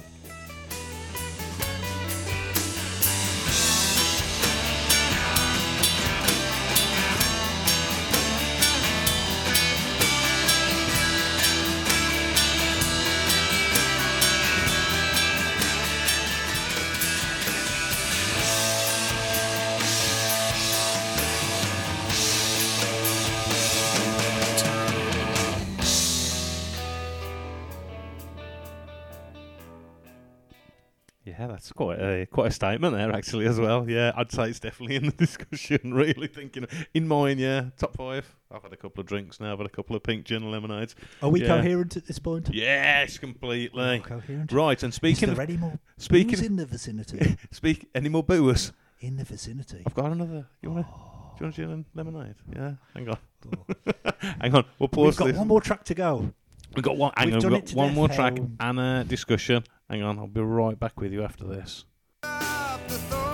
A: Yeah, that's quite a quite a statement there, actually, as well. Yeah, I'd say it's definitely in the discussion. Really thinking in mine, yeah, top five. I've had a couple of drinks now, I've had a couple of pink gin and lemonades.
B: Are we
A: Yeah.
B: coherent at this point?
A: Yes,
B: Oh,
A: completely.
B: Coherent.
A: Right, and
B: Is
A: speaking
B: there
A: of
B: any more?
A: speaking
B: booze
A: of-
B: in the vicinity.
A: speak any more booers,
B: in the vicinity.
A: I've got another. You want to? Do you want a gin and lemonade? Yeah, hang on,
B: Oh.
A: hang on. We'll pause
B: We've got
A: this.
B: one more track to go.
A: We've got one. Hang
B: We've
A: on,
B: done
A: we've
B: it
A: got
B: to
A: one
B: death,
A: more track
B: Helen.
A: and a discussion. Hang on, I'll be right back with you after this.
C: Up the thorn,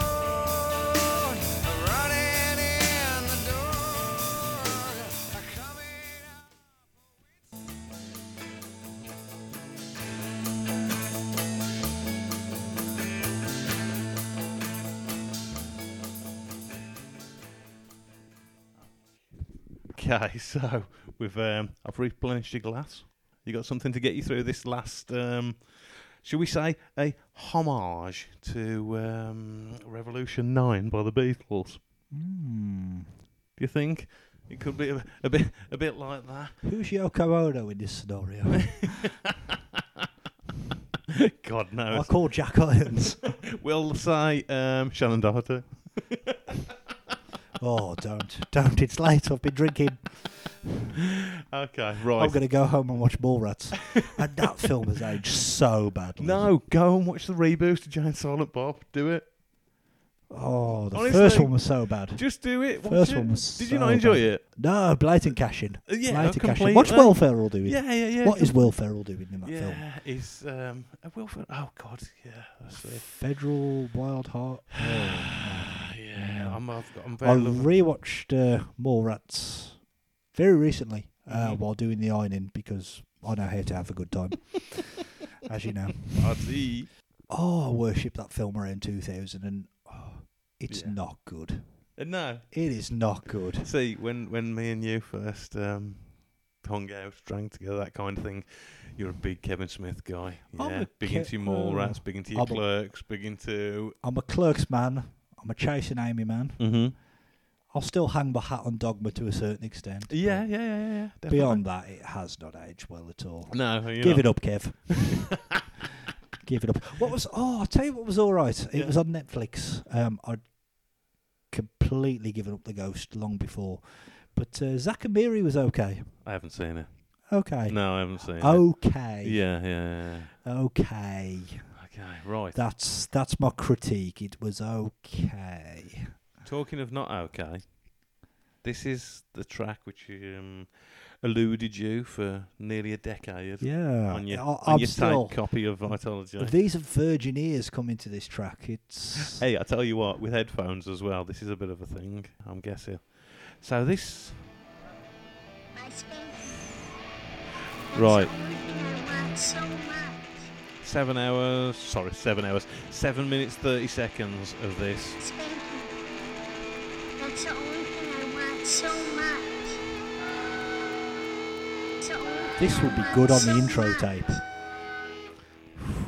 C: running in the door, coming out.
A: Okay, so we've um, I've replenished your glass. You got something to get you through this last, um, shall we say, a homage to um, Revolution Nine by the Beatles. Do you think it could be a, a bit a bit like that?
B: Who's Yoko Ono in this scenario?
A: God
B: I
A: knows.
B: call Jack Irons.
A: We'll say um, Shannon Doherty.
B: oh, don't, don't! It's late. I've been drinking.
A: Okay,
B: I'm
A: right.
B: going to go home and watch Mallrats. and that film has aged so badly.
A: No, go and watch the reboot of Giant Silent Bob. Do it.
B: Oh, the
A: Honestly.
B: first one was so bad.
A: Just do it. Watch
B: First
A: it.
B: one was
A: Did you
B: so
A: not enjoy
B: bad.
A: it?
B: No, blatant cashing.
A: Uh, yeah,
B: blatant cashing.
A: completely.
B: What's Will Ferrell doing?
A: Yeah, yeah, yeah.
B: What is Will Ferrell doing in that film?
A: Yeah, is um, uh, Wilfred. Oh God, yeah, that's it.
B: Federal Wild Heart. Oh,
A: Ah, yeah, Yeah, I'm, I've got- I'm
B: I
A: very loving
B: rewatched uh, Mallrats very recently uh,
A: Mhm.
B: while doing the ironing because I know how to have a good time, as you know.
A: I see.
B: Oh, I worship that film around 2000, and oh, it's
A: Yeah.
B: not good.
A: Uh, No,
B: It is not good.
A: see when when me and you first um, hung out, drank together, that kind of thing. You're a big Kevin Smith guy. Yeah,
B: I'm a
A: big
B: Ke-
A: into your Mallrats, big into your
B: I'm a-
A: Clerks, big into.
B: I'm a clerks man. I'm a chasing Amy man.
A: Mm-hmm.
B: I'll still hang my hat on Dogma to a certain extent. but
A: Yeah, yeah, yeah, yeah. yeah definitely.
B: Beyond that, it has not aged well at all.
A: No, you
B: Give it up, Kev. Give it up. What was? Oh, I'll tell you what was all right. It
A: Yeah.
B: was on Netflix. Um, I'd completely given up the ghost long before, but uh, Zach and Miri was okay.
A: I haven't seen it.
B: Okay.
A: No, I haven't seen it.
B: Okay.
A: Yeah, yeah,
B: Okay.
A: yeah. Okay, right.
B: That's that's my critique. It was okay.
A: Talking of not okay, this is the track which um, eluded you for nearly a decade
B: Yeah.
A: on your,
B: I,
A: on
B: I'm
A: your
B: still.
A: tape copy of Vitology.
B: These are virgin ears coming to this track. It's
A: Hey, I tell you what, with headphones as well, this is a bit of a thing, I'm guessing. So this, right, seven hours, sorry, seven hours, seven minutes, 30 seconds of this.
D: That's the only thing I want so much.
B: This will be good on the intro tape.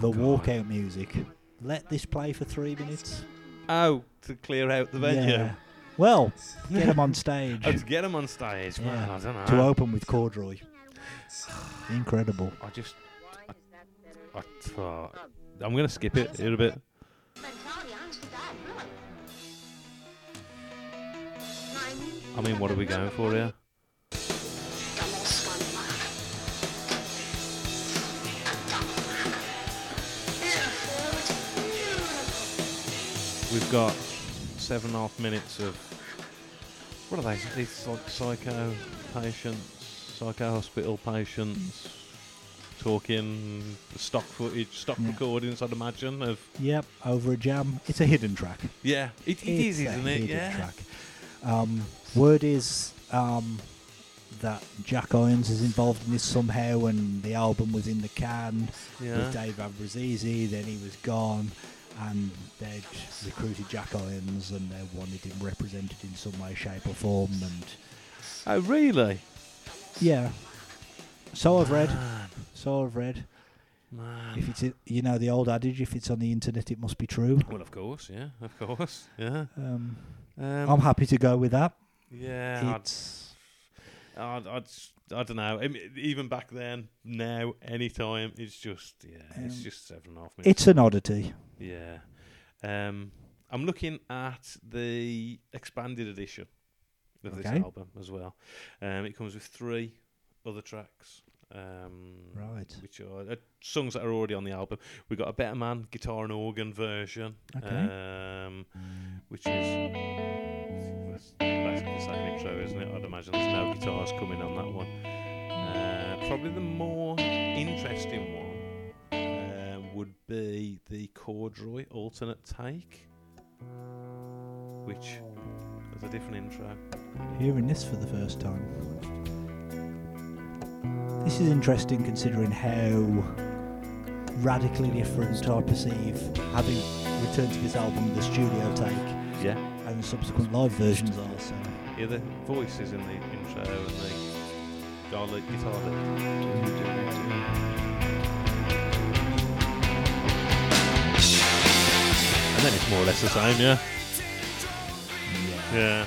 B: The walkout music. Let this play for three minutes.
A: Oh, to clear out the venue.
B: Yeah. Well, get them on stage
A: Oh, to get them on stage,
B: Yeah.
A: well, I don't know.
B: to open with corduroy. Incredible.
A: I just, I, uh, I'm going to skip it here a bit. I mean, what are we going for here? We've got seven and a half minutes of what are they? These like psycho patients, psycho hospital patients, talking stock footage, stock
B: Yeah.
A: recordings. I'd imagine of
B: Yep, over a jam. It's a hidden track.
A: yeah, it, it is,
B: It's a
A: isn't it?
B: hidden
A: Yeah,
B: Track. Um, word is um, that Jack Irons is involved in this somehow, and the album was in the can. with
A: yeah.
B: Dave Abrazizi, then he was gone, and they'd recruited Jack Irons and they wanted him represented in some way, shape, or form. And
A: Oh really?
B: yeah, so I've read,
A: Man,
B: so I've read.
A: man.
B: If it's i- you know the old adage, if it's on the internet, it must be true.
A: Well, of course, yeah, of course, yeah.
B: Um,
A: Um,
B: I'm happy to go with that.
A: yeah,
B: It's
A: I'd, I'd, I'd, I don't know. Even back then, now, anytime, it's just yeah, it's
B: Um,
A: just seven and a half minutes.
B: it's an oddity.
A: Yeah. Um, I'm looking at the expanded edition of this
B: Okay.
A: album as well. Um, it comes with three other tracks. Um,
B: Right.
A: Which are uh, songs that are already on the album. We've got a Better Man guitar and organ version.
B: Okay.
A: Um, which is. That's basically the same intro, isn't it? I'd imagine there's no guitars coming on that one. Uh, probably the more interesting one uh, would be the corduroy alternate take, which has a different intro.
B: Hearing this for the first time. This is interesting considering how radically different I perceive having returned to this album, the studio take,
A: Yeah.
B: and the subsequent live versions are. So,
A: Yeah, the voices in the intro and the garlic guitar lick. And then it's more or less the same, yeah?
B: yeah.
A: Yeah.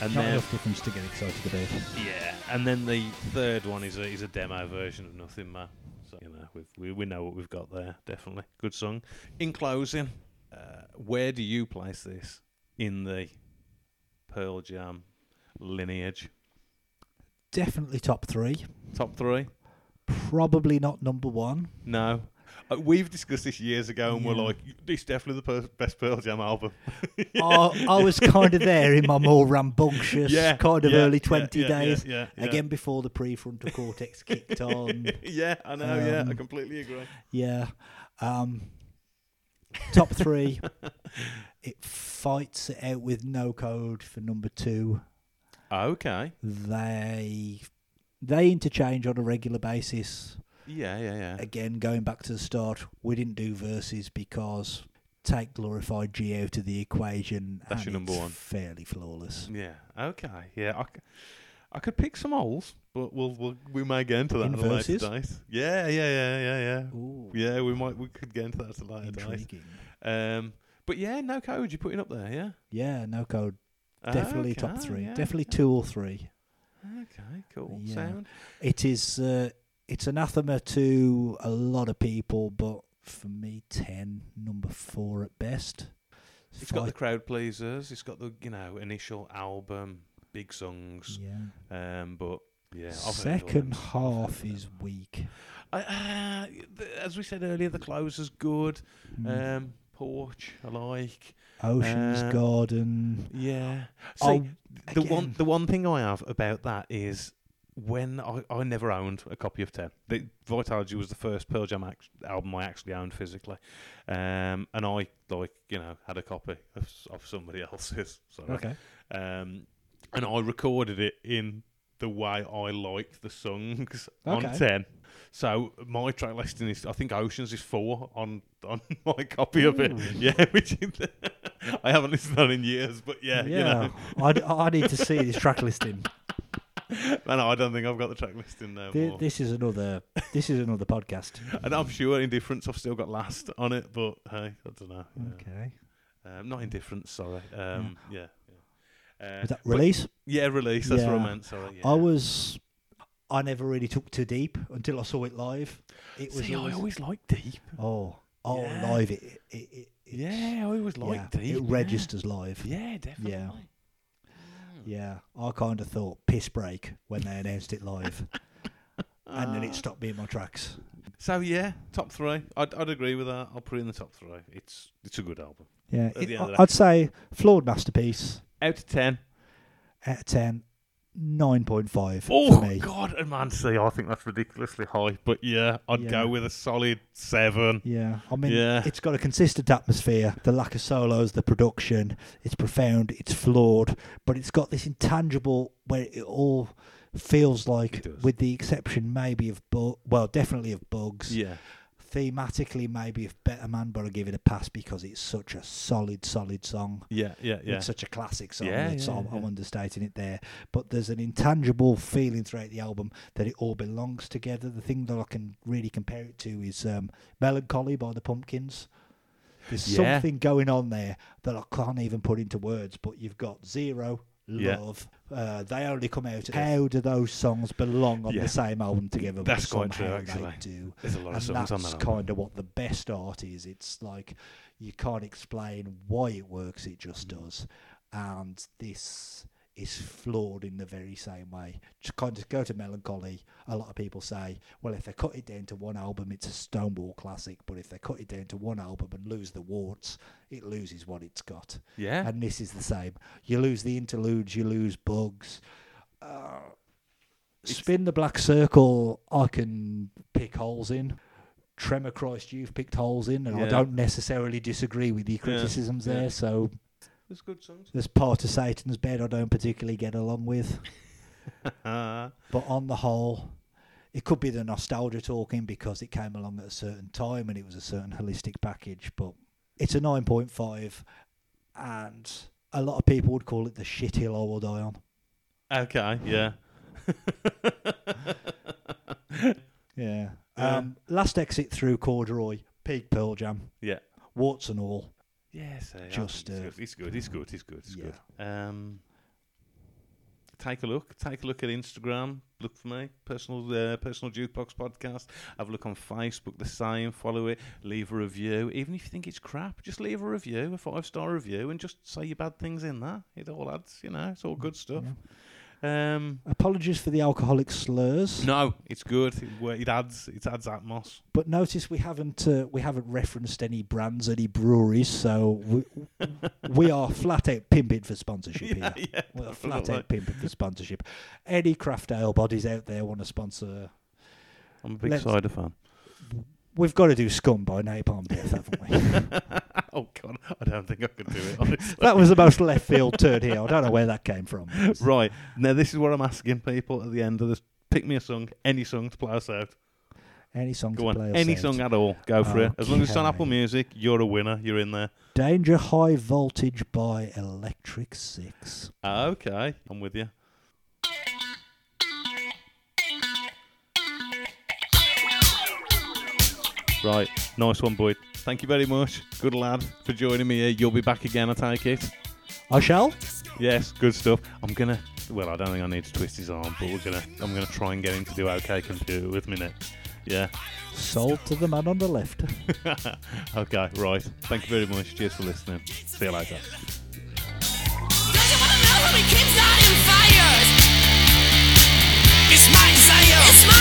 A: And
B: Not
A: then
B: enough difference to get excited about.
A: Yeah, and then the third one is a is a demo version of Nothing Man. So you know we've, we we know what we've got there. Definitely good song. In closing, uh, where do you place this in the Pearl Jam lineage?
B: Definitely top three.
A: Top three?
B: Probably not number one.
A: No. Uh, we've discussed this years ago, and we're
B: Yeah.
A: like, "This definitely the per- best Pearl Jam album."
B: I, I was kind of there in my more rambunctious,
A: yeah,
B: kind of
A: yeah,
B: early
A: yeah,
B: 20
A: yeah, yeah,
B: days.
A: Yeah, yeah.
B: Again, before the prefrontal cortex kicked on.
A: Yeah, I know. yeah, I
B: Um,
A: completely agree.
B: Yeah. Um, Top three. it fights it out with no code for number two.
A: Okay.
B: They they interchange on a regular basis.
A: Yeah, yeah, yeah.
B: Again, going back to the start, we didn't do verses because take glorified G out of the equation.
A: That's
B: and
A: your number
B: it's
A: one.
B: Fairly flawless.
A: Yeah. Okay. Yeah. I, c- I could pick some holes, but we'll, we'll we may get into that
B: In
A: at a later
B: verses?
A: date. Yeah. Yeah. Yeah. Yeah. Yeah.
B: Ooh,
A: Yeah. We might. We could get into that at a later date.
B: intriguing.
A: Um. But yeah, no code. You're putting up there. Yeah.
B: Yeah, no code. Definitely top
A: Ah, Okay,
B: three.
A: yeah,
B: Definitely two or three.
A: Okay. Cool.
B: Yeah.
A: Sound.
B: It is. Uh, it's anathema to a lot of people, but for me, ten, number four at best.
A: It's got the
B: Fight-
A: crowd pleasers. It's got the you know initial album, big songs.
B: yeah.
A: Um. But yeah. I've heard all them.
B: Second half is weak.
A: I, uh, th- as we said earlier, the closer's good.
B: Mm.
A: Um. Porch. I like.
B: Ocean's
A: uh,
B: Garden.
A: Yeah. See,
B: Oh,
A: the one
B: again.
A: the one thing I have about that is when I, I never owned a copy of Ten. The, Vitalogy was the first Pearl Jam act- album I actually owned physically, um, and I like you know had a copy of, s- of somebody else's. Sorry.
B: Okay.
A: Um, and I recorded it in the way I liked the songs on
B: Okay.
A: Ten. So my track listing is I think Oceans is four on on my copy of
B: Hmm.
A: it. Yeah, which is, I haven't listened on in years, but yeah, you know.
B: I, d- I need to see this track listing.
A: Man, I don't think I've got the track listing no
B: Th-
A: more.
B: This is another. This is another podcast.
A: and I'm sure Indifference, I've still got last on it, but hey, I don't know. Yeah.
B: Okay.
A: Um, not Indifference, sorry. Um, yeah. yeah. Uh,
B: Was that
A: but-
B: release?
A: Yeah, release. That's what I
B: Yeah.
A: meant. Sorry. Yeah.
B: I was. I never really took too deep until I saw it live. It was
A: See, I
B: always,
A: always liked Deep.
B: oh oh
A: Yeah.
B: live it, it, it, it it's-
A: Yeah, I always
B: yeah,
A: liked Deep.
B: it
A: yeah.
B: registers live.
A: Yeah, definitely.
B: Yeah, I kind of thought piss break when they announced it live, and
A: Ah.
B: then it stopped being my tracks.
A: So yeah, top three. I'd, I'd agree with that. I'll put it in the top three. It's it's a good album.
B: Yeah,
A: At the
B: it-
A: end of
B: I-
A: that.
B: I'd say flawed masterpiece
A: Out of ten.
B: out of 10, 9.5
A: Oh
B: for me.
A: God, and man, see, I think that's ridiculously high. But yeah, I'd
B: Yeah.
A: go with a solid seven.
B: Yeah, I mean,
A: Yeah.
B: it's got a consistent atmosphere. The lack of solos, the production, it's profound, it's flawed, but it's got this intangible where it all feels like,
A: does.
B: with the exception maybe of bu- well, definitely of bugs.
A: Yeah.
B: Thematically, maybe of Better Man, but I give it a pass because it's such a solid, solid song.
A: Yeah, yeah, yeah.
B: It's such a classic song.
A: Yeah,
B: it's,
A: yeah,
B: I'm,
A: yeah.
B: I'm understating it there. But there's an intangible feeling throughout the album that it all belongs together. The thing that I can really compare it to is um, Melancholy by the Pumpkins. There's
A: Yeah.
B: something going on there that I can't even put into words, but you've got Zero,
A: Yeah.
B: Love. Uh, they only come out. How do those songs belong on
A: Yeah.
B: the same album together? But
A: That's quite true,
B: somehow
A: actually.
B: They do
A: There's a lot of
B: and
A: songs on
B: that's
A: that.
B: kind of what the best art is. It's like you can't explain why it works; it just
A: Mm.
B: does. And this is flawed in the very same way. To kind of go to melancholy, a lot of people say, "Well, if they cut it down to one album, it's a Stonewall classic." But if they cut it down to one album and lose the warts, it loses what it's got.
A: Yeah.
B: And this is the same. You lose the interludes, you lose bugs. Uh, spin the black circle, I can pick holes in. Tremor Christ, you've picked holes in, and
A: Yeah.
B: I don't necessarily disagree with your criticisms
A: yeah.
B: there. So
A: There's good songs.
B: there's part of Satan's bed I don't particularly get along with.
A: Uh,
B: But on the whole, it could be the nostalgia talking because it came along at a certain time and it was a certain holistic package. But it's a 9.5, and a lot of people would call it the shit hill I will die on.
A: Uh, okay. Yeah.
B: Yeah.
A: Yeah.
B: Um, last exit through Corduroy, peak Pearl Jam,
A: Yeah.
B: warts and all.
A: Yes. I
B: Just, uh,
A: think it's, good. it's good. It's good. It's good. It's
B: yeah.
A: good. Um, take a look. Take a look at Instagram. Look for me. Personal uh, personal jukebox podcast. Have a look on Facebook. The same. Follow it. Leave a review. Even if you think it's crap, just leave a review, a five star review, and just say your bad things in there. It all adds. You know, it's all good stuff. Um,
B: Apologies for the alcoholic slurs,
A: no, it's good. It, wo- it adds. It adds atmos.
B: but notice we haven't uh, we haven't referenced any brands, any breweries, so we, we are flat out pimping for sponsorship here.
A: yeah,
B: Well, a
A: definitely.
B: flat out pimping for sponsorship. Any craft ale bodies out there want to sponsor?
A: I'm a big
B: Let's-
A: cider fan.
B: We've got to do Scum by Napalm Death, haven't we?
A: oh God, I don't think I could do it. honestly.
B: that was the most left field turn here. I don't know where that came from.
A: right now, this is what I'm asking people at the end of this. Pick me a song, any song to play us out.
B: Any song
A: Go
B: to play
A: on,
B: us
A: any
B: out.
A: song at all. Go for it. As long as it's on Apple
B: Okay.
A: Music, you're a winner. You're in there.
B: Danger High Voltage by Electric Six.
A: Okay, I'm with you. Right, nice one, Boyd. Thank you very much. Good lad for joining me here. You'll be back again, I take it.
B: I shall.
A: Yes, good stuff. I'm gonna. Well, I don't think I need to twist his arm, but we're gonna. I'm gonna try and get him to do OK Computer with me next. Yeah.
B: Sold to the man on the left.
A: okay. Right. Thank you very much. Cheers for listening. See you later.
E: It's my desire. It's my